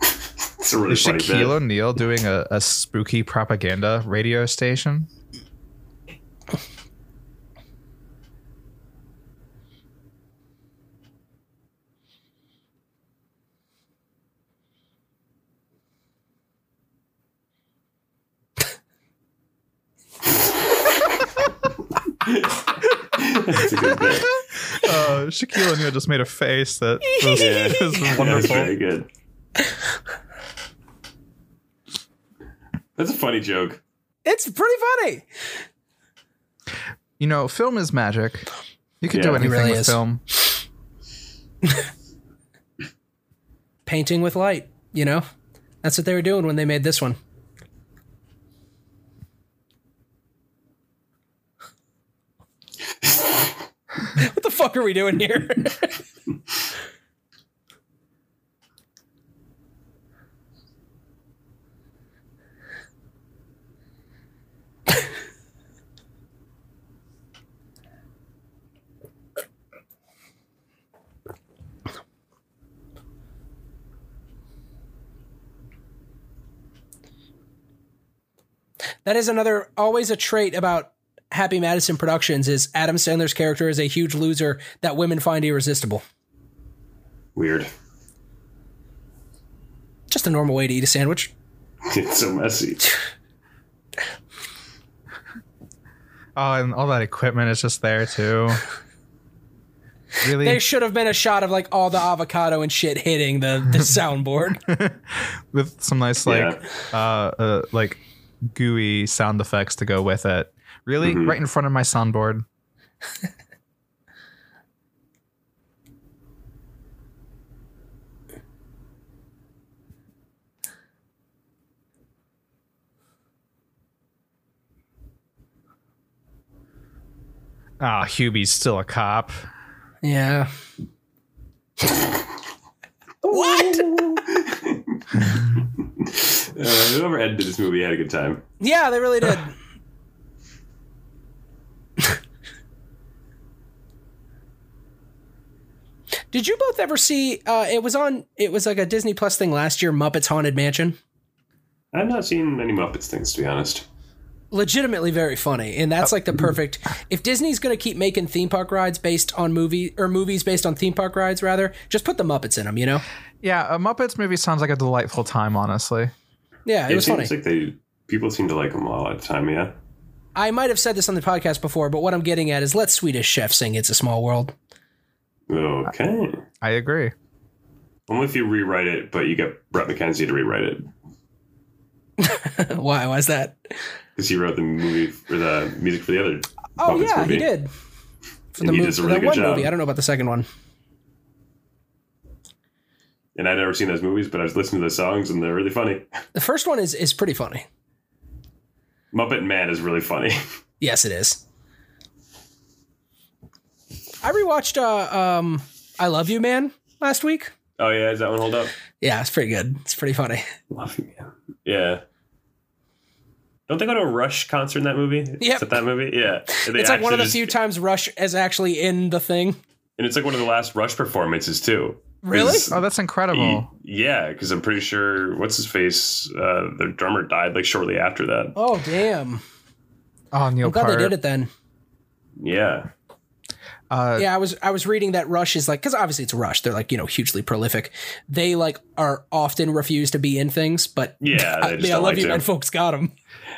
Speaker 3: it's a really
Speaker 2: Is
Speaker 3: funny
Speaker 2: Shaquille
Speaker 3: bit.
Speaker 2: O'Neal doing a, a spooky propaganda radio station?
Speaker 3: It's a good bit.
Speaker 2: Oh, Shaquille O'Neal just made a face that was,
Speaker 3: Yeah.
Speaker 2: was
Speaker 3: Yeah, it's
Speaker 2: wonderful.
Speaker 3: very good. That's a funny joke.
Speaker 1: It's pretty funny.
Speaker 2: You know, film is magic. You can
Speaker 3: Yeah.
Speaker 2: do
Speaker 3: It
Speaker 2: anything
Speaker 1: really
Speaker 2: with
Speaker 1: is.
Speaker 2: film.
Speaker 1: painting with light. You know, that's what they were doing when they made this one. what the fuck are we doing here? That is another always a trait about Happy Madison Productions is Adam Sandler's character is a huge loser that women find irresistible.
Speaker 3: Weird.
Speaker 1: Just a normal way to eat a sandwich.
Speaker 3: It's so messy.
Speaker 2: Oh, and all that equipment is just there too. Really,
Speaker 1: There should have been a shot of like all the avocado and shit hitting the, the soundboard.
Speaker 2: with some nice like uh, uh like gooey sound effects to go with it. Really,
Speaker 3: Mhm.
Speaker 2: right in front of my soundboard. Ah, Hubie's still a cop.
Speaker 1: yeah. what?
Speaker 3: Uh, whoever edited this movie had a good time.
Speaker 1: Yeah, they really did. did you both ever see? Uh, it was on. It was like a Disney Plus thing last year. Muppets Haunted Mansion.
Speaker 3: I've not seen many Muppets things, to be honest.
Speaker 1: Legitimately very funny, and that's like the perfect. If Disney's going to keep making theme park rides based on movie or movies based on theme park rides, rather, just put the Muppets in them. You know?
Speaker 2: Yeah, a Muppets movie sounds like a delightful time, honestly.
Speaker 1: Yeah, it, was funny.
Speaker 3: seems like they people seem to like them a lot of the time. Yeah,
Speaker 1: I might have said this on the podcast before, but what I'm getting at is let Swedish Chef sing "It's a Small World."
Speaker 3: okay.
Speaker 2: I agree.
Speaker 3: Only if you rewrite it, but you get Brett McKenzie to rewrite it
Speaker 1: Why was that?
Speaker 3: because he wrote the movie for the music for the other.
Speaker 1: Oh
Speaker 3: Muppets
Speaker 1: yeah,
Speaker 3: movie.
Speaker 1: he did. For
Speaker 3: And
Speaker 1: the
Speaker 3: he
Speaker 1: movie,
Speaker 3: does a
Speaker 1: for
Speaker 3: really
Speaker 1: that
Speaker 3: good
Speaker 1: one
Speaker 3: job.
Speaker 1: movie. I don't know about the second one.
Speaker 3: And I'd never seen those movies, but I was listening to the songs, and they're really funny.
Speaker 1: The first one is is pretty funny.
Speaker 3: Muppet Man is really funny.
Speaker 1: Yes, it is. I rewatched uh, um, "I Love You, Man" last week.
Speaker 3: oh yeah, is that one hold up?
Speaker 1: Yeah, it's pretty good. It's pretty funny.
Speaker 3: Love you, man. Yeah. Don't they go to a Rush concert in that movie? Is that that movie? Yeah. They
Speaker 1: it's like one of the
Speaker 3: actually
Speaker 1: few
Speaker 3: just-
Speaker 1: times Rush is actually in the thing.
Speaker 3: and it's like one of the last Rush performances too.
Speaker 1: Really?
Speaker 2: Oh, that's incredible.
Speaker 3: Yeah, because I'm pretty sure what's his face, uh, the drummer died like shortly after that.
Speaker 1: Oh damn!
Speaker 2: Oh, Neil
Speaker 1: I'm glad
Speaker 2: Carter.
Speaker 1: they did it then.
Speaker 3: Yeah,
Speaker 2: Uh,
Speaker 1: yeah, I was I was reading that Rush is like because obviously it's Rush. They're like you know hugely prolific. They like are often refused to be in things, but
Speaker 3: Yeah, they
Speaker 1: I,
Speaker 3: just
Speaker 1: mean, I
Speaker 3: don't
Speaker 1: love
Speaker 3: like
Speaker 1: you,
Speaker 3: to.
Speaker 1: man. Folks got them.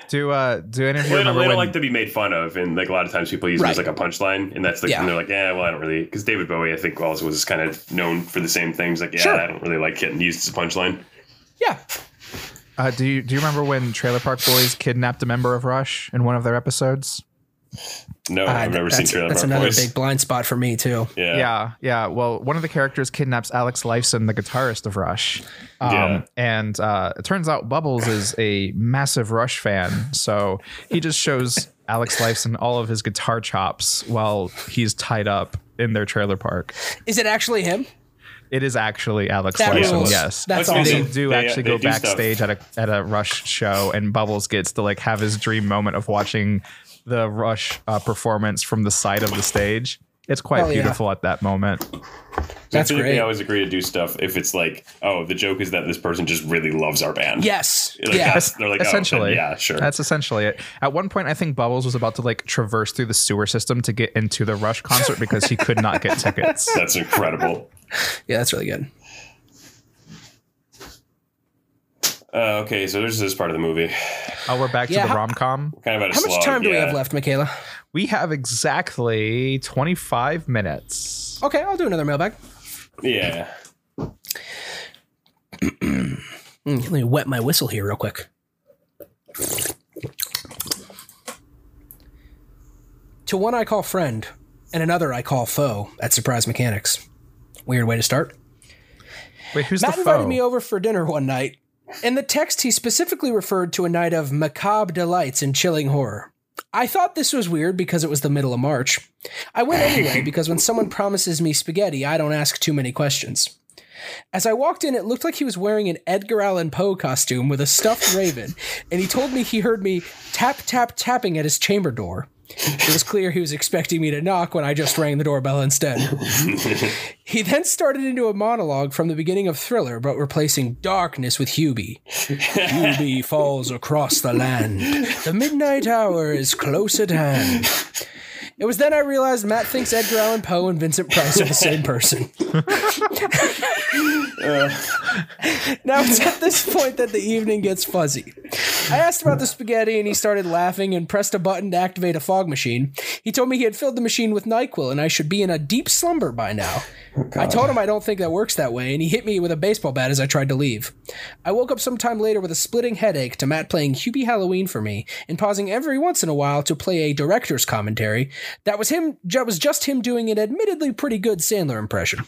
Speaker 2: Do uh, do any of you
Speaker 3: they don't,
Speaker 2: remember
Speaker 3: they don't
Speaker 2: when?
Speaker 3: like to be made fun of, and like a lot of times people use it as
Speaker 1: Right.
Speaker 3: like a punchline, and that's like,
Speaker 1: Yeah.
Speaker 3: and they're like, yeah, well, I don't really, because David Bowie, I think, also was kind of known for the same things. Like, yeah,
Speaker 1: Sure.
Speaker 3: I don't really like getting used as a punchline.
Speaker 1: Yeah,
Speaker 2: uh, do you do you remember when Trailer Park Boys kidnapped a member of Rush in one of their episodes?
Speaker 3: No,
Speaker 1: Uh,
Speaker 3: I've never seen
Speaker 1: that's,
Speaker 3: Trailer
Speaker 1: That's
Speaker 3: Park
Speaker 1: another
Speaker 3: Boys.
Speaker 1: big blind spot for me too.
Speaker 3: yeah.
Speaker 2: yeah, yeah. Well, one of the characters kidnaps Alex Lifeson, the guitarist of Rush. Um,
Speaker 3: Yeah.
Speaker 2: And uh, it turns out Bubbles is a massive Rush fan, so he just shows Alex Lifeson all of his guitar chops while he's tied up in their trailer park.
Speaker 1: Is it actually him?
Speaker 2: It is actually Alex
Speaker 1: That
Speaker 2: Lifeson.
Speaker 1: rules.
Speaker 2: Yes.
Speaker 1: That's
Speaker 3: Okay,
Speaker 2: they
Speaker 1: awesome.
Speaker 3: so-
Speaker 2: do
Speaker 3: They- uh,
Speaker 2: actually
Speaker 3: they
Speaker 2: go
Speaker 3: do stuff.
Speaker 2: backstage at a at a Rush show, and Bubbles gets to like have his dream moment of watching the Rush uh, performance from the side of the stage. It's quite
Speaker 1: Hell yeah.
Speaker 2: beautiful at that moment.
Speaker 1: That's
Speaker 3: I feel like they
Speaker 1: great.
Speaker 3: always agree to do stuff if it's like, oh, the joke is that this person just really loves our band.
Speaker 1: Yes.
Speaker 3: Like,
Speaker 1: yeah.
Speaker 3: that's- they're like, essentially, oh,
Speaker 2: essentially,
Speaker 3: then yeah, sure.
Speaker 2: That's essentially it. At one point, I think Bubbles was about to like traverse through the sewer system to get into the Rush concert because he could not get tickets.
Speaker 3: that's incredible.
Speaker 1: Yeah, that's really good.
Speaker 3: Uh, okay, so there's this part of the movie.
Speaker 2: Oh, we're back
Speaker 1: Yeah,
Speaker 2: to the
Speaker 1: how-
Speaker 2: rom com.
Speaker 3: Kind of at a
Speaker 1: How
Speaker 3: slog,
Speaker 1: much time do we
Speaker 3: yeah.
Speaker 1: have left, Michaela?
Speaker 2: We have exactly twenty five minutes.
Speaker 1: Okay, I'll do another mailbag.
Speaker 3: Yeah.
Speaker 1: Mm, let me wet my whistle here real quick. To one I call friend, and another I call foe at Surprise Mechanics. Weird way to start.
Speaker 2: Wait, who's
Speaker 1: Matt
Speaker 2: the
Speaker 1: invited
Speaker 2: foe?
Speaker 1: me over for dinner one night. In the text, he specifically referred to a night of macabre delights and chilling horror. I thought this was weird because it was the middle of March. I went anyway because when someone promises me spaghetti, I don't ask too many questions. As I walked in, it looked like he was wearing an Edgar Allan Poe costume with a stuffed raven, and he told me he heard me tap, tap, tapping at his chamber door. It was clear he was expecting me to knock when I just rang the doorbell instead. He then started into a monologue from the beginning of Thriller, but replacing darkness with Hubie. Hubie falls across the land. The midnight hour is close at hand. It was then I realized Matt thinks Edgar Allan Poe and Vincent Price are the same person. now it's at this point that the evening gets fuzzy. I asked about the spaghetti and he started laughing and pressed a button to activate a fog machine. He told me he had filled the machine with NyQuil and I should be in a deep slumber by now. I told him I don't think that works that way and he hit me with a baseball bat as I tried to leave. I woke up sometime later with a splitting headache to Matt playing Hubie Halloween for me and pausing every once in a while to play a director's commentary. That was him that was just him doing an admittedly pretty good Sandler impression.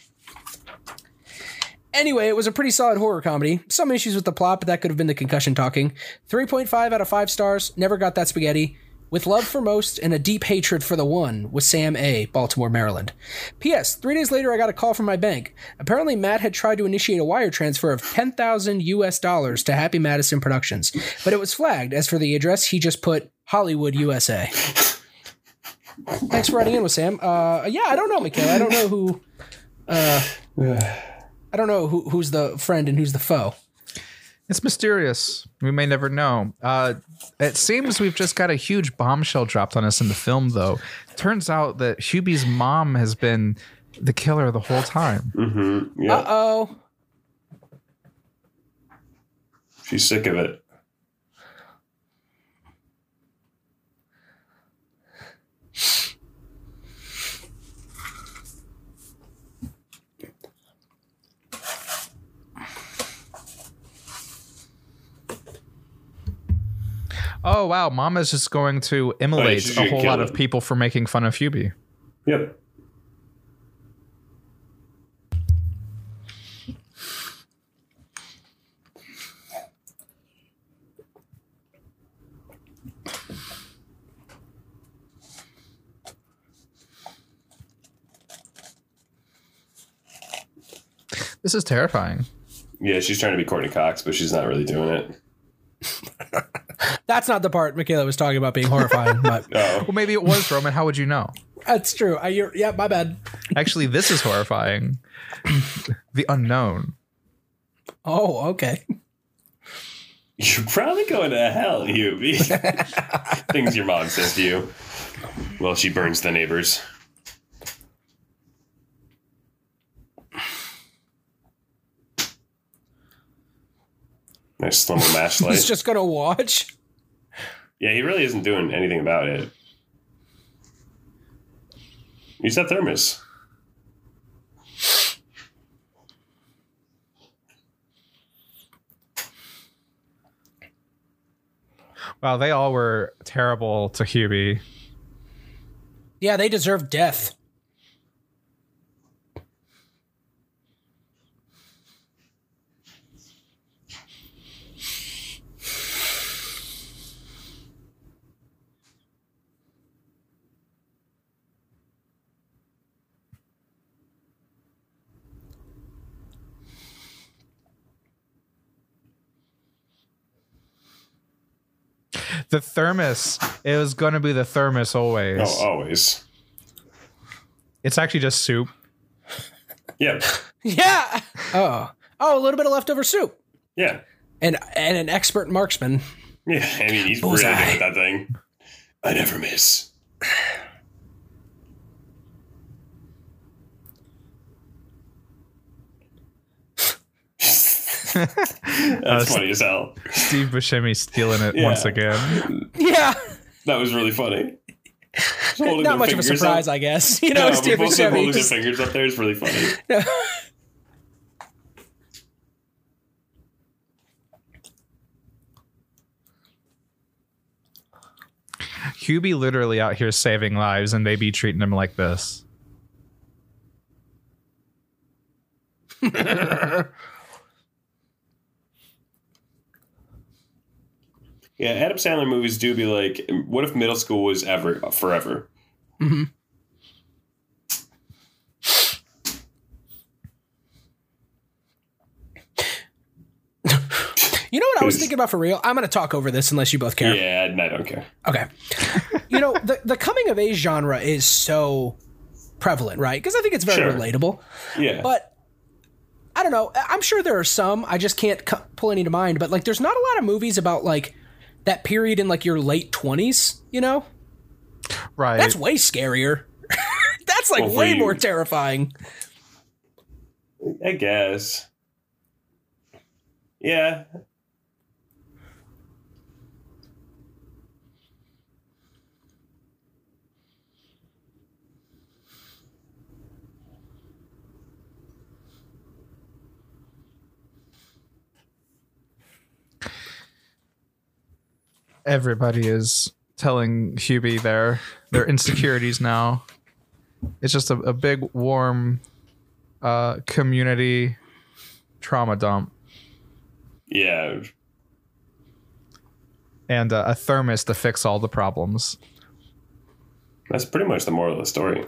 Speaker 1: Anyway, it was a pretty solid horror comedy. Some issues with the plot, but that could have been the concussion talking. 3.5 out of 5 stars, never got that spaghetti. With love for most and a deep hatred for the one was Sam A., Baltimore, Maryland. P.S. Three days later, I got a call from my bank. Apparently, Matt had tried to initiate a wire transfer of 10,000 US dollars to Happy Madison Productions, but it was flagged as for the address he just put Hollywood, USA. Thanks for writing in with Sam. Uh, yeah, I don't know, Michaela. I don't know who. uh, I don't know who, who's the friend and who's the foe.
Speaker 2: It's mysterious. We may never know. Uh, it seems we've just got a huge bombshell dropped on us in the film, though. Turns out that Hubie's mom has been the killer the whole time.
Speaker 3: Mm-hmm. Yeah,
Speaker 1: Uh oh.
Speaker 3: she's sick of it.
Speaker 2: Oh wow, Mama's just going to immolate
Speaker 3: she's
Speaker 2: a
Speaker 3: gonna
Speaker 2: whole
Speaker 3: kill
Speaker 2: lot
Speaker 3: him.
Speaker 2: of people for making fun of Hubie.
Speaker 3: Yep.
Speaker 2: This is terrifying.
Speaker 3: Yeah, she's trying to be Courtney Cox, but she's not really doing it.
Speaker 1: That's not the part Michaela was talking about being horrifying, but
Speaker 3: Oh,
Speaker 2: Well, maybe it was Roman. How would you know?
Speaker 1: that's true. I, you're, yeah, my bad.
Speaker 2: Actually, this is horrifying. the unknown.
Speaker 1: Oh, okay.
Speaker 3: you're probably going to hell, Hubie. Things your mom says to you. Well, she burns the neighbors. Nice slumber mash light.
Speaker 1: He's just gonna watch.
Speaker 3: Yeah, he really isn't doing anything about it. Use that thermos.
Speaker 2: Wow, they all were terrible to Hubie.
Speaker 1: Yeah, they deserve death.
Speaker 2: The thermos. It was going to be the thermos always.
Speaker 3: Oh, always.
Speaker 2: It's actually just soup.
Speaker 3: Yeah,
Speaker 1: Yeah. Oh. Oh, a little bit of leftover soup.
Speaker 3: yeah,
Speaker 1: And and an expert marksman.
Speaker 3: yeah. I mean, he's
Speaker 1: Bullseye.
Speaker 3: really good at that thing. I never miss. That's
Speaker 2: Uh,
Speaker 3: funny as hell.
Speaker 2: Steve Buscemi stealing it
Speaker 3: Yeah.
Speaker 2: once again.
Speaker 1: Yeah.
Speaker 3: That was really funny. Just holding
Speaker 1: Not
Speaker 3: their
Speaker 1: much of a
Speaker 3: fingers
Speaker 1: surprise,
Speaker 3: Up.
Speaker 1: I guess. You know,
Speaker 3: no,
Speaker 1: Steve
Speaker 3: but both of them
Speaker 1: Buscemi.
Speaker 3: holding their
Speaker 1: just-
Speaker 3: fingers up there is really funny.
Speaker 2: Hubie literally out here saving lives, and they be treating him like this.
Speaker 3: Yeah, Adam Sandler movies do be like, what if middle school was ever forever?
Speaker 1: You know what I was thinking about for real? I'm going to talk over this unless you both care.
Speaker 3: Yeah, and I don't care.
Speaker 1: Okay. you know, the, the coming of age genre is so prevalent, right? Because I think it's very
Speaker 3: Sure.
Speaker 1: relatable.
Speaker 3: Yeah.
Speaker 1: But I don't know. I- I'm sure there are some. I just can't c- pull any to mind. But like, there's not a lot of movies about like that period in like your late 20s, you know?
Speaker 2: Right.
Speaker 1: That's way scarier. That's like
Speaker 3: Well,
Speaker 1: way
Speaker 3: we-
Speaker 1: more terrifying.
Speaker 3: I guess. Yeah.
Speaker 2: Everybody is telling Hubie their their insecurities now. It's just a, a big warm uh, community trauma dump
Speaker 3: Yeah.
Speaker 2: and uh, a thermos to fix all the problems.
Speaker 3: That's pretty much the moral of the story.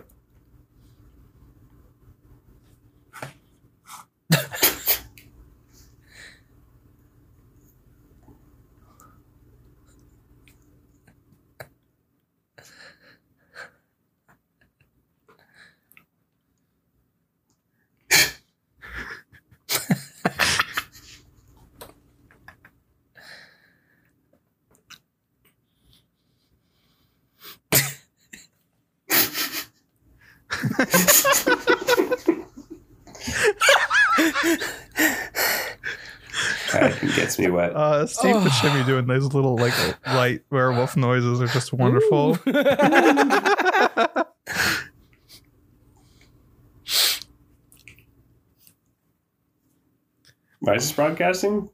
Speaker 3: God, it gets me wet.
Speaker 2: Uh, Steve
Speaker 1: Oh.
Speaker 2: Buscemi doing those little like light werewolf noises are just wonderful.
Speaker 3: Why is this broadcasting?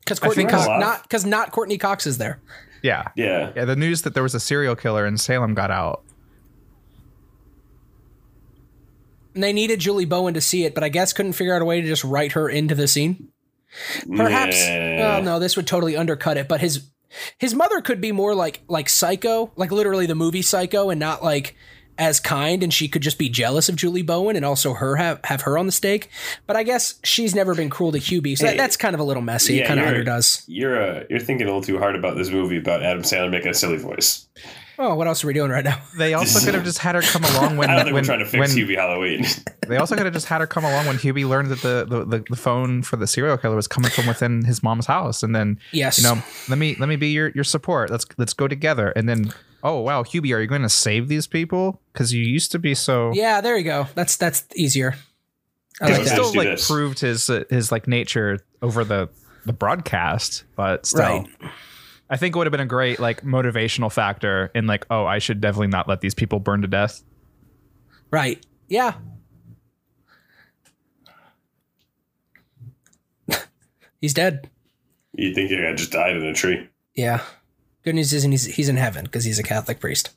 Speaker 1: Because
Speaker 2: I
Speaker 1: Courtney
Speaker 2: think
Speaker 1: Cox,
Speaker 3: a lot-
Speaker 1: not because not Courtney Cox is there.
Speaker 2: Yeah,
Speaker 3: Yeah.
Speaker 2: yeah. The news that there was a serial killer in Salem got out.
Speaker 1: And they needed Julie Bowen to see it, but I guess couldn't figure out a way to just write her into the scene. Perhaps.
Speaker 3: Nah.
Speaker 1: Oh no, this would totally undercut it. But his his mother could be more like like Psycho, like literally the movie Psycho, and not like as kind. And she could just be jealous of Julie Bowen and also her have have her on the stake. But I guess she's never been cruel to Hubie, so that,
Speaker 3: Hey.
Speaker 1: that's kind of a little messy. it
Speaker 3: Yeah,
Speaker 1: kind of
Speaker 3: you're-
Speaker 1: underdoes.
Speaker 3: You're uh, you're thinking a little too hard about this movie about Adam Sandler making a silly voice.
Speaker 1: Oh, what else are we doing right now?
Speaker 2: They also could have just had her come along when
Speaker 3: I don't think
Speaker 2: when,
Speaker 3: we're trying to fix
Speaker 2: when-
Speaker 3: Hubie Halloween.
Speaker 2: They also could have just had her come along when Hubie learned that the, the, the, the phone for the serial killer was coming from within his mom's house, and then
Speaker 1: Yes.
Speaker 2: you know let me let me be your, your support. Let's let's go together, and then oh wow, Hubie, are you going to save these people? Because you used to be so.
Speaker 1: Yeah, there you go. That's that's easier. I like
Speaker 3: Yeah,
Speaker 2: He
Speaker 1: that.
Speaker 3: let's
Speaker 2: still
Speaker 3: just do
Speaker 2: like
Speaker 3: this.
Speaker 2: proved his uh, his like nature over the the broadcast, but still.
Speaker 1: Right.
Speaker 2: I think it would have been a great like motivational factor in like, oh, I should definitely not let these people burn to death.
Speaker 1: Right. Yeah. he's dead.
Speaker 3: you think you're gonna just died in a tree?
Speaker 1: Yeah. Good news isn't he's he's in heaven because he's a Catholic priest.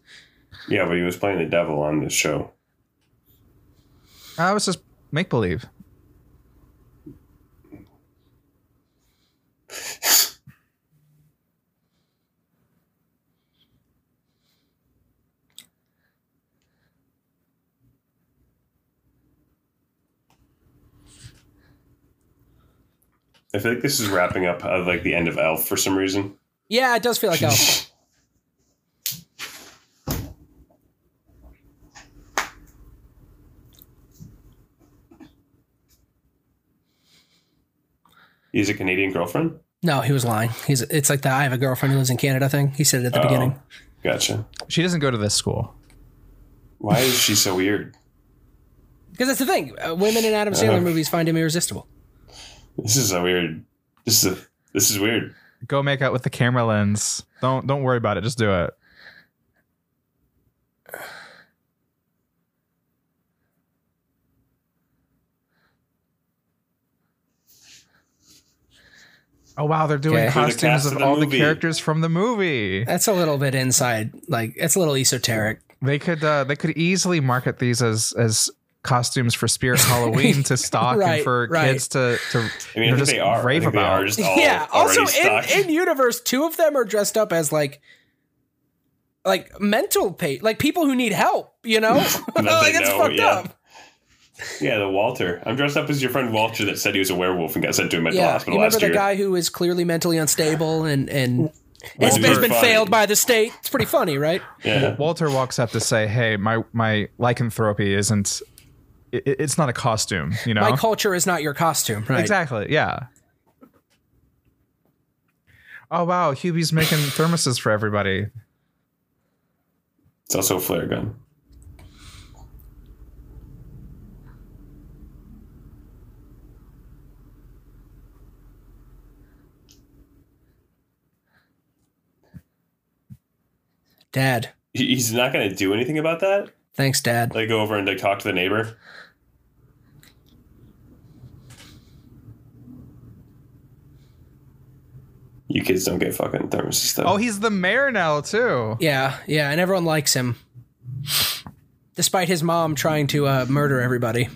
Speaker 3: Yeah, but he was playing the devil on this show.
Speaker 2: I was just make believe.
Speaker 3: I feel like this is wrapping up uh, like the end of Elf for some reason.
Speaker 1: Yeah, it does feel like Elf.
Speaker 3: He's a Canadian girlfriend.
Speaker 1: No, he was lying. He's it's like the I have a girlfriend who lives in Canada thing. He said it at the
Speaker 3: Oh,
Speaker 1: beginning.
Speaker 3: Gotcha.
Speaker 2: She doesn't go to this school.
Speaker 3: Why is she so weird?
Speaker 1: Because that's the thing. Uh, women in Adam Sandler
Speaker 3: Uh-huh.
Speaker 1: movies find him irresistible.
Speaker 3: This is a weird. This is a, this is weird.
Speaker 2: go make out with the camera lens. Don't don't worry about it. Just do it. Oh wow, they're doing
Speaker 1: Okay. They're
Speaker 3: the
Speaker 2: costumes
Speaker 3: cast
Speaker 2: of
Speaker 3: of the
Speaker 2: all the
Speaker 3: movie.
Speaker 2: characters from the movie.
Speaker 1: That's a little bit inside. Like it's a little esoteric.
Speaker 2: They could uh, they could easily market these as as costumes for Spirit Halloween to stock
Speaker 1: Right,
Speaker 2: and for
Speaker 1: right.
Speaker 2: kids to to
Speaker 3: I
Speaker 2: you know,
Speaker 3: mean, I think
Speaker 2: just
Speaker 3: they are. I
Speaker 2: rave
Speaker 3: think they
Speaker 2: about.
Speaker 3: are just all
Speaker 1: yeah. Also, in,
Speaker 3: stocked.
Speaker 1: in universe, two of them are dressed up as like, like mental pa like people who need help. You know,
Speaker 3: That
Speaker 1: like
Speaker 3: they
Speaker 1: it's
Speaker 3: know,
Speaker 1: fucked
Speaker 3: yeah.
Speaker 1: up.
Speaker 3: Yeah, the Walter. I'm dressed up as your friend Walter that said he was a werewolf and got sent to a mental
Speaker 1: Yeah, you
Speaker 3: hospital
Speaker 1: remember
Speaker 3: last
Speaker 1: the
Speaker 3: year.
Speaker 1: guy who is clearly mentally unstable and and has
Speaker 3: Walter.
Speaker 1: has been
Speaker 3: Funny.
Speaker 1: failed by the state. It's pretty funny, right?
Speaker 3: yeah.
Speaker 2: Walter walks up to say, "Hey, my my lycanthropy isn't. It, it's not a costume, you know.
Speaker 1: My culture is not your costume, right?
Speaker 2: Exactly. Yeah. Oh wow, Hubie's making thermoses for everybody.
Speaker 3: It's also a flare gun.
Speaker 1: Dad,
Speaker 3: He- He's not going to do anything about that.
Speaker 1: thanks, Dad.
Speaker 3: They go over and they talk to the neighbor. You kids don't get fucking thermoses though.
Speaker 2: Oh, he's the mayor now too.
Speaker 1: Yeah, yeah, and everyone likes him, despite his mom trying to uh, murder everybody.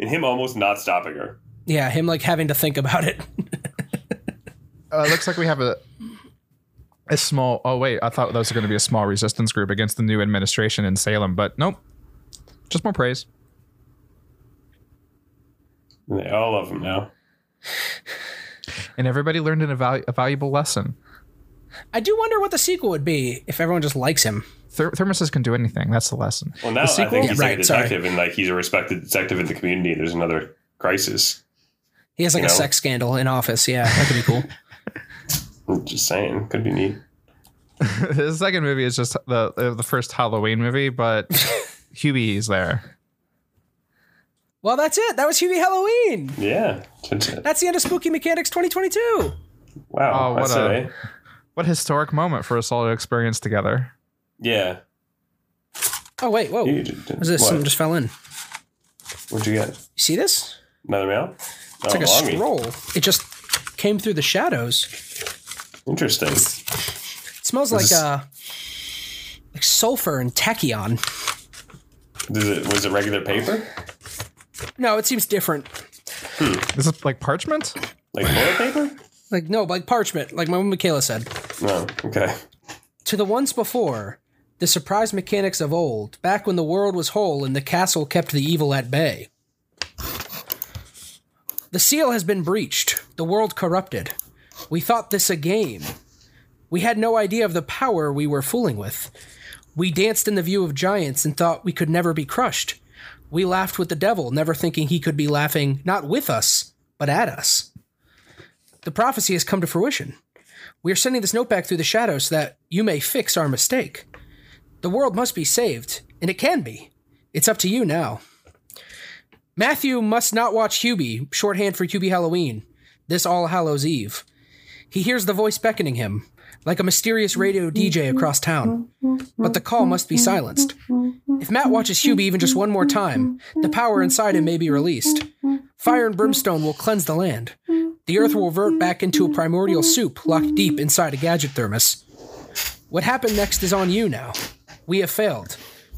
Speaker 3: and him almost not stopping her.
Speaker 1: Yeah, him like having to think about it.
Speaker 2: Uh, looks like we have a a small. Oh wait, I thought those were going to be a small resistance group against the new administration in Salem, but nope. Just more praise.
Speaker 3: And they all love him now.
Speaker 2: And everybody learned an, a, valu- a valuable lesson.
Speaker 1: I do wonder what the sequel would be if everyone just likes him.
Speaker 2: Ther- thermoses can do anything. That's the lesson.
Speaker 3: Well, now
Speaker 2: the
Speaker 3: I think he's like
Speaker 1: Right,
Speaker 3: a
Speaker 1: sorry.
Speaker 3: detective, and like he's a respected detective in the community. And there's another crisis.
Speaker 1: He has like
Speaker 3: You
Speaker 1: a
Speaker 3: know?
Speaker 1: sex scandal in office. Yeah, that could be cool.
Speaker 3: I'm just saying, could be neat.
Speaker 2: the second movie is just the uh, the first Halloween movie, but Hubie's there.
Speaker 1: well, that's it. That was Huey Halloween.
Speaker 3: Yeah. That's it.
Speaker 1: That's the end of Spooky Mechanics 2022.
Speaker 3: Wow.
Speaker 2: Oh, what
Speaker 3: that's
Speaker 2: a-
Speaker 3: it, eh?
Speaker 2: What historic moment for us all to experience together.
Speaker 3: Yeah.
Speaker 1: Oh wait, whoa.
Speaker 3: You
Speaker 1: What
Speaker 3: did-
Speaker 1: is this?
Speaker 3: what?
Speaker 1: Something just fell in. You
Speaker 3: What'd you get?
Speaker 1: see this?
Speaker 3: Another mail?
Speaker 1: It's
Speaker 3: Oh,
Speaker 1: like a
Speaker 3: longy.
Speaker 1: scroll. It just came through the shadows.
Speaker 3: Interesting.
Speaker 1: It smells like
Speaker 3: This is-
Speaker 1: uh like sulfur and tachyon.
Speaker 3: Does it was it regular paper?
Speaker 1: No, it seems different.
Speaker 2: This is like parchment.
Speaker 3: Like toilet paper?
Speaker 1: Like no, like parchment, like my Michaela said.
Speaker 3: No. Okay.
Speaker 1: To the once before, the surprise mechanics of old, back when the world was whole and the castle kept the evil at bay. The seal has been breached, the world corrupted. We thought this a game. We had no idea of the power we were fooling with. We danced in the view of giants and thought we could never be crushed. We laughed with the devil, never thinking he could be laughing not with us, but at us. The prophecy has come to fruition. We are sending this note back through the shadows so that you may fix our mistake. The world must be saved, and it can be. It's up to you now. Matthew must not watch Hubie, shorthand for Hubie Halloween, this All Hallows Eve. He hears the voice beckoning him, like a mysterious radio DJ across town. But the call must be silenced. If Matt watches Hubie even just one more time, the power inside him may be released. Fire and brimstone will cleanse the land. The earth will revert back into a primordial soup locked deep inside a gadget thermos. What happened next is on you now. We have failed,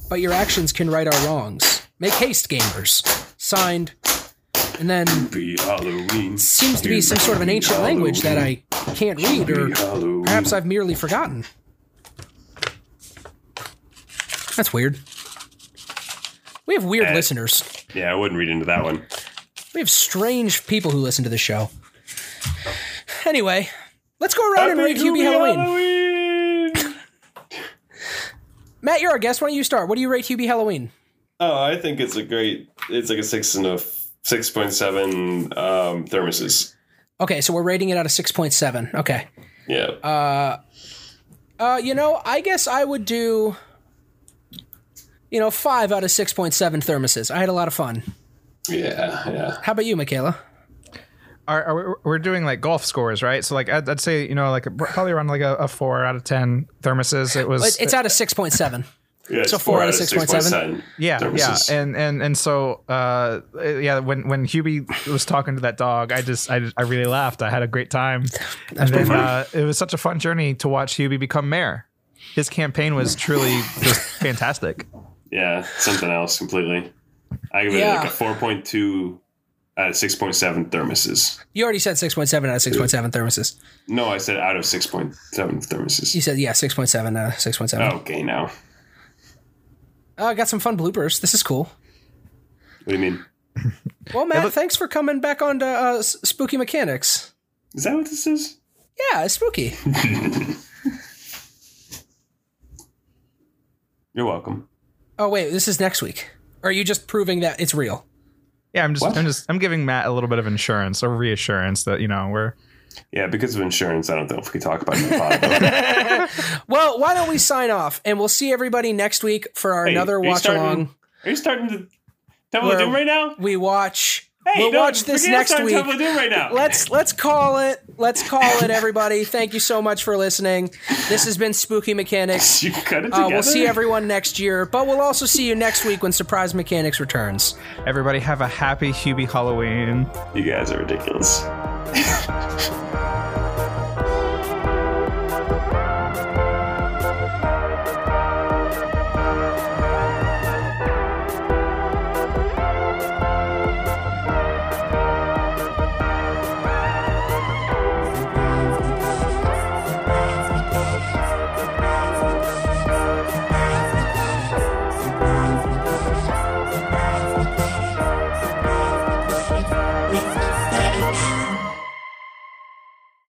Speaker 1: but your actions can right our wrongs. Make haste, gamers. Signed. And then
Speaker 3: Be Halloween.
Speaker 1: seems to be some sort of an ancient language that I can't read, or perhaps I've merely forgotten. That's weird. We have weird
Speaker 3: Eh.
Speaker 1: listeners.
Speaker 3: Yeah, I wouldn't read into that one.
Speaker 1: We have strange people who listen to the show. Anyway, let's go around and rate Hubie Halloween. Matt, you're our guest. Why don't you start? What do you rate Hubie Halloween?
Speaker 3: Oh, I think it's a great. It's like a six and a six point seven um, thermoses.
Speaker 1: Okay, so we're rating it out of 6.7. Okay.
Speaker 3: Yeah,
Speaker 1: Uh, you know, I guess I would do, you know, 5 out of 6.7 thermoses. I had a lot of fun.
Speaker 3: yeah, yeah.
Speaker 1: How about you, Michaela?
Speaker 2: are, are we, we're doing like golf scores, right? So like I'd, I'd say you know like probably around like a, a four out of ten thermoses. It was
Speaker 1: It- It's out of 6.7.
Speaker 3: yeah it's
Speaker 1: So four out of 6.7?
Speaker 2: yeah
Speaker 3: thermoses.
Speaker 2: yeah, and and and so uh yeah when when Hubie was talking to that dog, I just I, I really laughed. I had a great time, and then uh, it was such a fun journey to watch Hubie become mayor. His campaign was truly just fantastic.
Speaker 3: yeah, something else completely. I give it
Speaker 1: Yeah.
Speaker 3: like a four point two out of six point seven thermoses.
Speaker 1: You already said 6.7 out of 6.7 thermoses.
Speaker 3: No, I said out of six point seven
Speaker 1: You
Speaker 3: thermoses. Oh,
Speaker 1: said, yeah, 6.7 out of 6.7.
Speaker 3: Okay, now
Speaker 1: Oh. Uh, got some fun bloopers. This is cool.
Speaker 3: What do you mean?
Speaker 1: Well, Matt,
Speaker 2: look-
Speaker 1: thanks for coming back on to uh, S- Spooky Mechanics.
Speaker 3: Is that what this is?
Speaker 1: Yeah, it's spooky.
Speaker 3: You're welcome.
Speaker 1: Oh wait, this is next week. Or are you just proving that it's real?
Speaker 2: Yeah, I'm just,
Speaker 3: What?
Speaker 2: I'm just, I'm giving Matt a little bit of insurance or reassurance that you know we're.
Speaker 3: Yeah, because of insurance, I don't think we can talk about it. in the pod, though.
Speaker 1: Well, why don't we sign off and we'll see everybody next week for our
Speaker 3: Hey,
Speaker 1: another
Speaker 3: are you
Speaker 1: watch
Speaker 3: starting-
Speaker 1: along.
Speaker 3: Are you starting to Temple of
Speaker 1: We're-
Speaker 3: Doom right now?
Speaker 1: We watch.
Speaker 3: Hey,
Speaker 1: we'll
Speaker 3: no,
Speaker 1: watch this
Speaker 3: forget I'm
Speaker 1: next
Speaker 3: starting
Speaker 1: week.
Speaker 3: Temple of Doom right now.
Speaker 1: Let's let's call it. Let's call it, everybody. Thank you so much for listening. This has been Spooky Mechanics.
Speaker 3: you cut it together.
Speaker 1: Uh, we'll see everyone next year, but we'll also see you next week when Surprise Mechanics returns.
Speaker 2: Everybody have a happy Hubie Halloween.
Speaker 3: you guys are ridiculous.